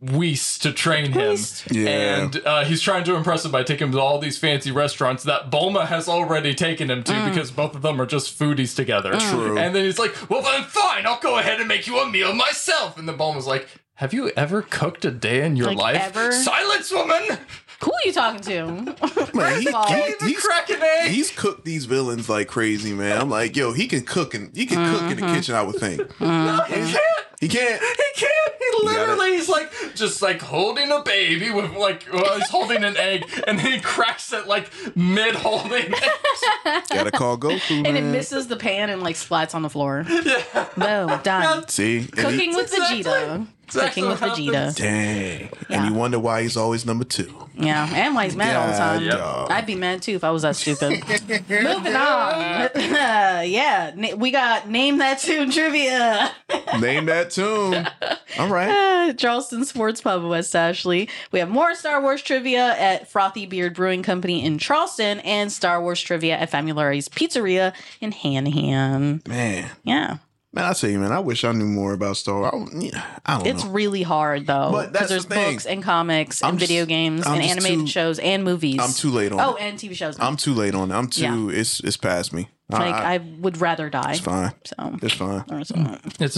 [SPEAKER 3] Whis to train him.
[SPEAKER 1] Yeah.
[SPEAKER 3] And uh, he's trying to impress him by taking him to all these fancy restaurants that Bulma has already taken him to because both of them are just foodies together.
[SPEAKER 1] Mm. True.
[SPEAKER 3] And then he's like, well, then fine. I'll go ahead and make you a meal myself. And then Bulma's like, have you ever cooked a day in your
[SPEAKER 2] Like,
[SPEAKER 3] life?
[SPEAKER 2] ever?
[SPEAKER 3] Silence, woman!
[SPEAKER 2] Who are you talking to?
[SPEAKER 1] Man,
[SPEAKER 2] First of all-
[SPEAKER 1] he's, he's cooked these villains like crazy, man. I'm like, yo, he can cook and he can cook in
[SPEAKER 2] Mm-hmm.
[SPEAKER 1] the kitchen. I would think
[SPEAKER 3] No, he can't.
[SPEAKER 1] he can't.
[SPEAKER 3] He can't. He
[SPEAKER 1] gotta-
[SPEAKER 3] literally is like just like holding a baby with like well, he's holding an egg and then he cracks it like mid holding.
[SPEAKER 1] Gotta call Goku,
[SPEAKER 2] and it
[SPEAKER 1] man.
[SPEAKER 2] misses the pan and like splats on the floor. Boom, done.
[SPEAKER 1] See, And he-
[SPEAKER 2] Cooking with Vegeta. Cooking with Vegeta.
[SPEAKER 1] Dang. And you wonder why he's always number two.
[SPEAKER 2] Yeah, and why he's mad all the time.
[SPEAKER 1] God, dog.
[SPEAKER 2] I'd be mad too if I was that stupid. Moving on. yeah, na- we got name that tune trivia.
[SPEAKER 1] Name that tune. All right.
[SPEAKER 2] Ah, Charleston Sports Pub, West Ashley. We have more Star Wars trivia at Frothy Beard Brewing Company in Charleston and Star Wars trivia at Famulari's Pizzeria in Hanahan.
[SPEAKER 1] Man.
[SPEAKER 2] Yeah.
[SPEAKER 1] Man, I tell you, man, I wish I knew more about Star Wars. I don't, I don't
[SPEAKER 2] It's
[SPEAKER 1] know.
[SPEAKER 2] really hard though,
[SPEAKER 1] But that's
[SPEAKER 2] because there's
[SPEAKER 1] the thing.
[SPEAKER 2] books and comics
[SPEAKER 1] I'm
[SPEAKER 2] and
[SPEAKER 1] just-
[SPEAKER 2] video games
[SPEAKER 1] I'm
[SPEAKER 2] and
[SPEAKER 1] just
[SPEAKER 2] animated
[SPEAKER 1] too-
[SPEAKER 2] shows and movies.
[SPEAKER 1] I'm too late on
[SPEAKER 2] Oh,
[SPEAKER 1] it.
[SPEAKER 2] and TV shows.
[SPEAKER 1] I'm too late on it. I'm too.
[SPEAKER 2] Yeah.
[SPEAKER 1] It's it's past me.
[SPEAKER 2] like I, would rather die.
[SPEAKER 1] it's fine.
[SPEAKER 2] So
[SPEAKER 1] It's fine.
[SPEAKER 3] It's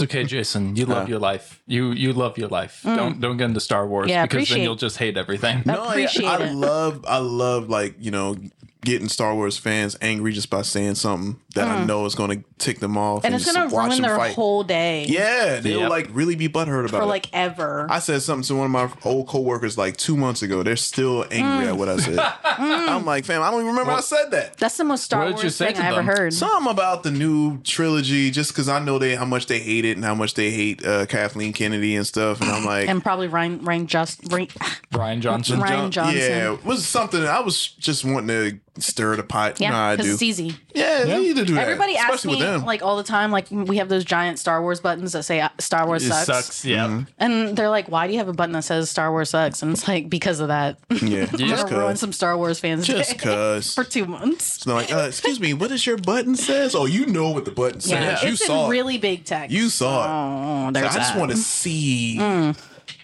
[SPEAKER 3] okay, Jason. You
[SPEAKER 1] Uh.
[SPEAKER 3] love your life. You you love your life.
[SPEAKER 2] Mm.
[SPEAKER 3] Don't don't get into Star Wars
[SPEAKER 2] Yeah,
[SPEAKER 3] because
[SPEAKER 2] appreciate-
[SPEAKER 3] then you'll just hate everything.
[SPEAKER 1] I, I love I love like you know getting Star Wars fans angry just by saying something that I
[SPEAKER 2] Mm.
[SPEAKER 1] know is going to tick them off,
[SPEAKER 2] and it's
[SPEAKER 1] just
[SPEAKER 2] gonna
[SPEAKER 1] watch
[SPEAKER 2] ruin
[SPEAKER 1] them
[SPEAKER 2] their
[SPEAKER 1] fight.
[SPEAKER 2] whole day.
[SPEAKER 1] Yeah, they'll
[SPEAKER 2] Yep.
[SPEAKER 1] like really be butthurt about
[SPEAKER 2] for
[SPEAKER 1] it.
[SPEAKER 2] like ever.
[SPEAKER 1] I said something to one of my old coworkers like two months ago. They're still angry
[SPEAKER 2] Mm.
[SPEAKER 1] at what I said. I'm like, fam, I don't even remember I said that.
[SPEAKER 2] That's the most Star Wars thing I ever heard.
[SPEAKER 1] Something about the new trilogy, just because I know they how much they hate it and how much they hate uh, Kathleen Kennedy and stuff. And I'm like,
[SPEAKER 2] and probably Ryan Ryan Just Ryan,
[SPEAKER 3] Brian
[SPEAKER 2] Johnson. Ryan Johnson.
[SPEAKER 1] Yeah, it was something I was just wanting to stir the pot. You know how
[SPEAKER 2] Yeah,
[SPEAKER 1] I
[SPEAKER 2] because
[SPEAKER 1] do.
[SPEAKER 2] it's easy.
[SPEAKER 1] Yeah, they need to do that.
[SPEAKER 2] Everybody asks
[SPEAKER 1] especially
[SPEAKER 2] me
[SPEAKER 1] with them.
[SPEAKER 2] like all the time. Like we have those giant Star Wars buttons that say uh, Star Wars sucks.
[SPEAKER 3] Yeah.
[SPEAKER 1] Mm-hmm.
[SPEAKER 2] and they're like, "Why do you have a button that says Star Wars sucks?" And it's like because of that.
[SPEAKER 1] Yeah,
[SPEAKER 2] I'm
[SPEAKER 1] just
[SPEAKER 2] gonna ruin
[SPEAKER 1] cause.
[SPEAKER 2] some Star Wars fans.
[SPEAKER 1] Just
[SPEAKER 2] day
[SPEAKER 1] cause.
[SPEAKER 2] for two months.
[SPEAKER 1] So they're like, uh, excuse me, what does your button says? Oh, you know what the button says.
[SPEAKER 2] Yeah,
[SPEAKER 1] You
[SPEAKER 2] it's
[SPEAKER 1] saw
[SPEAKER 2] in
[SPEAKER 1] it.
[SPEAKER 2] really big text.
[SPEAKER 1] You saw it.
[SPEAKER 2] Oh,
[SPEAKER 1] So I
[SPEAKER 2] there's
[SPEAKER 1] just
[SPEAKER 2] that.
[SPEAKER 1] want to see
[SPEAKER 2] Mm.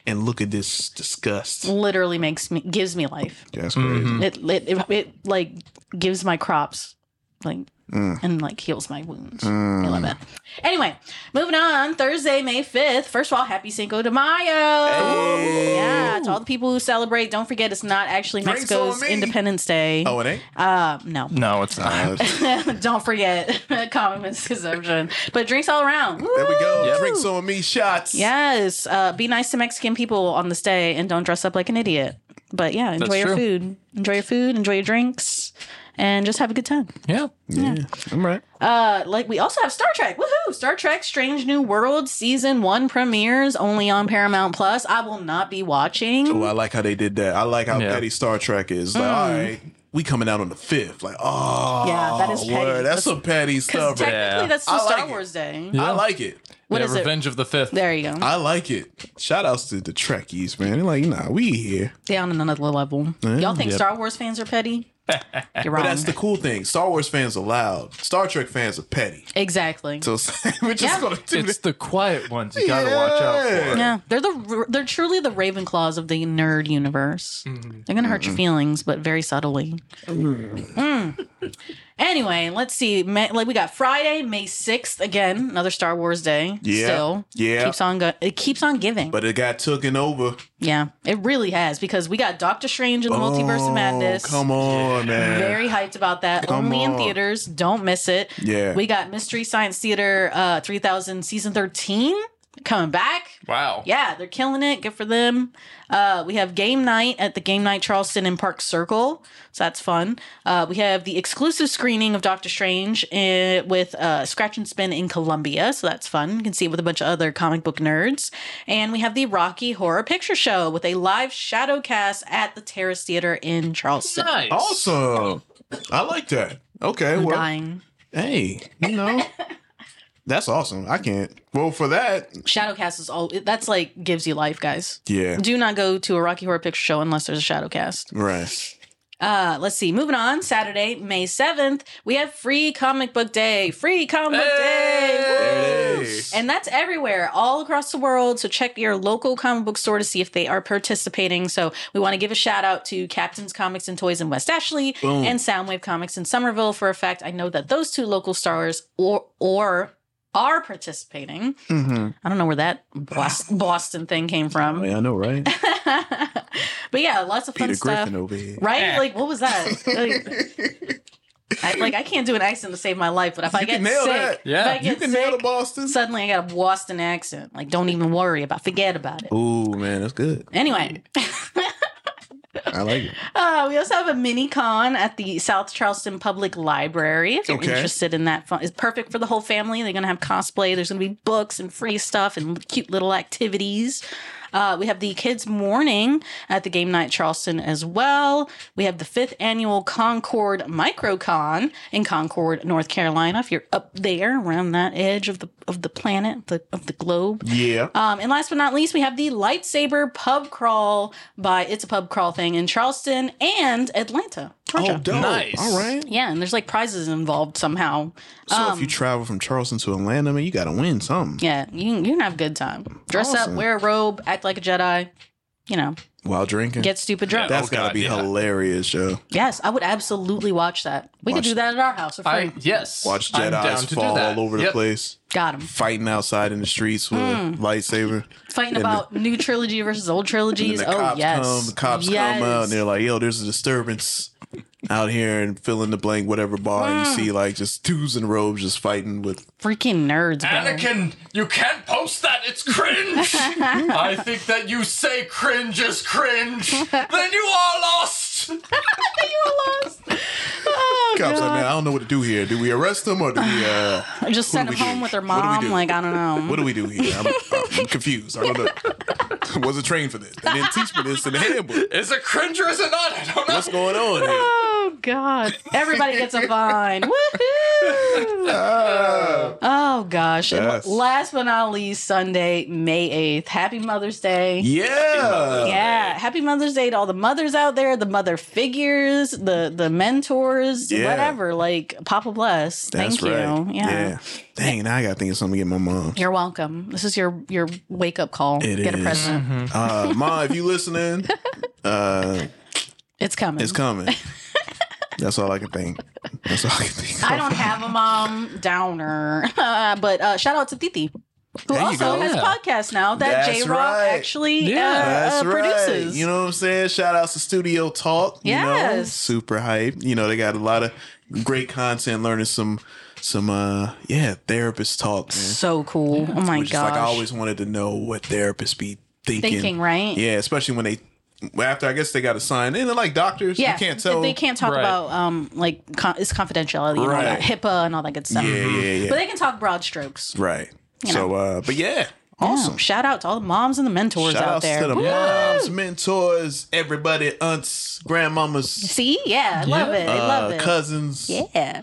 [SPEAKER 1] and look at this disgust. Mm-hmm.
[SPEAKER 2] literally makes me gives me life.
[SPEAKER 1] That's crazy.
[SPEAKER 2] It, it it it like gives my crops like
[SPEAKER 1] Mm.
[SPEAKER 2] and like heals my wounds.
[SPEAKER 1] Mm.
[SPEAKER 2] I love it. Anyway, moving on. Thursday, May 5th. First of all, happy Cinco de Mayo. Yeah, to all the people who celebrate, don't forget it's not actually
[SPEAKER 1] Drinks
[SPEAKER 2] Mexico's
[SPEAKER 1] on me.
[SPEAKER 2] Independence Day.
[SPEAKER 1] Oh, it ain't? Uh,
[SPEAKER 2] Uh, no.
[SPEAKER 3] No, it's not.
[SPEAKER 2] don't forget common misconception. But drinks all around.
[SPEAKER 1] There we go. Drinks on me, shots.
[SPEAKER 2] Yes. Uh, be nice to Mexican people on this day and don't dress up like an idiot. But yeah, enjoy
[SPEAKER 3] That's
[SPEAKER 2] your
[SPEAKER 3] true.
[SPEAKER 2] food. Enjoy your food, enjoy your drinks, and just have a good time.
[SPEAKER 3] Yeah.
[SPEAKER 1] Yeah. I'm right.
[SPEAKER 2] Uh, like we also have Star Trek. Woohoo! Star Trek: Strange New World season one premieres only on Paramount Plus. I will not be watching.
[SPEAKER 1] Oh, I like how they did that. I like how petty Star Trek is. Like,
[SPEAKER 2] Mm.
[SPEAKER 1] all right, we coming out on the fifth. Like, oh,
[SPEAKER 2] Yeah, that is petty.
[SPEAKER 1] word. That's,
[SPEAKER 2] That's-
[SPEAKER 1] some petty stuff. right
[SPEAKER 2] Technically,
[SPEAKER 1] there.
[SPEAKER 2] that's still
[SPEAKER 1] I
[SPEAKER 2] Star
[SPEAKER 1] like it.
[SPEAKER 2] Wars Day.
[SPEAKER 1] I like it.
[SPEAKER 2] What Yeah, is it? Revenge
[SPEAKER 3] of the Fifth.
[SPEAKER 2] There you go.
[SPEAKER 1] I like it. Shout outs to the Trekkies, man. They're like, nah, we here.
[SPEAKER 2] Down on another level. Y'all think
[SPEAKER 1] Yep.
[SPEAKER 2] Star Wars fans are petty? You're
[SPEAKER 1] But
[SPEAKER 2] wrong.
[SPEAKER 1] that's the cool thing. Star Wars fans are loud. Star Trek fans are petty.
[SPEAKER 2] Exactly.
[SPEAKER 1] So we're just
[SPEAKER 2] Yeah.
[SPEAKER 1] gonna do
[SPEAKER 3] It's
[SPEAKER 1] this.
[SPEAKER 3] the quiet ones you gotta watch out for.
[SPEAKER 2] Yeah, they're the they're truly the Ravenclaws of the nerd universe. They're gonna
[SPEAKER 1] Mm-hmm.
[SPEAKER 2] hurt your feelings, but very subtly. Mm. anyway, let's see. May, like we got Friday, May sixth again, another Star Wars day.
[SPEAKER 1] Yeah.
[SPEAKER 2] still,
[SPEAKER 1] Yeah.
[SPEAKER 2] keeps on go- it keeps on giving.
[SPEAKER 1] But it got taken over.
[SPEAKER 2] yeah, it really has because we got Doctor Strange in the Multiverse of Madness.
[SPEAKER 1] Oh, Come on, man.
[SPEAKER 2] Very hyped about that.
[SPEAKER 1] Come
[SPEAKER 2] Only
[SPEAKER 1] on.
[SPEAKER 2] in theaters. Don't miss it.
[SPEAKER 1] Yeah.
[SPEAKER 2] We got Mystery Science Theater uh 3000 season 13 coming back.
[SPEAKER 3] Wow.
[SPEAKER 2] Yeah, they're killing it. Good for them. Uh, we have game night at the Game Night Charleston in Park Circle. So that's fun. Uh, we have the exclusive screening of Doctor Strange uh, with uh, Scratch and Spin in Columbia. So that's fun. You can see it with a bunch of other comic book nerds. And we have the Rocky Horror Picture Show with a live shadow cast at the Terrace Theater in Charleston.
[SPEAKER 1] Awesome. I like that. Okay.
[SPEAKER 2] I'm
[SPEAKER 1] well,
[SPEAKER 2] dying.
[SPEAKER 1] Hey, you know, that's awesome. I can't. Well, for that,
[SPEAKER 2] Shadowcast is all that's like gives you life, guys.
[SPEAKER 1] yeah.
[SPEAKER 2] Do not go to a Rocky Horror Picture Show unless there's a shadow cast.
[SPEAKER 1] Right.
[SPEAKER 2] Uh, let's see. Moving on, Saturday, May 7th, we have free comic book day. Free comic book day. Woo! And that's everywhere, all across the world. So check your local comic book store to see if they are participating. So we want to give a shout out to Captain's Comics and Toys in West Ashley
[SPEAKER 10] Boom.
[SPEAKER 2] and Soundwave Comics in Somerville. For a fact, I know that those two local stars or or are participating.
[SPEAKER 1] Mm-hmm.
[SPEAKER 2] I don't know where that Bos- Boston thing came from.
[SPEAKER 1] I know, right?
[SPEAKER 2] But yeah, lots of fun
[SPEAKER 1] Oh, Peter
[SPEAKER 2] stuff.
[SPEAKER 1] Griffin over here.
[SPEAKER 2] Right? Like, what was that? Like- I, like, I can't do an accent to save my life, but if I
[SPEAKER 1] You
[SPEAKER 2] get
[SPEAKER 1] can nail
[SPEAKER 2] sick,
[SPEAKER 1] that.
[SPEAKER 2] if I
[SPEAKER 1] Yeah.
[SPEAKER 2] get
[SPEAKER 1] You can nail
[SPEAKER 2] sick,
[SPEAKER 1] Boston.
[SPEAKER 2] Suddenly, I got a Boston accent. Like, don't even worry about. Forget about it.
[SPEAKER 1] Ooh, man, that's good.
[SPEAKER 2] Anyway,
[SPEAKER 1] I like it.
[SPEAKER 2] uh, we also have a mini con at the South Charleston Public Library. If you're
[SPEAKER 1] Okay.
[SPEAKER 2] interested in that, fun, it's perfect for the whole family. They're going to have cosplay. There's going to be books and free stuff and cute little activities. Uh, we have the kids' morning at the game night Charleston as well. We have the fifth annual Concord Microcon in Concord, North Carolina. If you're up there around that edge of the of the planet, the, of the globe,
[SPEAKER 1] Yeah.
[SPEAKER 2] um, and last but not least, we have the lightsaber pub crawl by It's a Pub Crawl thing in Charleston and Atlanta. Georgia.
[SPEAKER 1] Oh, dope. Nice. All right.
[SPEAKER 2] Yeah, and there's like prizes involved somehow.
[SPEAKER 1] So
[SPEAKER 2] um,
[SPEAKER 1] if you travel from Charleston to Atlanta, man, you got to win something.
[SPEAKER 2] yeah, you you can have a good time. Dress
[SPEAKER 1] Awesome.
[SPEAKER 2] up, wear a robe, act like a Jedi. You know,
[SPEAKER 1] While drinking.
[SPEAKER 2] Get stupid drunk.
[SPEAKER 1] That's
[SPEAKER 2] Oh,
[SPEAKER 1] got to
[SPEAKER 2] God,
[SPEAKER 1] be
[SPEAKER 2] yeah.
[SPEAKER 1] hilarious, yo.
[SPEAKER 2] yes, I would absolutely watch that. We could
[SPEAKER 1] Watch-
[SPEAKER 2] do that at our house. for
[SPEAKER 3] I
[SPEAKER 2] free.
[SPEAKER 3] yes.
[SPEAKER 1] Watch
[SPEAKER 3] I'm down
[SPEAKER 1] Jedi's
[SPEAKER 3] to do
[SPEAKER 1] fall
[SPEAKER 3] that.
[SPEAKER 1] all over the
[SPEAKER 3] Yep.
[SPEAKER 1] place.
[SPEAKER 2] Got 'em.
[SPEAKER 1] Fighting outside in the streets with
[SPEAKER 2] Mm.
[SPEAKER 1] a lightsaber.
[SPEAKER 2] Fighting
[SPEAKER 1] And the-
[SPEAKER 2] about new trilogy versus old
[SPEAKER 1] And then
[SPEAKER 2] trilogies.
[SPEAKER 1] the
[SPEAKER 2] oh
[SPEAKER 1] cops
[SPEAKER 2] yes,
[SPEAKER 1] come, uh, the cops
[SPEAKER 2] yes.
[SPEAKER 1] come out, and they're like, "Yo, there's a disturbance out here and fill in the blank, whatever bar you
[SPEAKER 2] Mm.
[SPEAKER 1] see, like just dudes in robes just fighting with.
[SPEAKER 2] Freaking nerds, bro.
[SPEAKER 3] Anakin, you can't post that. It's cringe. I think that you say cringe is cringe. then you are lost. you
[SPEAKER 2] are lost. Oh,
[SPEAKER 1] Cops like, man, I don't know what to do here. Do we arrest them or do we? uh
[SPEAKER 2] I just
[SPEAKER 1] what
[SPEAKER 2] sent
[SPEAKER 1] do
[SPEAKER 2] him
[SPEAKER 1] we do?
[SPEAKER 2] home with her
[SPEAKER 1] What do we
[SPEAKER 2] mom.
[SPEAKER 1] do?
[SPEAKER 2] Like, I don't know.
[SPEAKER 1] What do we do here? I'm, I'm confused. I don't know. Wasn't trained for this. They didn't teach me this in the handbook.
[SPEAKER 3] Is it cringe or is it not? I don't know.
[SPEAKER 1] What's going on here?
[SPEAKER 2] Oh God! Everybody gets a fine. Woohoo! oh gosh! And
[SPEAKER 1] Yes.
[SPEAKER 2] Last but not least, Sunday, May eighth. Happy Mother's Day!
[SPEAKER 1] Yeah.
[SPEAKER 2] yeah. Happy Mother's Day to all the mothers out there, the mother figures, the the mentors,
[SPEAKER 1] Yeah.
[SPEAKER 2] whatever. Like Papa bless.
[SPEAKER 1] That's
[SPEAKER 2] Thank
[SPEAKER 1] right.
[SPEAKER 2] you. Yeah.
[SPEAKER 1] Dang, now I gotta think of something to get my mom.
[SPEAKER 2] You're welcome. This is your your wake up call.
[SPEAKER 1] It is.
[SPEAKER 2] Get a present.
[SPEAKER 1] Uh, Ma, if you listening, uh,
[SPEAKER 2] It's coming.
[SPEAKER 1] it's coming. That's all I can think. That's all I can think.
[SPEAKER 2] I don't have a mom downer, but uh, shout out to Titi, who
[SPEAKER 1] There you
[SPEAKER 2] also
[SPEAKER 1] go.
[SPEAKER 2] has a
[SPEAKER 1] Yeah.
[SPEAKER 2] podcast now that
[SPEAKER 1] That's
[SPEAKER 2] J Rock
[SPEAKER 1] right.
[SPEAKER 2] actually uh,
[SPEAKER 1] That's
[SPEAKER 2] uh, produces.
[SPEAKER 1] Right. You know what I'm saying? Shout outs to Studio Talk. You know,
[SPEAKER 2] Yes.
[SPEAKER 1] super hype. You know, they got a lot of great content, learning some some uh yeah, therapist talk. Man.
[SPEAKER 2] So cool. Oh my
[SPEAKER 1] Which is like I
[SPEAKER 2] gosh.
[SPEAKER 1] always wanted to know what therapists be thinking.
[SPEAKER 2] Thinking, right?
[SPEAKER 1] Yeah, especially when they after I guess they got to sign in. They're like doctors.
[SPEAKER 2] yeah,
[SPEAKER 1] you can't tell.
[SPEAKER 2] they can't talk about um like con- it's confidentiality and all
[SPEAKER 1] Right.
[SPEAKER 2] that HIPAA and all that good stuff.
[SPEAKER 1] Yeah, yeah, yeah.
[SPEAKER 2] But they can talk broad strokes.
[SPEAKER 1] Right.
[SPEAKER 2] Mm-hmm. You
[SPEAKER 1] so uh but yeah.
[SPEAKER 2] Awesome. Shout out to all the moms and the mentors
[SPEAKER 1] Shout
[SPEAKER 2] out
[SPEAKER 1] outs
[SPEAKER 2] there.
[SPEAKER 1] to the
[SPEAKER 2] Woo!
[SPEAKER 1] moms, mentors, everybody, aunts, grandmamas,
[SPEAKER 2] See, yeah, love it. I love
[SPEAKER 1] Uh,
[SPEAKER 2] it.
[SPEAKER 1] cousins.
[SPEAKER 2] Yeah,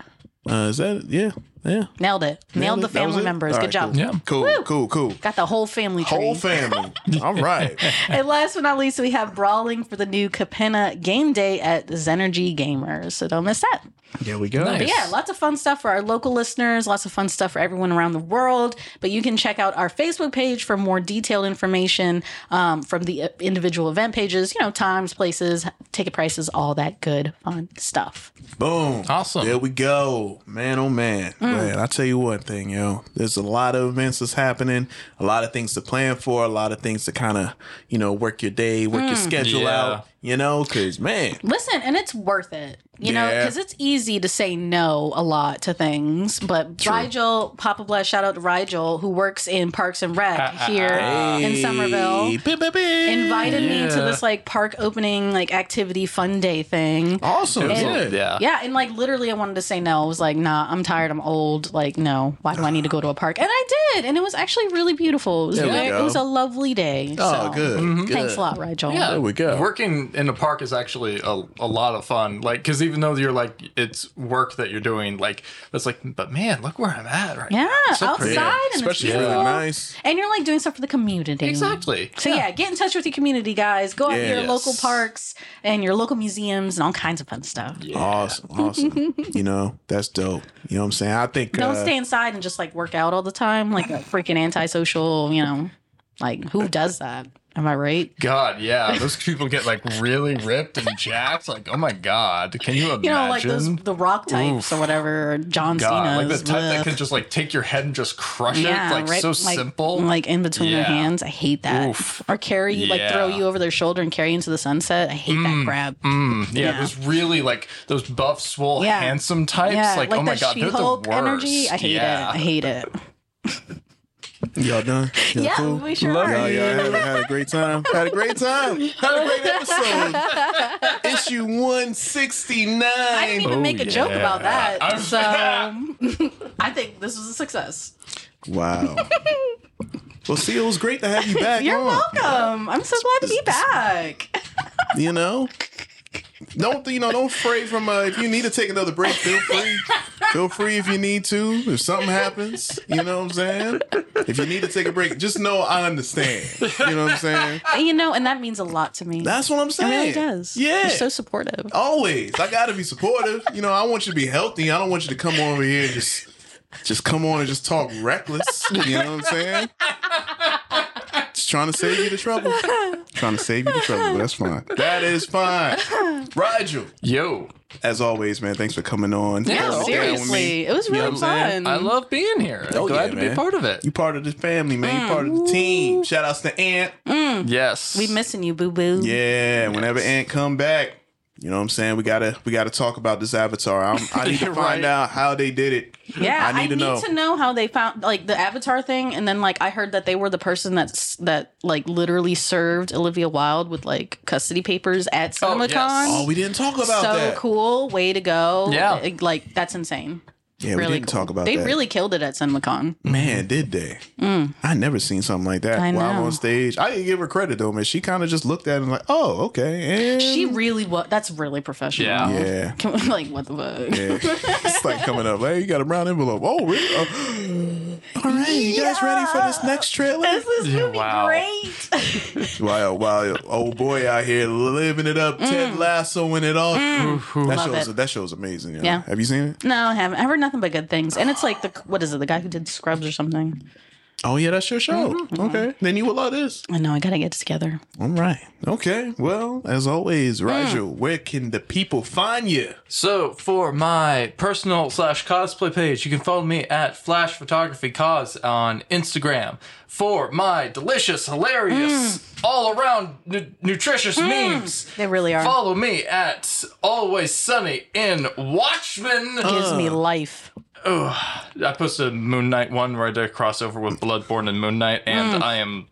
[SPEAKER 1] Uh, is that it? Yeah, yeah.
[SPEAKER 2] nailed it. Nailed, the
[SPEAKER 1] it? That was
[SPEAKER 2] family
[SPEAKER 1] it?
[SPEAKER 2] members.
[SPEAKER 1] All
[SPEAKER 2] good
[SPEAKER 1] right,
[SPEAKER 2] job.
[SPEAKER 1] Cool,
[SPEAKER 2] Woo!
[SPEAKER 1] cool, cool, cool.
[SPEAKER 2] Got the whole family tree.
[SPEAKER 1] Whole family. All right.
[SPEAKER 2] and last but not least, we have brawling for the new Capenna game day at Zenergy Gamers. So don't miss that.
[SPEAKER 1] There we go.
[SPEAKER 2] But yeah, lots of fun stuff for our local listeners, lots of fun stuff for everyone around the world. But you can check out our Facebook page for more detailed information um, from the uh, individual event pages, you know, times, places, ticket prices, all that good fun stuff.
[SPEAKER 1] Boom. Awesome. There we go. Man, oh man.
[SPEAKER 2] Hmm.
[SPEAKER 1] Man, I tell you one thing, yo. There's a lot of events that's happening, a lot of things to plan for, a lot of things to kind of, you know, work your day, work your
[SPEAKER 2] Mm.
[SPEAKER 1] schedule
[SPEAKER 3] Yeah.
[SPEAKER 1] out, you know, because, man,
[SPEAKER 2] Listen, and it's worth it, you know,
[SPEAKER 1] Yeah.
[SPEAKER 2] because it's easy to say no a lot to things. But Rigel, Papa Bless, shout out to Rigel, who works in Parks and Rec here in Somerville, invited me to
[SPEAKER 1] Yeah.
[SPEAKER 2] this like park opening like activity fun day thing.
[SPEAKER 1] Awesome,
[SPEAKER 2] And,
[SPEAKER 1] good.
[SPEAKER 2] yeah,
[SPEAKER 1] Yeah.
[SPEAKER 2] yeah, and like literally, I wanted to say no. I was like, nah, I'm tired, I'm old. Like, no, why do I need to go to a park? And I did, and it was actually really beautiful. It was,
[SPEAKER 3] There we
[SPEAKER 2] very-
[SPEAKER 3] go. Oh,
[SPEAKER 2] it was a lovely day. so. Thanks a lot, Rigel.
[SPEAKER 3] Yeah, Working in a park is actually a, a lot of fun. Like, because even though you're like, it's work that you're doing, like, it's like, but man, look where I'm at right
[SPEAKER 2] Yeah,
[SPEAKER 3] now. It's so
[SPEAKER 2] outside
[SPEAKER 3] pretty.
[SPEAKER 2] and it's beautiful. And you're like doing stuff for the community.
[SPEAKER 3] Exactly.
[SPEAKER 2] So yeah, get in touch with your community, guys. Go out to your
[SPEAKER 1] Yes.
[SPEAKER 2] local parks and your local museums and all kinds of fun stuff.
[SPEAKER 1] awesome, awesome. you know, that's dope. You know what I'm saying? I think.
[SPEAKER 2] Don't
[SPEAKER 1] uh,
[SPEAKER 2] stay inside and just like work out all the time, like a freaking antisocial. You know, like who does that? Am I right?
[SPEAKER 3] God, yeah. Those people get like really ripped and jacked. Like, oh my God. Can you imagine?
[SPEAKER 2] You know, like those the rock types
[SPEAKER 3] Oof.
[SPEAKER 2] or whatever, or John Cena.
[SPEAKER 3] God, like the type that can just like take your head and just crush it. Like, so simple.
[SPEAKER 2] Like in between their
[SPEAKER 3] Yeah.
[SPEAKER 2] hands. I hate that. Or carry you, like throw
[SPEAKER 3] Yeah.
[SPEAKER 2] you over their shoulder and carry you into the sunset. I hate that grab.
[SPEAKER 3] Mm, yeah,
[SPEAKER 2] Yeah.
[SPEAKER 3] those really like those buff, swole,
[SPEAKER 2] Yeah.
[SPEAKER 3] handsome types.
[SPEAKER 2] Yeah,
[SPEAKER 3] like, oh my
[SPEAKER 2] that
[SPEAKER 3] god, they're the
[SPEAKER 2] She-Hulk
[SPEAKER 3] worst.
[SPEAKER 2] energy. I hate
[SPEAKER 3] yeah.
[SPEAKER 2] it. I hate it.
[SPEAKER 1] Y'all done? Y'all
[SPEAKER 2] Yeah,
[SPEAKER 1] cool?
[SPEAKER 2] we sure
[SPEAKER 1] Love
[SPEAKER 2] are.
[SPEAKER 1] Y'all, y'all had, had a great time. Had a great time. Had a great episode. Issue 169.
[SPEAKER 2] I didn't even make a joke about that.
[SPEAKER 1] I'm-
[SPEAKER 2] so I think this was a success.
[SPEAKER 1] Wow. well, see, it was great to have you back.
[SPEAKER 2] You're
[SPEAKER 1] on.
[SPEAKER 2] welcome. I'm so glad to be back.
[SPEAKER 1] You know? Don't you know? Don't afraid from. Uh, if you need to take another break, feel free. feel free if you need to. If something happens, you know what I'm saying. If you need to take a break, just know I understand. You know what I'm saying.
[SPEAKER 2] You know, and that means a lot to me.
[SPEAKER 1] That's what I'm saying.
[SPEAKER 2] It Oh, really does.
[SPEAKER 1] Yeah.
[SPEAKER 2] You're so supportive.
[SPEAKER 1] Always. I gotta be supportive. You know, I want you to be healthy. I don't want you to come over here and just just come on and just talk reckless. You know what I'm saying? Just trying to save you the trouble. Trying to save you the trouble, but that's fine. That is fine. Rigel.
[SPEAKER 3] Yo.
[SPEAKER 1] As always, man, thanks for coming on.
[SPEAKER 2] Yeah,
[SPEAKER 1] Having a day with
[SPEAKER 2] seriously.
[SPEAKER 1] me.
[SPEAKER 2] It was
[SPEAKER 1] You know
[SPEAKER 2] really
[SPEAKER 1] what I'm saying? Oh,
[SPEAKER 2] fun.
[SPEAKER 3] love being here. Glad to be part of it.
[SPEAKER 1] You part of the family, man. You
[SPEAKER 2] Mm.
[SPEAKER 1] part of the team. Shout outs to Ant.
[SPEAKER 2] Mm.
[SPEAKER 3] Yes.
[SPEAKER 2] We missing you, boo boo.
[SPEAKER 1] Yeah, whenever Ant come back, You know what I'm saying? We gotta we gotta talk about this Avatar. I'm, I need to
[SPEAKER 3] Right.
[SPEAKER 1] find out how they did it.
[SPEAKER 2] Yeah,
[SPEAKER 1] I need to know.
[SPEAKER 2] how they found like the Avatar thing, and then like I heard that they were the person that's that like literally served Olivia Wilde with like custody papers at
[SPEAKER 1] Oh,
[SPEAKER 2] CinemaCon.
[SPEAKER 1] yes. Oh, we didn't talk about
[SPEAKER 2] so
[SPEAKER 1] that.
[SPEAKER 2] cool, way to go!
[SPEAKER 1] Yeah.
[SPEAKER 2] Like, like, that's insane.
[SPEAKER 1] Yeah, we didn't talk about
[SPEAKER 2] they
[SPEAKER 1] that.
[SPEAKER 2] really killed it at CinemaCon.
[SPEAKER 1] Man, did they?
[SPEAKER 2] Mm.
[SPEAKER 1] I never seen something like that
[SPEAKER 2] I
[SPEAKER 1] while
[SPEAKER 2] know.
[SPEAKER 1] on stage. I didn't give her credit though, man. She kind of just looked at it and like, oh, okay. And
[SPEAKER 2] She really was. That's really professional.
[SPEAKER 1] Yeah. Yeah.
[SPEAKER 2] Can we- like what the fuck?
[SPEAKER 1] Yeah. it's like coming up. Hey, you got a brown envelope. Oh, really? Oh. All right, you guys ready for this next trailer? This
[SPEAKER 2] is
[SPEAKER 1] gonna wow. be
[SPEAKER 2] great.
[SPEAKER 1] wild, wild old boy out here living it up, Ted Lassoing it all. That
[SPEAKER 2] Mm. Love
[SPEAKER 1] show's
[SPEAKER 2] it.
[SPEAKER 1] that show's amazing. Yo.
[SPEAKER 2] Yeah.
[SPEAKER 1] Have you seen it?
[SPEAKER 2] No, I haven't. I heard nothing but good things, and it's like the what is it? The guy who did Scrubs or something.
[SPEAKER 1] Oh yeah, that's your show.
[SPEAKER 2] Mm-hmm,
[SPEAKER 1] Okay, then you will love this.
[SPEAKER 2] I know. I gotta get it together.
[SPEAKER 1] All right. Okay. Well, as always, Rigel, where can the people find you?
[SPEAKER 3] So for my personal slash cosplay page, you can follow me at Flash Photography Cause on Instagram. For my delicious, hilarious, all around nu- nutritious memes,
[SPEAKER 2] They really are.
[SPEAKER 3] follow me at Always Sunny in Watchmen.
[SPEAKER 2] Gives me life.
[SPEAKER 3] Oh, I posted Moon Knight one where I did a crossover with Bloodborne and Moon Knight, and
[SPEAKER 2] Mm.
[SPEAKER 3] I am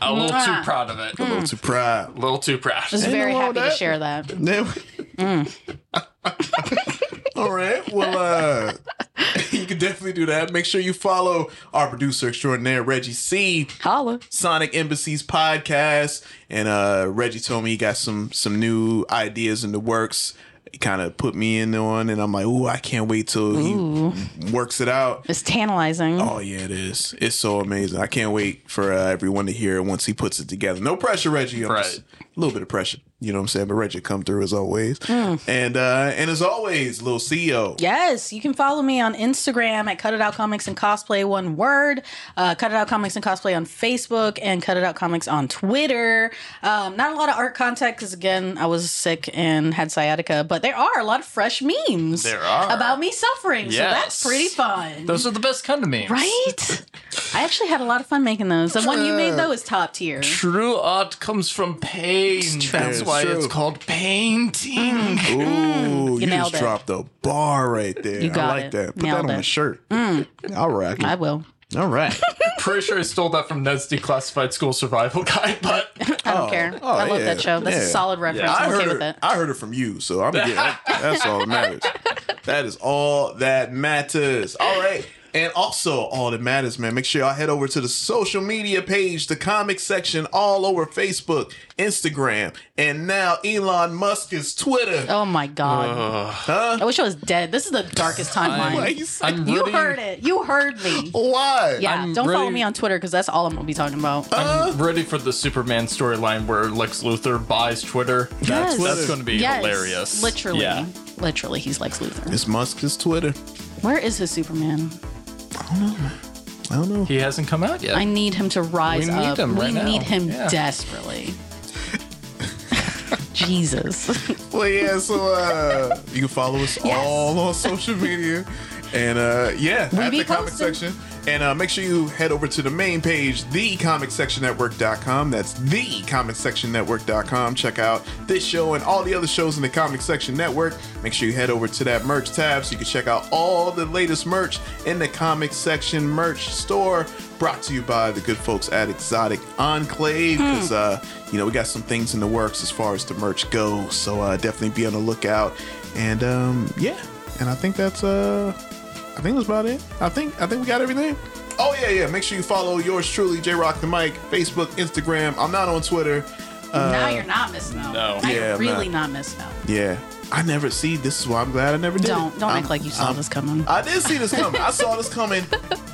[SPEAKER 3] a little
[SPEAKER 2] Mwah.
[SPEAKER 3] too proud of it.
[SPEAKER 2] A little
[SPEAKER 1] too proud.
[SPEAKER 3] A little too proud.
[SPEAKER 2] Just very happy to share that.
[SPEAKER 1] All right. Well, uh, you can definitely do that. Make sure you follow our producer extraordinaire, Reggie C.
[SPEAKER 2] Holla.
[SPEAKER 1] Sonic Embassies podcast. And uh, Reggie told me he got some some new ideas in the works. He kind of put me in on, and I'm like, ooh, I can't wait till he works it out.
[SPEAKER 2] It's tantalizing.
[SPEAKER 1] Oh yeah, it is. It's so amazing. I can't wait for uh, everyone to hear it once he puts it together. No pressure, Reggie. I'm just- a little bit of pressure. You know what I'm saying? But Reggie come through as always.
[SPEAKER 2] Mm.
[SPEAKER 1] And uh, and as always, little E CEO.
[SPEAKER 2] Yes, you can follow me on Instagram at Cut It Out Comics and Cosplay, one word. Uh, Cut It Out Comics and Cosplay on Facebook and Cut It Out Comics on Twitter. Um, not a lot of art content because, again, I was sick and had sciatica, but there are a lot of fresh memes.
[SPEAKER 3] There are.
[SPEAKER 2] About me suffering. So that's
[SPEAKER 3] Yes.
[SPEAKER 2] pretty fun.
[SPEAKER 3] Those are the best kind of memes.
[SPEAKER 2] Right? I actually had a lot of fun making those. The one you made, though, is top tier.
[SPEAKER 3] True art comes from pain. That's
[SPEAKER 1] It's
[SPEAKER 3] why
[SPEAKER 1] true.
[SPEAKER 3] it's called painting.
[SPEAKER 2] Mm.
[SPEAKER 1] Ooh, you,
[SPEAKER 2] nailed
[SPEAKER 1] just
[SPEAKER 2] it.
[SPEAKER 1] dropped the bar right there.
[SPEAKER 2] You got
[SPEAKER 1] I like
[SPEAKER 2] it.
[SPEAKER 1] that. Put
[SPEAKER 2] Nailed
[SPEAKER 1] that on
[SPEAKER 2] it.
[SPEAKER 1] a shirt.
[SPEAKER 2] Mm.
[SPEAKER 1] I'll rock it.
[SPEAKER 2] I will.
[SPEAKER 1] All right.
[SPEAKER 3] Pretty sure I stole that from Ned's Declassified School Survival Guide, but
[SPEAKER 2] I don't care.
[SPEAKER 1] Oh,
[SPEAKER 2] I love
[SPEAKER 1] yeah,
[SPEAKER 2] that show. That's a
[SPEAKER 1] yeah.
[SPEAKER 2] solid reference.
[SPEAKER 1] Yeah, I
[SPEAKER 2] I'm okay
[SPEAKER 1] heard
[SPEAKER 2] with
[SPEAKER 1] it-
[SPEAKER 2] it.
[SPEAKER 1] I heard it from you, so I'm getting that, that's all that matters. That is all that matters. All right. And also, all that matters, man. Make sure y'all head over to the social media page, the comic section, all over Facebook, Instagram, and now Elon Musk is Twitter.
[SPEAKER 2] Oh my God.
[SPEAKER 1] huh?
[SPEAKER 2] I wish I was dead. This is the darkest timeline.
[SPEAKER 1] Why you say-
[SPEAKER 3] I'm
[SPEAKER 2] you
[SPEAKER 3] really-
[SPEAKER 2] heard it. You heard me.
[SPEAKER 1] Why?
[SPEAKER 2] Oh. Yeah.
[SPEAKER 3] I'm
[SPEAKER 2] don't follow
[SPEAKER 3] really- Oh,
[SPEAKER 2] me on Twitter because that's all I'm gonna be talking about.
[SPEAKER 3] I'm ready for the Superman storyline where Lex Luthor buys Twitter. That's,
[SPEAKER 2] Yes.
[SPEAKER 3] that's going to be
[SPEAKER 2] Yes.
[SPEAKER 3] hilarious.
[SPEAKER 2] Literally.
[SPEAKER 3] Yeah.
[SPEAKER 2] Literally, he's Lex Luthor.
[SPEAKER 1] It's Musk is Twitter.
[SPEAKER 2] Where is his Superman?
[SPEAKER 1] I don't know.
[SPEAKER 3] He hasn't come out yet.
[SPEAKER 2] I need him to rise
[SPEAKER 3] We need
[SPEAKER 2] up.
[SPEAKER 3] him right
[SPEAKER 2] we
[SPEAKER 3] now.
[SPEAKER 2] need him
[SPEAKER 3] Yeah.
[SPEAKER 2] desperately.
[SPEAKER 3] Uh,
[SPEAKER 2] Jesus.
[SPEAKER 1] well, yeah, so uh, you can follow us all on social media. And uh, yeah, at the comic section. And uh, make sure you head over to the main page, thecomicsectionnetwork.com. That's thecomicsectionnetwork.com. Check out this show and all the other shows in the Comic Section Network. Make sure you head over to that merch tab so you can check out all the latest merch in the Comic Section merch store. Brought to you by the good folks at Exotic Enclave.
[SPEAKER 11] Hmm.
[SPEAKER 1] 'cause, uh, you know, we got some things in the works as far as the merch goes. So uh, definitely be on the lookout. And um, yeah, and I think that's uh, I think that's about it. I think I think we got everything. Oh yeah, yeah. Make sure you follow yours truly, J Rock the Mic, Facebook, Instagram. I'm not on Twitter.
[SPEAKER 2] now you're not missing out.
[SPEAKER 1] no.
[SPEAKER 2] Now
[SPEAKER 1] Yeah,
[SPEAKER 2] you're
[SPEAKER 1] I'm
[SPEAKER 2] really
[SPEAKER 1] not.
[SPEAKER 2] not missing out.
[SPEAKER 1] Yeah. I never see. This is why I'm glad I never did.
[SPEAKER 2] Don't- don't act like you saw this coming.
[SPEAKER 1] I did see this coming. I saw this coming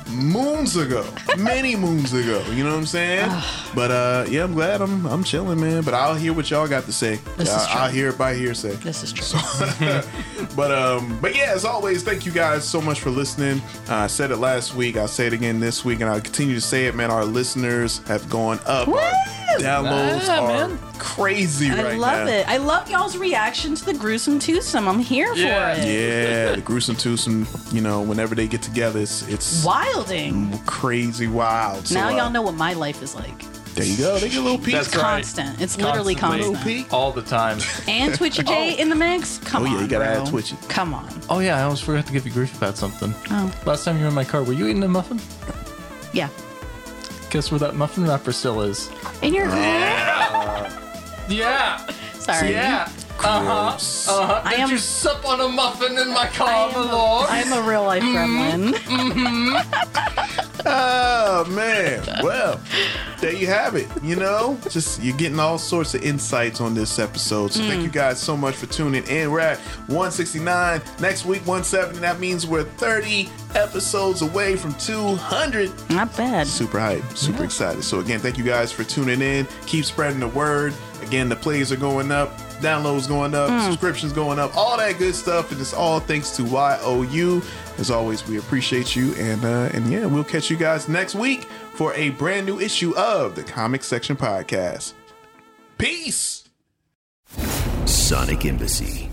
[SPEAKER 1] moons ago, many moons ago. You know what I'm saying? but uh, yeah, I'm glad I'm I'm chilling, man. But I'll hear what y'all got to say.
[SPEAKER 11] This is
[SPEAKER 1] I-
[SPEAKER 11] true.
[SPEAKER 1] I'll hear it by hearsay.
[SPEAKER 2] This is true.
[SPEAKER 1] but um, but yeah, as always, thank you guys so much for listening. Uh, I said it last week. I'll say it again this week, and I'll continue to say it, man. Our listeners have gone up. Our downloads
[SPEAKER 2] Yeah,
[SPEAKER 1] are
[SPEAKER 2] man.
[SPEAKER 1] crazy
[SPEAKER 2] I
[SPEAKER 1] right now.
[SPEAKER 2] love it. I love y'all's reaction to the gruesome twosome. I'm here for it.
[SPEAKER 1] Yeah, the gruesome twosome. You know, whenever they get together, it's it's
[SPEAKER 2] Wilding.
[SPEAKER 1] crazy wild. So,
[SPEAKER 2] now
[SPEAKER 1] uh,
[SPEAKER 2] y'all know what my life is like.
[SPEAKER 1] There you go. They get little peaks.
[SPEAKER 2] It's constant. It's literally
[SPEAKER 3] Constantly.
[SPEAKER 2] constant.
[SPEAKER 3] all the time.
[SPEAKER 2] And Twitchy J in the mix.
[SPEAKER 1] Oh,
[SPEAKER 2] Come on, bro.
[SPEAKER 3] Twitchy.
[SPEAKER 2] Come on.
[SPEAKER 3] Oh yeah, I almost forgot to give you grief about something.
[SPEAKER 2] Oh.
[SPEAKER 3] Last time you were in my car, were you eating a muffin?
[SPEAKER 2] Yeah.
[SPEAKER 3] Guess where that muffin wrapper still is?
[SPEAKER 2] In your
[SPEAKER 3] Yeah.
[SPEAKER 2] Sorry.
[SPEAKER 3] Yeah. Uh huh. Uh huh.
[SPEAKER 2] I
[SPEAKER 3] Did
[SPEAKER 2] am-
[SPEAKER 3] you sup on a muffin in my car, my lord?
[SPEAKER 2] I'm a real life gremlin.
[SPEAKER 1] Oh man. Well, there you have it. You know, just you're getting all sorts of insights on this episode. So thank
[SPEAKER 2] Mm.
[SPEAKER 1] you guys so much for tuning in. We're at 169 next week, 170. That means we're 30 episodes away from 200.
[SPEAKER 2] Not bad.
[SPEAKER 1] Super hype. Super excited. So again, thank you guys for tuning in. Keep spreading the word. Again, the plays are going up. Downloads going up,
[SPEAKER 2] Mm.
[SPEAKER 1] subscriptions going up, all that good stuff, and it's all thanks to YOU. As always, we appreciate you, and uh, and yeah, we'll catch you guys next week for a brand new issue of the Comic Section Podcast. Peace.
[SPEAKER 11] Sonic Embassy.